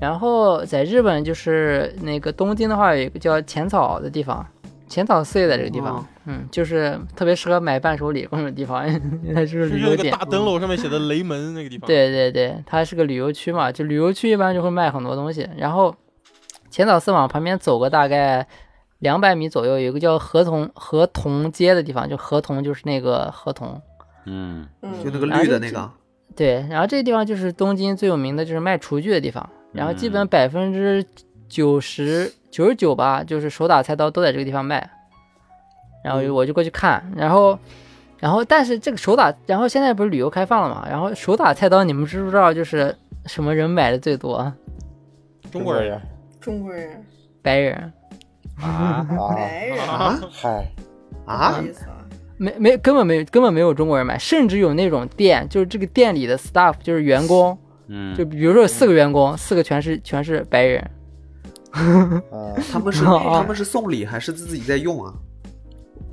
[SPEAKER 2] 然后在日本就是那个东京的话，有一个叫浅草的地方，浅草寺也在这个地方，
[SPEAKER 5] 哦
[SPEAKER 2] 嗯，就是特别适合买伴手礼逛这种地方， 因为它是
[SPEAKER 1] 就是
[SPEAKER 2] 旅
[SPEAKER 1] 那
[SPEAKER 2] 游
[SPEAKER 1] 个
[SPEAKER 2] 点。嗯
[SPEAKER 1] 大灯笼上面写的雷门那个地方，，
[SPEAKER 2] 对对对，它是个旅游区嘛，就旅游区一般就会卖很多东西。然后浅草寺往旁边走个大概两百米左右，有一个叫河童河童街的地方，就河童就是那个河童。
[SPEAKER 4] 嗯，
[SPEAKER 5] 就
[SPEAKER 3] 嗯，
[SPEAKER 5] 那个绿的那个，
[SPEAKER 2] 对，然后这个地方就是东京最有名的就是卖厨具的地方，然后基本百分之九十九十九吧，就是手打菜刀都在这个地方卖。然后我就过去看，然后，然后但是这个手打，然后现在不是旅游开放了嘛，然后手打菜刀，你们知不知道就是什么人买的最多？啊
[SPEAKER 1] 中国人，
[SPEAKER 3] 中国人，
[SPEAKER 2] 白人，哎
[SPEAKER 6] 啊，
[SPEAKER 3] 白人，
[SPEAKER 5] 啊
[SPEAKER 6] 嗨，
[SPEAKER 5] 啊
[SPEAKER 2] 嗯
[SPEAKER 3] 不好，意思啊，
[SPEAKER 2] 没没根本没有根本没有中国人买，甚至有那种店，就是这个店里的 staff 就是员工，
[SPEAKER 4] 嗯，
[SPEAKER 2] 就比如说有四个员工，四个全是全是白人，
[SPEAKER 6] 啊，
[SPEAKER 5] 他们是
[SPEAKER 2] 哦
[SPEAKER 5] 他们是送礼还是自己在用啊？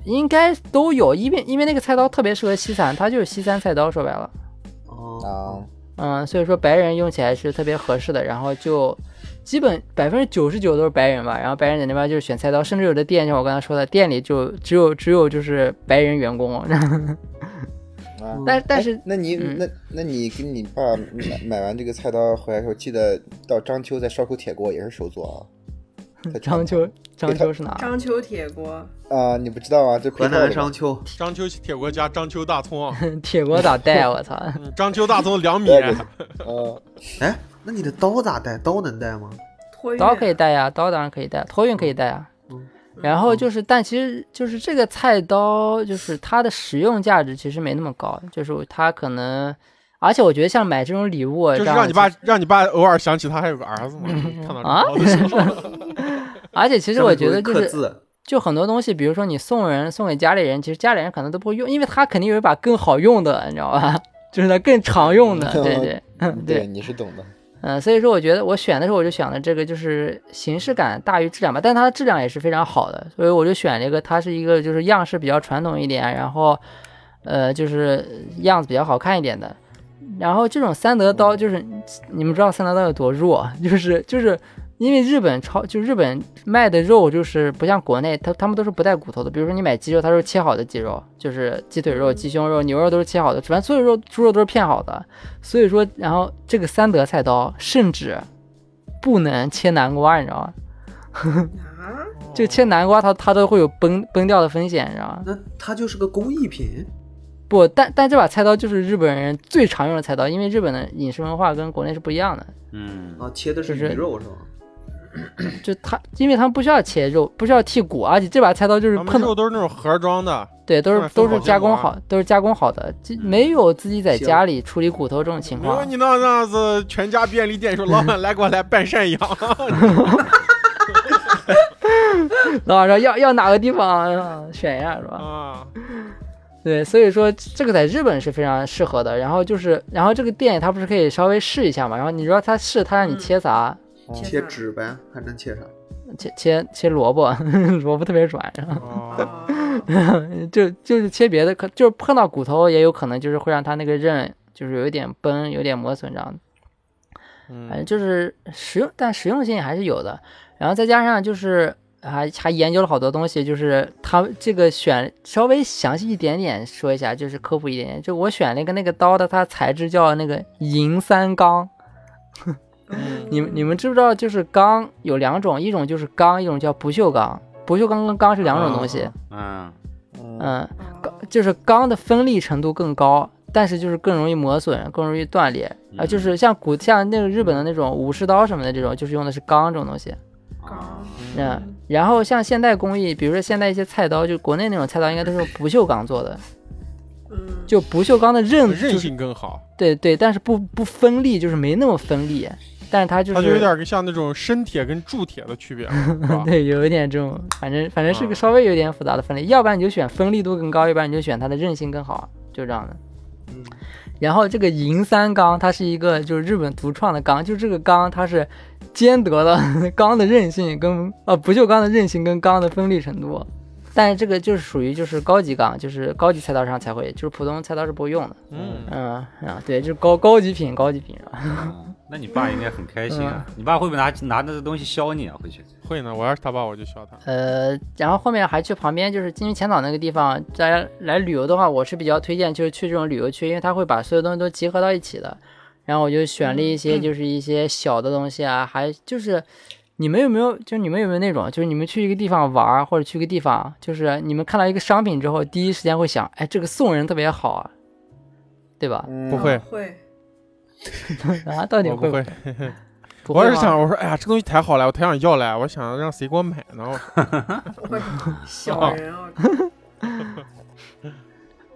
[SPEAKER 2] 应该都有，因为因为那个菜刀特别适合西餐，它就是西餐菜刀，说白了，
[SPEAKER 5] 哦，
[SPEAKER 6] 啊，
[SPEAKER 2] 嗯，所以说白人用起来是特别合适的，然后就基本百分之九十九都是白人吧，然后白人在那边就是选菜刀，甚至有的店像我刚才说的，店里就只有只有就是白人员工，
[SPEAKER 6] 啊
[SPEAKER 2] 但但是
[SPEAKER 6] 哎那你
[SPEAKER 2] 嗯
[SPEAKER 6] 那那你跟你爸买买完这个菜刀回来的时候，记得到章丘再烧口铁锅，也是手 做啊。在
[SPEAKER 2] 章丘章
[SPEAKER 6] 给他
[SPEAKER 2] 丘是哪？
[SPEAKER 3] 章丘铁锅，
[SPEAKER 6] 啊，你不知道啊？这
[SPEAKER 5] 河
[SPEAKER 6] 配套
[SPEAKER 5] 南
[SPEAKER 6] 的 吧
[SPEAKER 5] 商丘，
[SPEAKER 1] 章丘铁锅加章丘大葱啊，
[SPEAKER 2] 铁锅咋带？我操！
[SPEAKER 1] 嗯章丘大葱两米，
[SPEAKER 6] 对对嗯，
[SPEAKER 5] 哎，那你的刀咋带？刀能带吗？
[SPEAKER 3] 托运
[SPEAKER 2] 刀可以带呀，刀当然可以带，托运可以带呀
[SPEAKER 5] 嗯。
[SPEAKER 2] 然后就是，但其实就是这个菜刀，就是它的实用价值其实没那么高，就是它可能，而且我觉得像买这种礼物，啊
[SPEAKER 1] 就是
[SPEAKER 2] 这样
[SPEAKER 1] 让你爸
[SPEAKER 2] 其实，
[SPEAKER 1] 让你爸偶尔想起他还有个儿子嘛，看到
[SPEAKER 2] 啊
[SPEAKER 1] 这个时 候，
[SPEAKER 2] 而且其实
[SPEAKER 5] 上面
[SPEAKER 2] 我觉
[SPEAKER 5] 会
[SPEAKER 2] 得就
[SPEAKER 5] 刻
[SPEAKER 2] 是，
[SPEAKER 5] 字
[SPEAKER 2] 就很多东西，比如说你送人送给家里人，其实家里人可能都不会用，因为他肯定有一把更好用的，你知道吧？ 就是它更常用的，
[SPEAKER 6] 嗯
[SPEAKER 2] 对对，嗯对
[SPEAKER 6] 对，，你是懂的。
[SPEAKER 2] 嗯，所以说我觉得我选的时候我就选了这个，就是形式感大于质量吧，但它的质量也是非常好的，所以我就选了一个，它是一个就是样式比较传统一点，然后呃就是样子比较好看一点的。然后这种三德刀就是你们知道三德刀有多弱， 就是就是因为日本超就日本卖的肉就是不像国内，他他们都是不带骨头的，比如说你买鸡肉，它都是切好的鸡肉，就是鸡腿肉、鸡胸肉、牛肉都是切好的，反正所有肉猪肉都是片好的。所以说，然后这个三德菜刀甚至不能切南瓜，你知道吗？
[SPEAKER 3] 啊，
[SPEAKER 2] 就切南瓜它，它都会有崩崩掉的风险，你知道吗？
[SPEAKER 5] 那它就是个工艺品。
[SPEAKER 2] 不，但但这把菜刀就是日本人最常用的菜刀，因为日本的饮食文化跟国内是不一样的。
[SPEAKER 4] 嗯，
[SPEAKER 5] 啊，切的是
[SPEAKER 2] 就是
[SPEAKER 5] 鱼肉是吧？
[SPEAKER 2] 就它，因为他们不需要切肉，不需要剔骨，而且这把菜刀就是
[SPEAKER 1] 他们
[SPEAKER 2] 碰到
[SPEAKER 1] 肉都是啊那种盒装的，
[SPEAKER 2] 对，都
[SPEAKER 1] 外
[SPEAKER 2] 是
[SPEAKER 1] 封
[SPEAKER 2] 都
[SPEAKER 1] 好啊
[SPEAKER 2] 是
[SPEAKER 1] 就
[SPEAKER 2] 加工
[SPEAKER 1] 完
[SPEAKER 2] 好，都是加工好的，就没有自己在家里处理骨头这种情
[SPEAKER 1] 没有
[SPEAKER 2] 况。
[SPEAKER 1] 你那那样子，全家便利店说老板来给我来半扇羊，
[SPEAKER 2] 老板说要要哪个地方、啊选一下是吧？
[SPEAKER 1] 啊，
[SPEAKER 2] 对，所以说这个在日本是非常适合的。然后就是，然后这个店它不是可以稍微试一下嘛？然后你知道它试，它让你切啥？
[SPEAKER 5] 切
[SPEAKER 3] 哪
[SPEAKER 5] 纸呗，还能切啥？
[SPEAKER 2] 切切切萝卜， 萝卜特别软，然 后
[SPEAKER 1] 哦
[SPEAKER 3] 啊，
[SPEAKER 2] 就就是切别的，可就是碰到骨头也有可能就是会让它那个刃就是有一点崩，有点磨损这样的。反
[SPEAKER 1] 嗯
[SPEAKER 2] 正就是实用，但实用性还是有的。然后再加上就是还还研究了好多东西，就是他这个选稍微详细一点点说一下，就是科普一点点。就我选了一个那个刀的，它材质叫那个银三钢， 你们你们知不知道，就是钢有两种，一种就是钢，一种叫不锈钢。不锈钢跟钢是两种东西，
[SPEAKER 4] 嗯，
[SPEAKER 6] 嗯，
[SPEAKER 2] 嗯，钢就是钢的分力程度更高，但是就是更容易磨损，更容易断裂啊、
[SPEAKER 4] 嗯
[SPEAKER 2] 就是像古像那个日本的那种武士刀什么的，这种就是用的是钢这种东西。
[SPEAKER 3] 哦
[SPEAKER 4] 啊
[SPEAKER 2] 嗯，然后像现代工艺，比如说现代一些菜刀，就国内那种菜刀，应该都是用不锈钢做的。
[SPEAKER 3] 嗯，
[SPEAKER 2] 就不锈钢的韧
[SPEAKER 1] 韧
[SPEAKER 2] 就是
[SPEAKER 1] 性更好，
[SPEAKER 2] 对对，但是不不分力，就是没那么分力，但是它就
[SPEAKER 1] 它
[SPEAKER 2] 是？
[SPEAKER 1] 就有点像那种生铁跟铸铁的区别了，是吧
[SPEAKER 2] 对，有一点这种，反正反正是个
[SPEAKER 1] 嗯
[SPEAKER 2] 稍微有点复杂的分类，要不然你就选分力度更高，要不然你就选它的韧性更好，就这样的。然后这个银三钢，它是一个就是日本独创的钢，就这个钢它是兼得了 钢的韧性跟呃不锈钢的韧性跟钢的分力程度，但是这个就是属于就是高级钢，就是高级菜刀上才会，就是普通菜刀是不会用的。
[SPEAKER 1] 嗯，
[SPEAKER 2] 嗯啊，对，就是高高级品，高级品啊。
[SPEAKER 4] 嗯那你爸应该很开心啊！你爸会不会拿拿那个东西削你啊？回去
[SPEAKER 1] 会呢，我要是他爸我就削他。
[SPEAKER 2] 呃，然后后面还去旁边就是金鱼浅岛那个地方，大家来旅游的话，我是比较推荐就是去这种旅游区，因为它会把所有东西都集合到一起的。然后我就选了一些就是一些小的东西啊，还就是你们有没有就你们有没有那种就是你们去一个地方玩儿或者去一个地方，就是你们看到一个商品之后，第一时间会想，哎，这个送人特别好啊，对吧？
[SPEAKER 6] 嗯
[SPEAKER 1] 不会
[SPEAKER 3] 哦会，
[SPEAKER 2] 啊，到底
[SPEAKER 1] 我不
[SPEAKER 2] 会
[SPEAKER 1] 会，
[SPEAKER 2] 不
[SPEAKER 1] 我
[SPEAKER 2] 会
[SPEAKER 1] 要是
[SPEAKER 2] 吗
[SPEAKER 1] 想，我说，哎呀，这东西太好了，我太想要了，我想让谁给我买呢？我
[SPEAKER 3] 会 小人啊，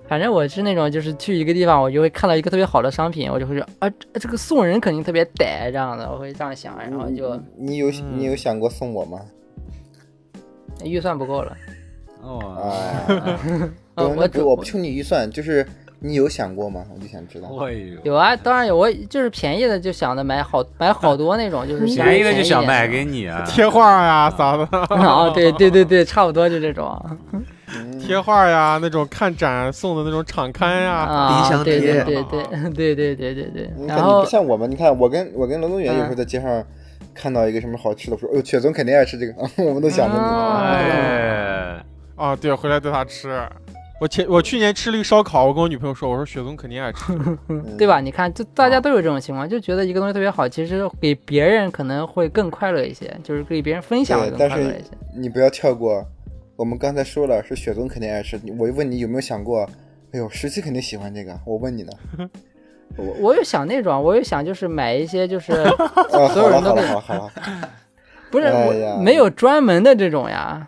[SPEAKER 2] 反正我是那种，就是去一个地方，我就会看到一个特别好的商品，我就会说啊，这这个送人肯定特别逮这样的，我会这样想，然后就
[SPEAKER 6] 你有
[SPEAKER 1] 嗯
[SPEAKER 6] 你有想过送我吗？
[SPEAKER 2] 哎预算不够了。
[SPEAKER 4] 哦，
[SPEAKER 6] 啊，
[SPEAKER 2] 呃，
[SPEAKER 6] 不不
[SPEAKER 2] 主
[SPEAKER 6] 我不求你预算，就是你有想过吗？我就想知道。
[SPEAKER 4] 哎呦，
[SPEAKER 2] 有啊，当然有，我就是便宜的就想着买好买好多那种，就是
[SPEAKER 4] 便宜的就想
[SPEAKER 2] 买
[SPEAKER 4] 卖给你啊！
[SPEAKER 1] 贴画呀啥的，
[SPEAKER 2] 啊，对对对对，差不多就这种
[SPEAKER 6] 嗯
[SPEAKER 1] 贴画呀，那种看展送的那种场刊呀，
[SPEAKER 2] 啊
[SPEAKER 5] 冰，箱
[SPEAKER 2] 对对
[SPEAKER 5] 贴
[SPEAKER 2] 对对 对对对对对，
[SPEAKER 6] 你
[SPEAKER 2] 然
[SPEAKER 6] 看你
[SPEAKER 2] 后
[SPEAKER 6] 不像我们，你看我跟我跟罗宗元有时候
[SPEAKER 2] 嗯
[SPEAKER 6] 在街上看到一个什么好吃的，我说哦，雪总肯定爱吃这个， 我们都想着你。
[SPEAKER 2] 啊
[SPEAKER 4] 哎，
[SPEAKER 1] 啊，对，回来带他吃。我前我去年吃了一个烧烤，我跟我女朋友说，我说雪松肯定爱吃，
[SPEAKER 6] 嗯
[SPEAKER 2] 对吧？？你看，就大家都有这种情况，就觉得一个东西特别好，其实给别人可能会更快乐一些，就是给别人分享会
[SPEAKER 6] 对
[SPEAKER 2] 更
[SPEAKER 6] 但
[SPEAKER 2] 快乐
[SPEAKER 6] 是
[SPEAKER 2] 一些。
[SPEAKER 6] 你不要跳过，我们刚才说了是雪总肯定爱吃，我就问你有没有想过，哎呦，十七肯定喜欢这个，我 问你呢。
[SPEAKER 2] 我我有想那种，我有想就是买一些就是
[SPEAKER 6] 啊，
[SPEAKER 2] 所有
[SPEAKER 6] 好了
[SPEAKER 2] 人都
[SPEAKER 6] 好
[SPEAKER 2] 可
[SPEAKER 6] 了
[SPEAKER 2] 以
[SPEAKER 6] 好 了好了，
[SPEAKER 2] 不是
[SPEAKER 6] 哎呀
[SPEAKER 2] 我没有专门的这种呀，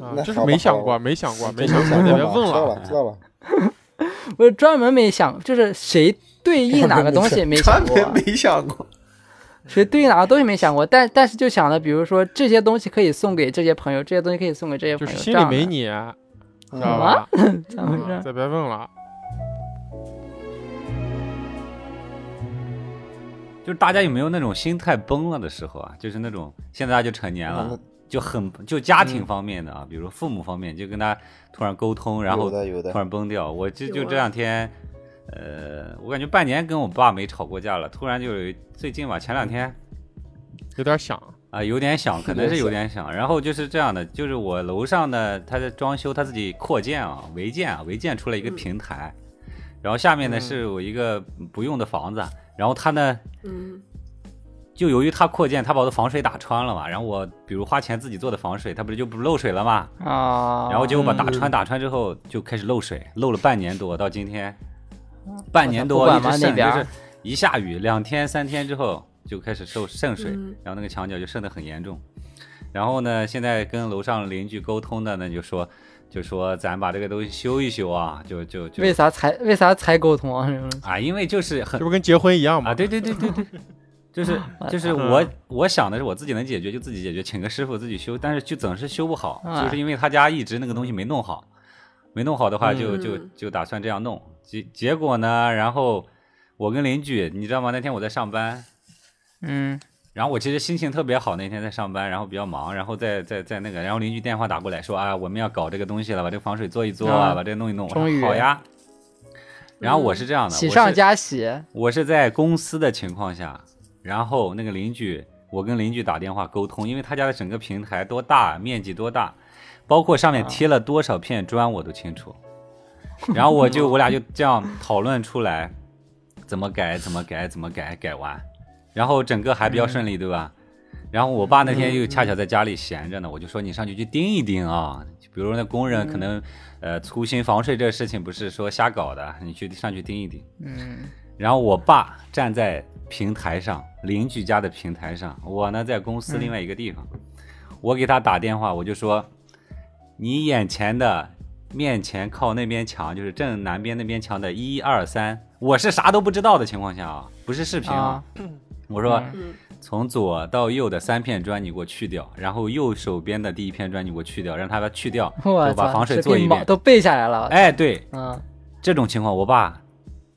[SPEAKER 1] 啊
[SPEAKER 6] 那
[SPEAKER 1] 就是
[SPEAKER 6] 好吧
[SPEAKER 1] 没想，过，
[SPEAKER 6] 好吧
[SPEAKER 1] 没想过，没
[SPEAKER 6] 没
[SPEAKER 1] 想过，得
[SPEAKER 6] 过吧
[SPEAKER 1] 别问
[SPEAKER 6] 知道
[SPEAKER 1] 了。
[SPEAKER 6] 了知道了，
[SPEAKER 2] 我是专门没想，就是谁对应哪个东西没
[SPEAKER 5] 专
[SPEAKER 2] 想过，啊
[SPEAKER 5] 门 没 想过。
[SPEAKER 2] 谁对应哪个东西没想过，但但是就想了，比如说这些东西可以送给这些朋友，这些东西可以送给这些
[SPEAKER 1] 就
[SPEAKER 2] 朋友，
[SPEAKER 1] 是
[SPEAKER 2] 这
[SPEAKER 1] 心里
[SPEAKER 2] 样的
[SPEAKER 1] 没 你，知道吧
[SPEAKER 2] 啊？怎么回
[SPEAKER 1] 嗯
[SPEAKER 2] 事？
[SPEAKER 1] 再别问了。
[SPEAKER 4] 就是大家有没有那种心态崩了的时候啊？就是那种现在大家就成年了
[SPEAKER 6] 嗯，
[SPEAKER 4] 就很就家庭方面的啊，比如父母方面，就跟他突然沟通，然后
[SPEAKER 6] 有的有的
[SPEAKER 4] 突然崩掉。我就
[SPEAKER 3] 有
[SPEAKER 4] 就
[SPEAKER 3] 啊
[SPEAKER 4] 这两天，呃，我感觉半年跟我爸没吵过架了，突然就有最近吧，前两天
[SPEAKER 1] 有点想，
[SPEAKER 4] 啊，有点想，可能是有
[SPEAKER 6] 有
[SPEAKER 4] 点想。然后就是这样的，就是我楼上呢，他在装修，他自己扩建啊，违建啊，违建出了一个平台，然后下面呢
[SPEAKER 1] 嗯
[SPEAKER 4] 是我一个不用的房子，然后他呢
[SPEAKER 3] 嗯，
[SPEAKER 4] 就由于他扩建，他把我的防水打穿了嘛，然后我比如花钱自己做的防水，它不是就不漏水了嘛，
[SPEAKER 2] 啊，
[SPEAKER 4] 嗯然后结果把
[SPEAKER 1] 嗯
[SPEAKER 4] 打穿打穿之后就开始漏水，漏了半年多，到今天半年
[SPEAKER 2] 不
[SPEAKER 4] 多
[SPEAKER 2] 管
[SPEAKER 4] 一直
[SPEAKER 2] 嘛那
[SPEAKER 4] 渗，
[SPEAKER 2] 边
[SPEAKER 4] 就
[SPEAKER 2] 儿
[SPEAKER 4] 是一下雨两天三天之后就开始受渗水，
[SPEAKER 3] 嗯
[SPEAKER 4] 然后那个墙角就渗得很严重。然后呢，现在跟楼上邻居沟通的呢，就说就说咱把这个东西修一修啊，就就就
[SPEAKER 2] 为啥才为啥才沟通啊？
[SPEAKER 4] 啊，因为就是很
[SPEAKER 1] 这不跟结婚一样
[SPEAKER 4] 啊，
[SPEAKER 1] 吗？
[SPEAKER 4] 对对对对对，
[SPEAKER 2] 哎
[SPEAKER 4] 就是就是我我想的是我自己能解决就自己解决，请个师傅自己修，但是就总是修不好，就
[SPEAKER 2] 啊
[SPEAKER 4] 是因为他家一直那个东西没弄好，没弄好的话就就
[SPEAKER 3] 嗯
[SPEAKER 4] 就打算这样弄，结结果呢，然后我跟邻居，你知道吗？那天我在上班，
[SPEAKER 2] 嗯
[SPEAKER 4] 然后我其实心情特别好，那天在上班，然后比较忙，然后在在在那个，然后邻居电话打过来说啊，我们要搞这个东西了，把这个防水做一做啊，
[SPEAKER 2] 啊
[SPEAKER 4] 把这个弄一弄，我
[SPEAKER 2] 终于
[SPEAKER 4] 说好呀。然后我是这样
[SPEAKER 2] 嗯，
[SPEAKER 4] 的，
[SPEAKER 2] 喜
[SPEAKER 4] 我
[SPEAKER 2] 上
[SPEAKER 4] 是
[SPEAKER 2] 加喜，
[SPEAKER 4] 我是在公司的情况下，然后那个邻居，我跟邻居打电话沟通，因为他家的整个平台多大，面积多大，包括上面贴了多少片砖，我都清楚。然后我就我俩就这样讨论出来，怎么改，怎么改，怎么改，改完，然后整个还比较顺利，对吧？然后我爸那天又恰巧在家里闲着呢，我就说你上去去盯一盯啊，就比如那工人可能、呃粗心防税这事情不是说瞎搞的，你去上去盯一盯。
[SPEAKER 2] 嗯，
[SPEAKER 4] 然后我爸站在平台上，邻居家的平台上，我呢在公
[SPEAKER 2] 嗯
[SPEAKER 4] 司另外一个地方。我给他打电话，我就说：“你眼前的面前靠那边墙，就是正南边那边墙的一二三，我是啥都不知道的情况下啊，不是视频
[SPEAKER 2] 啊，
[SPEAKER 4] 我说、
[SPEAKER 3] 嗯
[SPEAKER 4] 从左到右的三片砖你给我去掉，然后右手边的第一片砖你给我去掉，让他把它去掉，
[SPEAKER 2] 我
[SPEAKER 4] 就把
[SPEAKER 2] 操，
[SPEAKER 4] 防水
[SPEAKER 2] 这
[SPEAKER 4] 做一
[SPEAKER 2] 病毛
[SPEAKER 4] 遍。
[SPEAKER 2] 都背下来了，
[SPEAKER 4] 哎，对，
[SPEAKER 2] 嗯，
[SPEAKER 4] 这种情况，我爸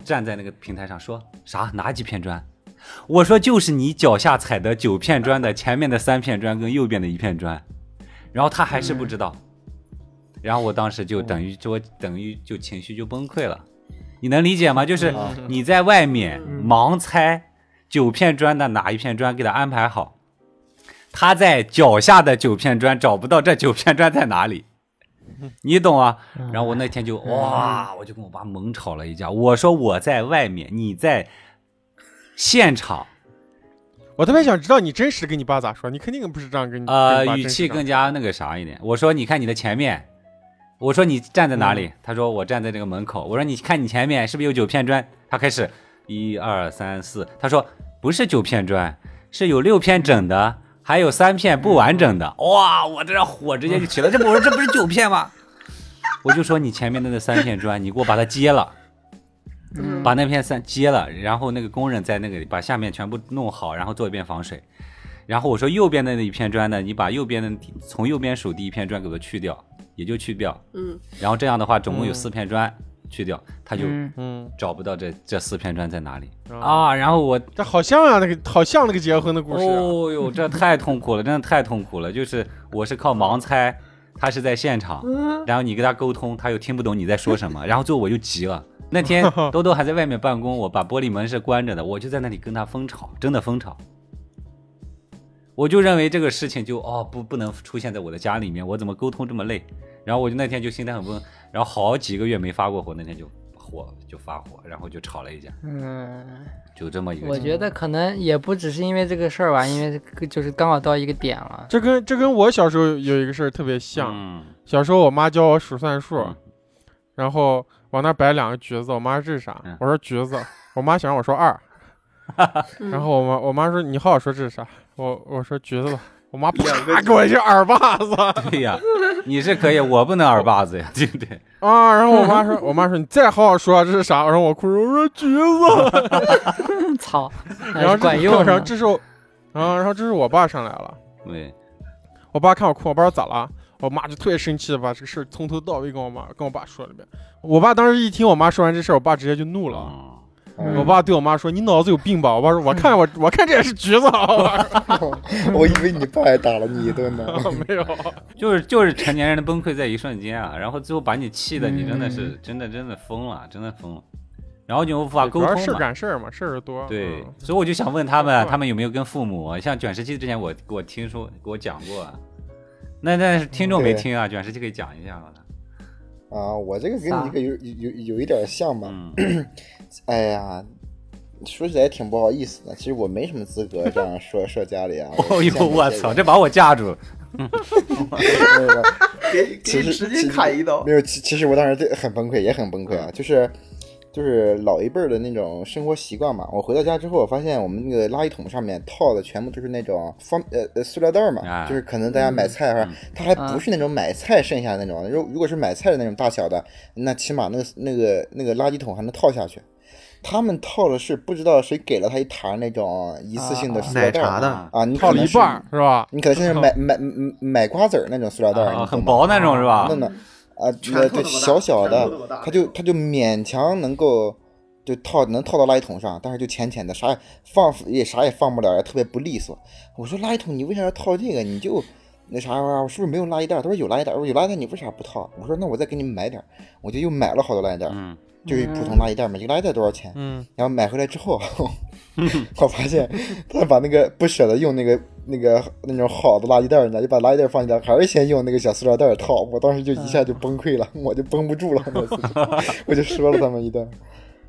[SPEAKER 4] 站在那个平台上说啥？哪几片砖？我说就是你脚下踩的九片砖的前面的三片砖跟右边的一片砖，然后他还是不知道，然后我当时就等于就等于就情绪就崩溃了，你能理解吗？就是你在外面盲猜九片砖的哪一片砖给他安排好，他在脚下的九片砖找不到这九片砖在哪里，你懂啊？然后我那天就哇，我就跟我爸猛吵了一架。我说我在外面，你在现场，
[SPEAKER 1] 我特别想知道你真实跟你爸咋说，你肯定不是这样跟你
[SPEAKER 4] 呃
[SPEAKER 1] 跟你，爸
[SPEAKER 4] 语
[SPEAKER 1] 真实
[SPEAKER 4] 气
[SPEAKER 1] 这样
[SPEAKER 4] 更加那个啥一点。我说你看你的前面，我说你站在哪
[SPEAKER 1] 嗯
[SPEAKER 4] 里？他说我站在这个门口。我说你看你前面是不是有九片砖？他开始一二三四，他说不是九片砖，是有六片整的，还有三片不完整的。
[SPEAKER 1] 嗯
[SPEAKER 4] 哇，我这火直接就起来，这不我说这不是九 片吗？我就说你前面的那三片砖，你给我把它揭了。
[SPEAKER 3] 嗯
[SPEAKER 4] 把那片山接了，然后那个工人在那个把下面全部弄好，然后做一遍防水。然后我说右边的那一片砖呢，你把右边的第从右边数第一片砖给我去掉，也就去掉。
[SPEAKER 3] 嗯
[SPEAKER 4] 然后这样的话，总共有四片砖去掉，他就
[SPEAKER 2] 嗯
[SPEAKER 1] 嗯
[SPEAKER 4] 找不到这这四片砖在哪里
[SPEAKER 1] 啊，
[SPEAKER 4] 啊。然后我，
[SPEAKER 1] 这好像啊，那个好像那个结婚的故事啊，
[SPEAKER 4] 哦呦，这太痛苦了，真的太痛苦了。就是我是靠盲猜，他是在现场，
[SPEAKER 1] 嗯
[SPEAKER 4] 然后你跟他沟通，他又听不懂你在说什么，然 后最后我就急了。那 天兜兜还在外面办公，我把玻璃门是关着的，我就在那里跟他疯吵，真的疯吵。我就认为这个事情就哦不不能出现在我的家里面，我怎么沟通这么累？然后我就那天就心态很崩，然后好几个月没发过火，那天就火就发火，然后就吵了一架，
[SPEAKER 2] 嗯，
[SPEAKER 4] 就这么一个情
[SPEAKER 2] 我
[SPEAKER 4] 况。
[SPEAKER 2] 觉得可能也不只是因为这个事儿吧，因为这个就是刚好到一个 点了。
[SPEAKER 1] 这跟这跟我小时候有一个事儿特别像，
[SPEAKER 4] 嗯
[SPEAKER 1] 小时候我妈教我数算数，
[SPEAKER 4] 嗯
[SPEAKER 1] 然后往那摆两个橘子，我妈说这是啥？
[SPEAKER 4] 嗯
[SPEAKER 1] 我说橘子， 我妈想让我说二，
[SPEAKER 3] 嗯
[SPEAKER 1] 然后我妈我妈说你好好说这是啥？我我说橘子吧，我妈啪给我一个耳巴子
[SPEAKER 4] 对呀，你是可以，我不能耳巴子呀，对 不对？
[SPEAKER 1] 啊！然后我妈说我妈说你再好好说这是啥？然后我哭着我说橘子，
[SPEAKER 2] 操，还
[SPEAKER 1] 然后
[SPEAKER 2] 是
[SPEAKER 1] 这
[SPEAKER 2] 哎管用啊
[SPEAKER 1] 然后
[SPEAKER 2] 的。
[SPEAKER 1] 这是我，啊，然后这是我爸上来了，
[SPEAKER 4] 对，
[SPEAKER 1] 我爸看我哭，我不知道咋了，我妈就特别生气的把这个事儿从头到尾跟我妈跟我爸说了一遍。我爸当时一听我妈说完这事儿，我爸直接就怒了。
[SPEAKER 4] 嗯
[SPEAKER 6] 嗯
[SPEAKER 1] 我爸对我妈说：“你脑子有病吧？”我爸说：“我看我我看这也是橘子。啊我
[SPEAKER 6] 我以为你爸还打了你 一顿呢。
[SPEAKER 1] 说”
[SPEAKER 4] 嗯
[SPEAKER 1] 没有，
[SPEAKER 4] 就是就是成年人的崩溃在一瞬间啊，然后最后把你气的，你真的是
[SPEAKER 2] 嗯
[SPEAKER 4] 真的真的疯了，真的疯了，然后你无法沟
[SPEAKER 1] 主要
[SPEAKER 4] 通
[SPEAKER 1] 事儿
[SPEAKER 4] 嘛。
[SPEAKER 1] 赶事儿嘛，事儿多。
[SPEAKER 4] 对
[SPEAKER 1] 嗯，
[SPEAKER 4] 所以我就想问他们，
[SPEAKER 1] 对
[SPEAKER 4] 他们有没有跟父母？像卷十七之前我，我听说给我讲过啊，那那是听众没
[SPEAKER 6] 对
[SPEAKER 4] 听啊，卷十七可以讲一下了。
[SPEAKER 6] 啊，我这个跟你这个有有有有一点像吧？
[SPEAKER 4] 嗯，
[SPEAKER 6] 哎呀，说起来挺不好意思的。其实我没什么资格这样说 说家里啊。
[SPEAKER 4] 哦
[SPEAKER 6] 是羡
[SPEAKER 4] 呦，
[SPEAKER 6] 慕
[SPEAKER 4] 我
[SPEAKER 6] 这个
[SPEAKER 4] 操，这把我架住了。
[SPEAKER 6] 没有没有
[SPEAKER 5] 给
[SPEAKER 6] 其
[SPEAKER 5] 给
[SPEAKER 6] 实
[SPEAKER 5] 直
[SPEAKER 6] 其
[SPEAKER 5] 接
[SPEAKER 6] 实
[SPEAKER 5] 砍一刀
[SPEAKER 6] 没。有，其其实我当时对很崩溃，也很崩溃啊，就是就是老一辈儿的那种生活习惯嘛。我回到家之后，我发现我们那个垃圾桶上面套的全部都是那种方呃呃塑料袋儿嘛，
[SPEAKER 4] 啊
[SPEAKER 6] 就是可能大家买菜哈、它还不是那种买菜剩下的那种，如、如果是买菜的那种大小的，那起码那个那个那个垃圾桶还能套下去。他们套的是不知道谁给了他一沓那种一次性的塑料
[SPEAKER 5] 奶
[SPEAKER 6] 袋儿
[SPEAKER 5] 茶的，
[SPEAKER 6] 啊，你可
[SPEAKER 1] 套了
[SPEAKER 6] 能
[SPEAKER 1] 一
[SPEAKER 6] 是
[SPEAKER 1] 半儿，是吧？
[SPEAKER 6] 你可能现在买买买买瓜子儿那种塑料袋儿，
[SPEAKER 4] 啊，
[SPEAKER 6] 你懂
[SPEAKER 4] 很
[SPEAKER 6] 吗
[SPEAKER 4] 薄那种是吧
[SPEAKER 6] 那？呢，啊，
[SPEAKER 5] 拳
[SPEAKER 6] 呃
[SPEAKER 5] 头那么大
[SPEAKER 6] 对，小小
[SPEAKER 5] 拳头那么
[SPEAKER 6] 的
[SPEAKER 5] 大，
[SPEAKER 6] 它就它就勉强能够就套能套到垃圾桶上，但是就浅浅的，啥也放也啥也放不了，也特别不利索。我说垃圾桶你为啥要套这个？你就那啥玩意儿，是不是没有垃圾袋？他说有垃圾袋。我说有垃圾袋你为啥不套？我说那我再给你买点儿，我就又买了好多垃圾袋，
[SPEAKER 4] 嗯
[SPEAKER 6] 就是普通垃圾袋嘛，一个垃圾袋多少钱？
[SPEAKER 1] 嗯，
[SPEAKER 6] 然后买回来之后， 我发现他把那个不舍得用那个那个那种好的垃圾袋儿呢，就把垃圾袋放进来，还是先用那个小塑料袋儿套。 我当时就一下就崩溃了，我就绷不住了，我自己我就说了他们一顿。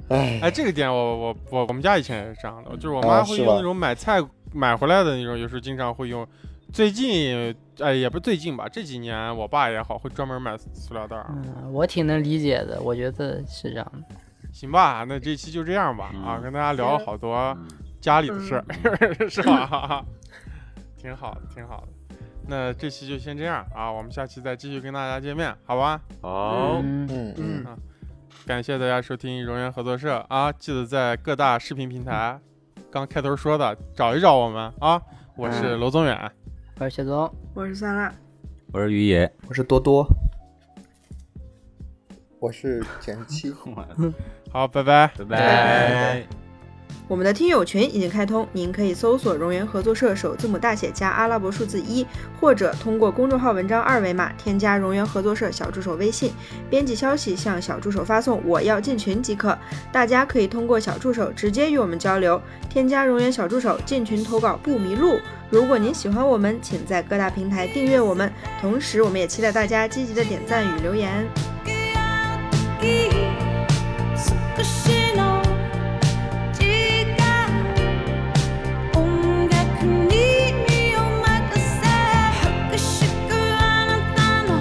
[SPEAKER 6] 哎，
[SPEAKER 1] 哎，这个点我我我我们家以前也是这样的，
[SPEAKER 4] 哦
[SPEAKER 1] 就是我
[SPEAKER 6] 啊
[SPEAKER 1] 妈会
[SPEAKER 6] 是
[SPEAKER 1] 用
[SPEAKER 6] 吧
[SPEAKER 1] 那种买菜买回来的那种，有时候经常会用。最近，哎，也不是最近吧，这几年我爸也好，会专门买塑料袋儿。
[SPEAKER 2] 嗯，我挺能理解的，我觉得是这样的。
[SPEAKER 1] 行吧，那这期就这样吧，啊，
[SPEAKER 4] 嗯
[SPEAKER 1] 跟大家聊了好多
[SPEAKER 4] 嗯
[SPEAKER 1] 家里的事儿， 是吧？挺好的，挺好的。那这期就先这样啊，我们下期再继续跟大家见面，好吧？
[SPEAKER 4] 好，
[SPEAKER 2] 嗯，
[SPEAKER 6] 嗯嗯
[SPEAKER 3] 嗯，
[SPEAKER 1] 感谢大家收听荣源合作社啊！记得在各大视频平台，刚开头说的，找一找我们啊！我是娄宗远，
[SPEAKER 2] 我是雪宗，
[SPEAKER 3] 我是酸辣，
[SPEAKER 4] 我是于 野，
[SPEAKER 5] 我是多多。
[SPEAKER 6] 我是减七。
[SPEAKER 1] 好，拜拜。
[SPEAKER 4] 拜拜。
[SPEAKER 3] 我们的听友群已经开通，您可以搜索“荣源合作社”首字母大写加阿拉伯数字一，或者通过公众号文章二维码添加“荣源合作社”小助手微信，编辑消息向小助手发送“我要进群”即可。大家可以通过小助手直接与我们交流，添加荣源小助手进群投稿不迷路。如果您喜欢我们，请在各大平台订阅我们，同时我们也期待大家积极的点赞与留言。
[SPEAKER 7] 少しの時間音楽に身を任せ拍手くあなたの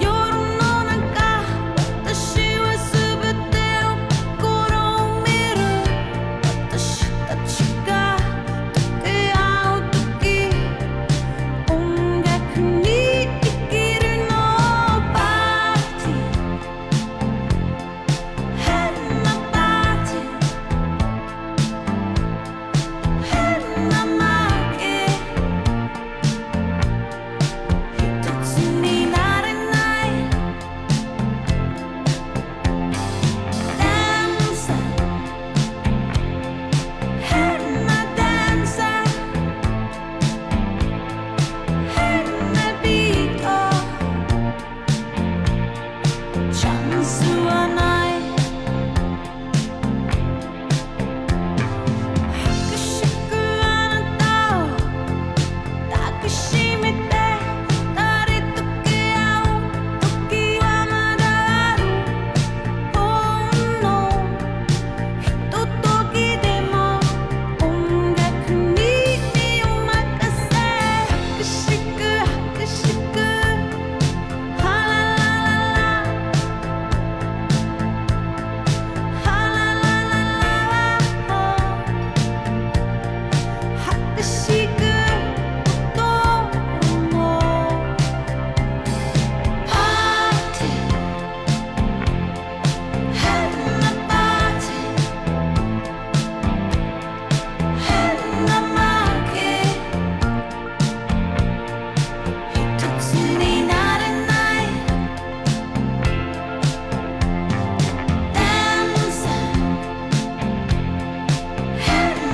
[SPEAKER 7] 夜の中私は全ての心を見る私たちが溶け合う時音楽に生きるのパーティー変なパーティー変なマーケー一つになれないダンサー変なダンサー変なビートチャンスはない「拍手くあなたを抱きしめて」「二人溶け合う時はまだある」「ほんのひとときでも音楽に身を任せ」「拍手く拍手くハララララ」「ハラララララ」拍しく音もパーティー変なパーティー変なマーケー一つになれないダンサー変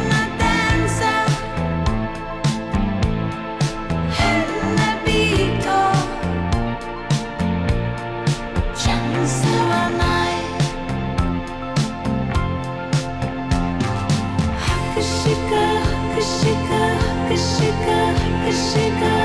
[SPEAKER 7] なダンサー変なビートチャンスはない拍手か拍手か拍手か拍手か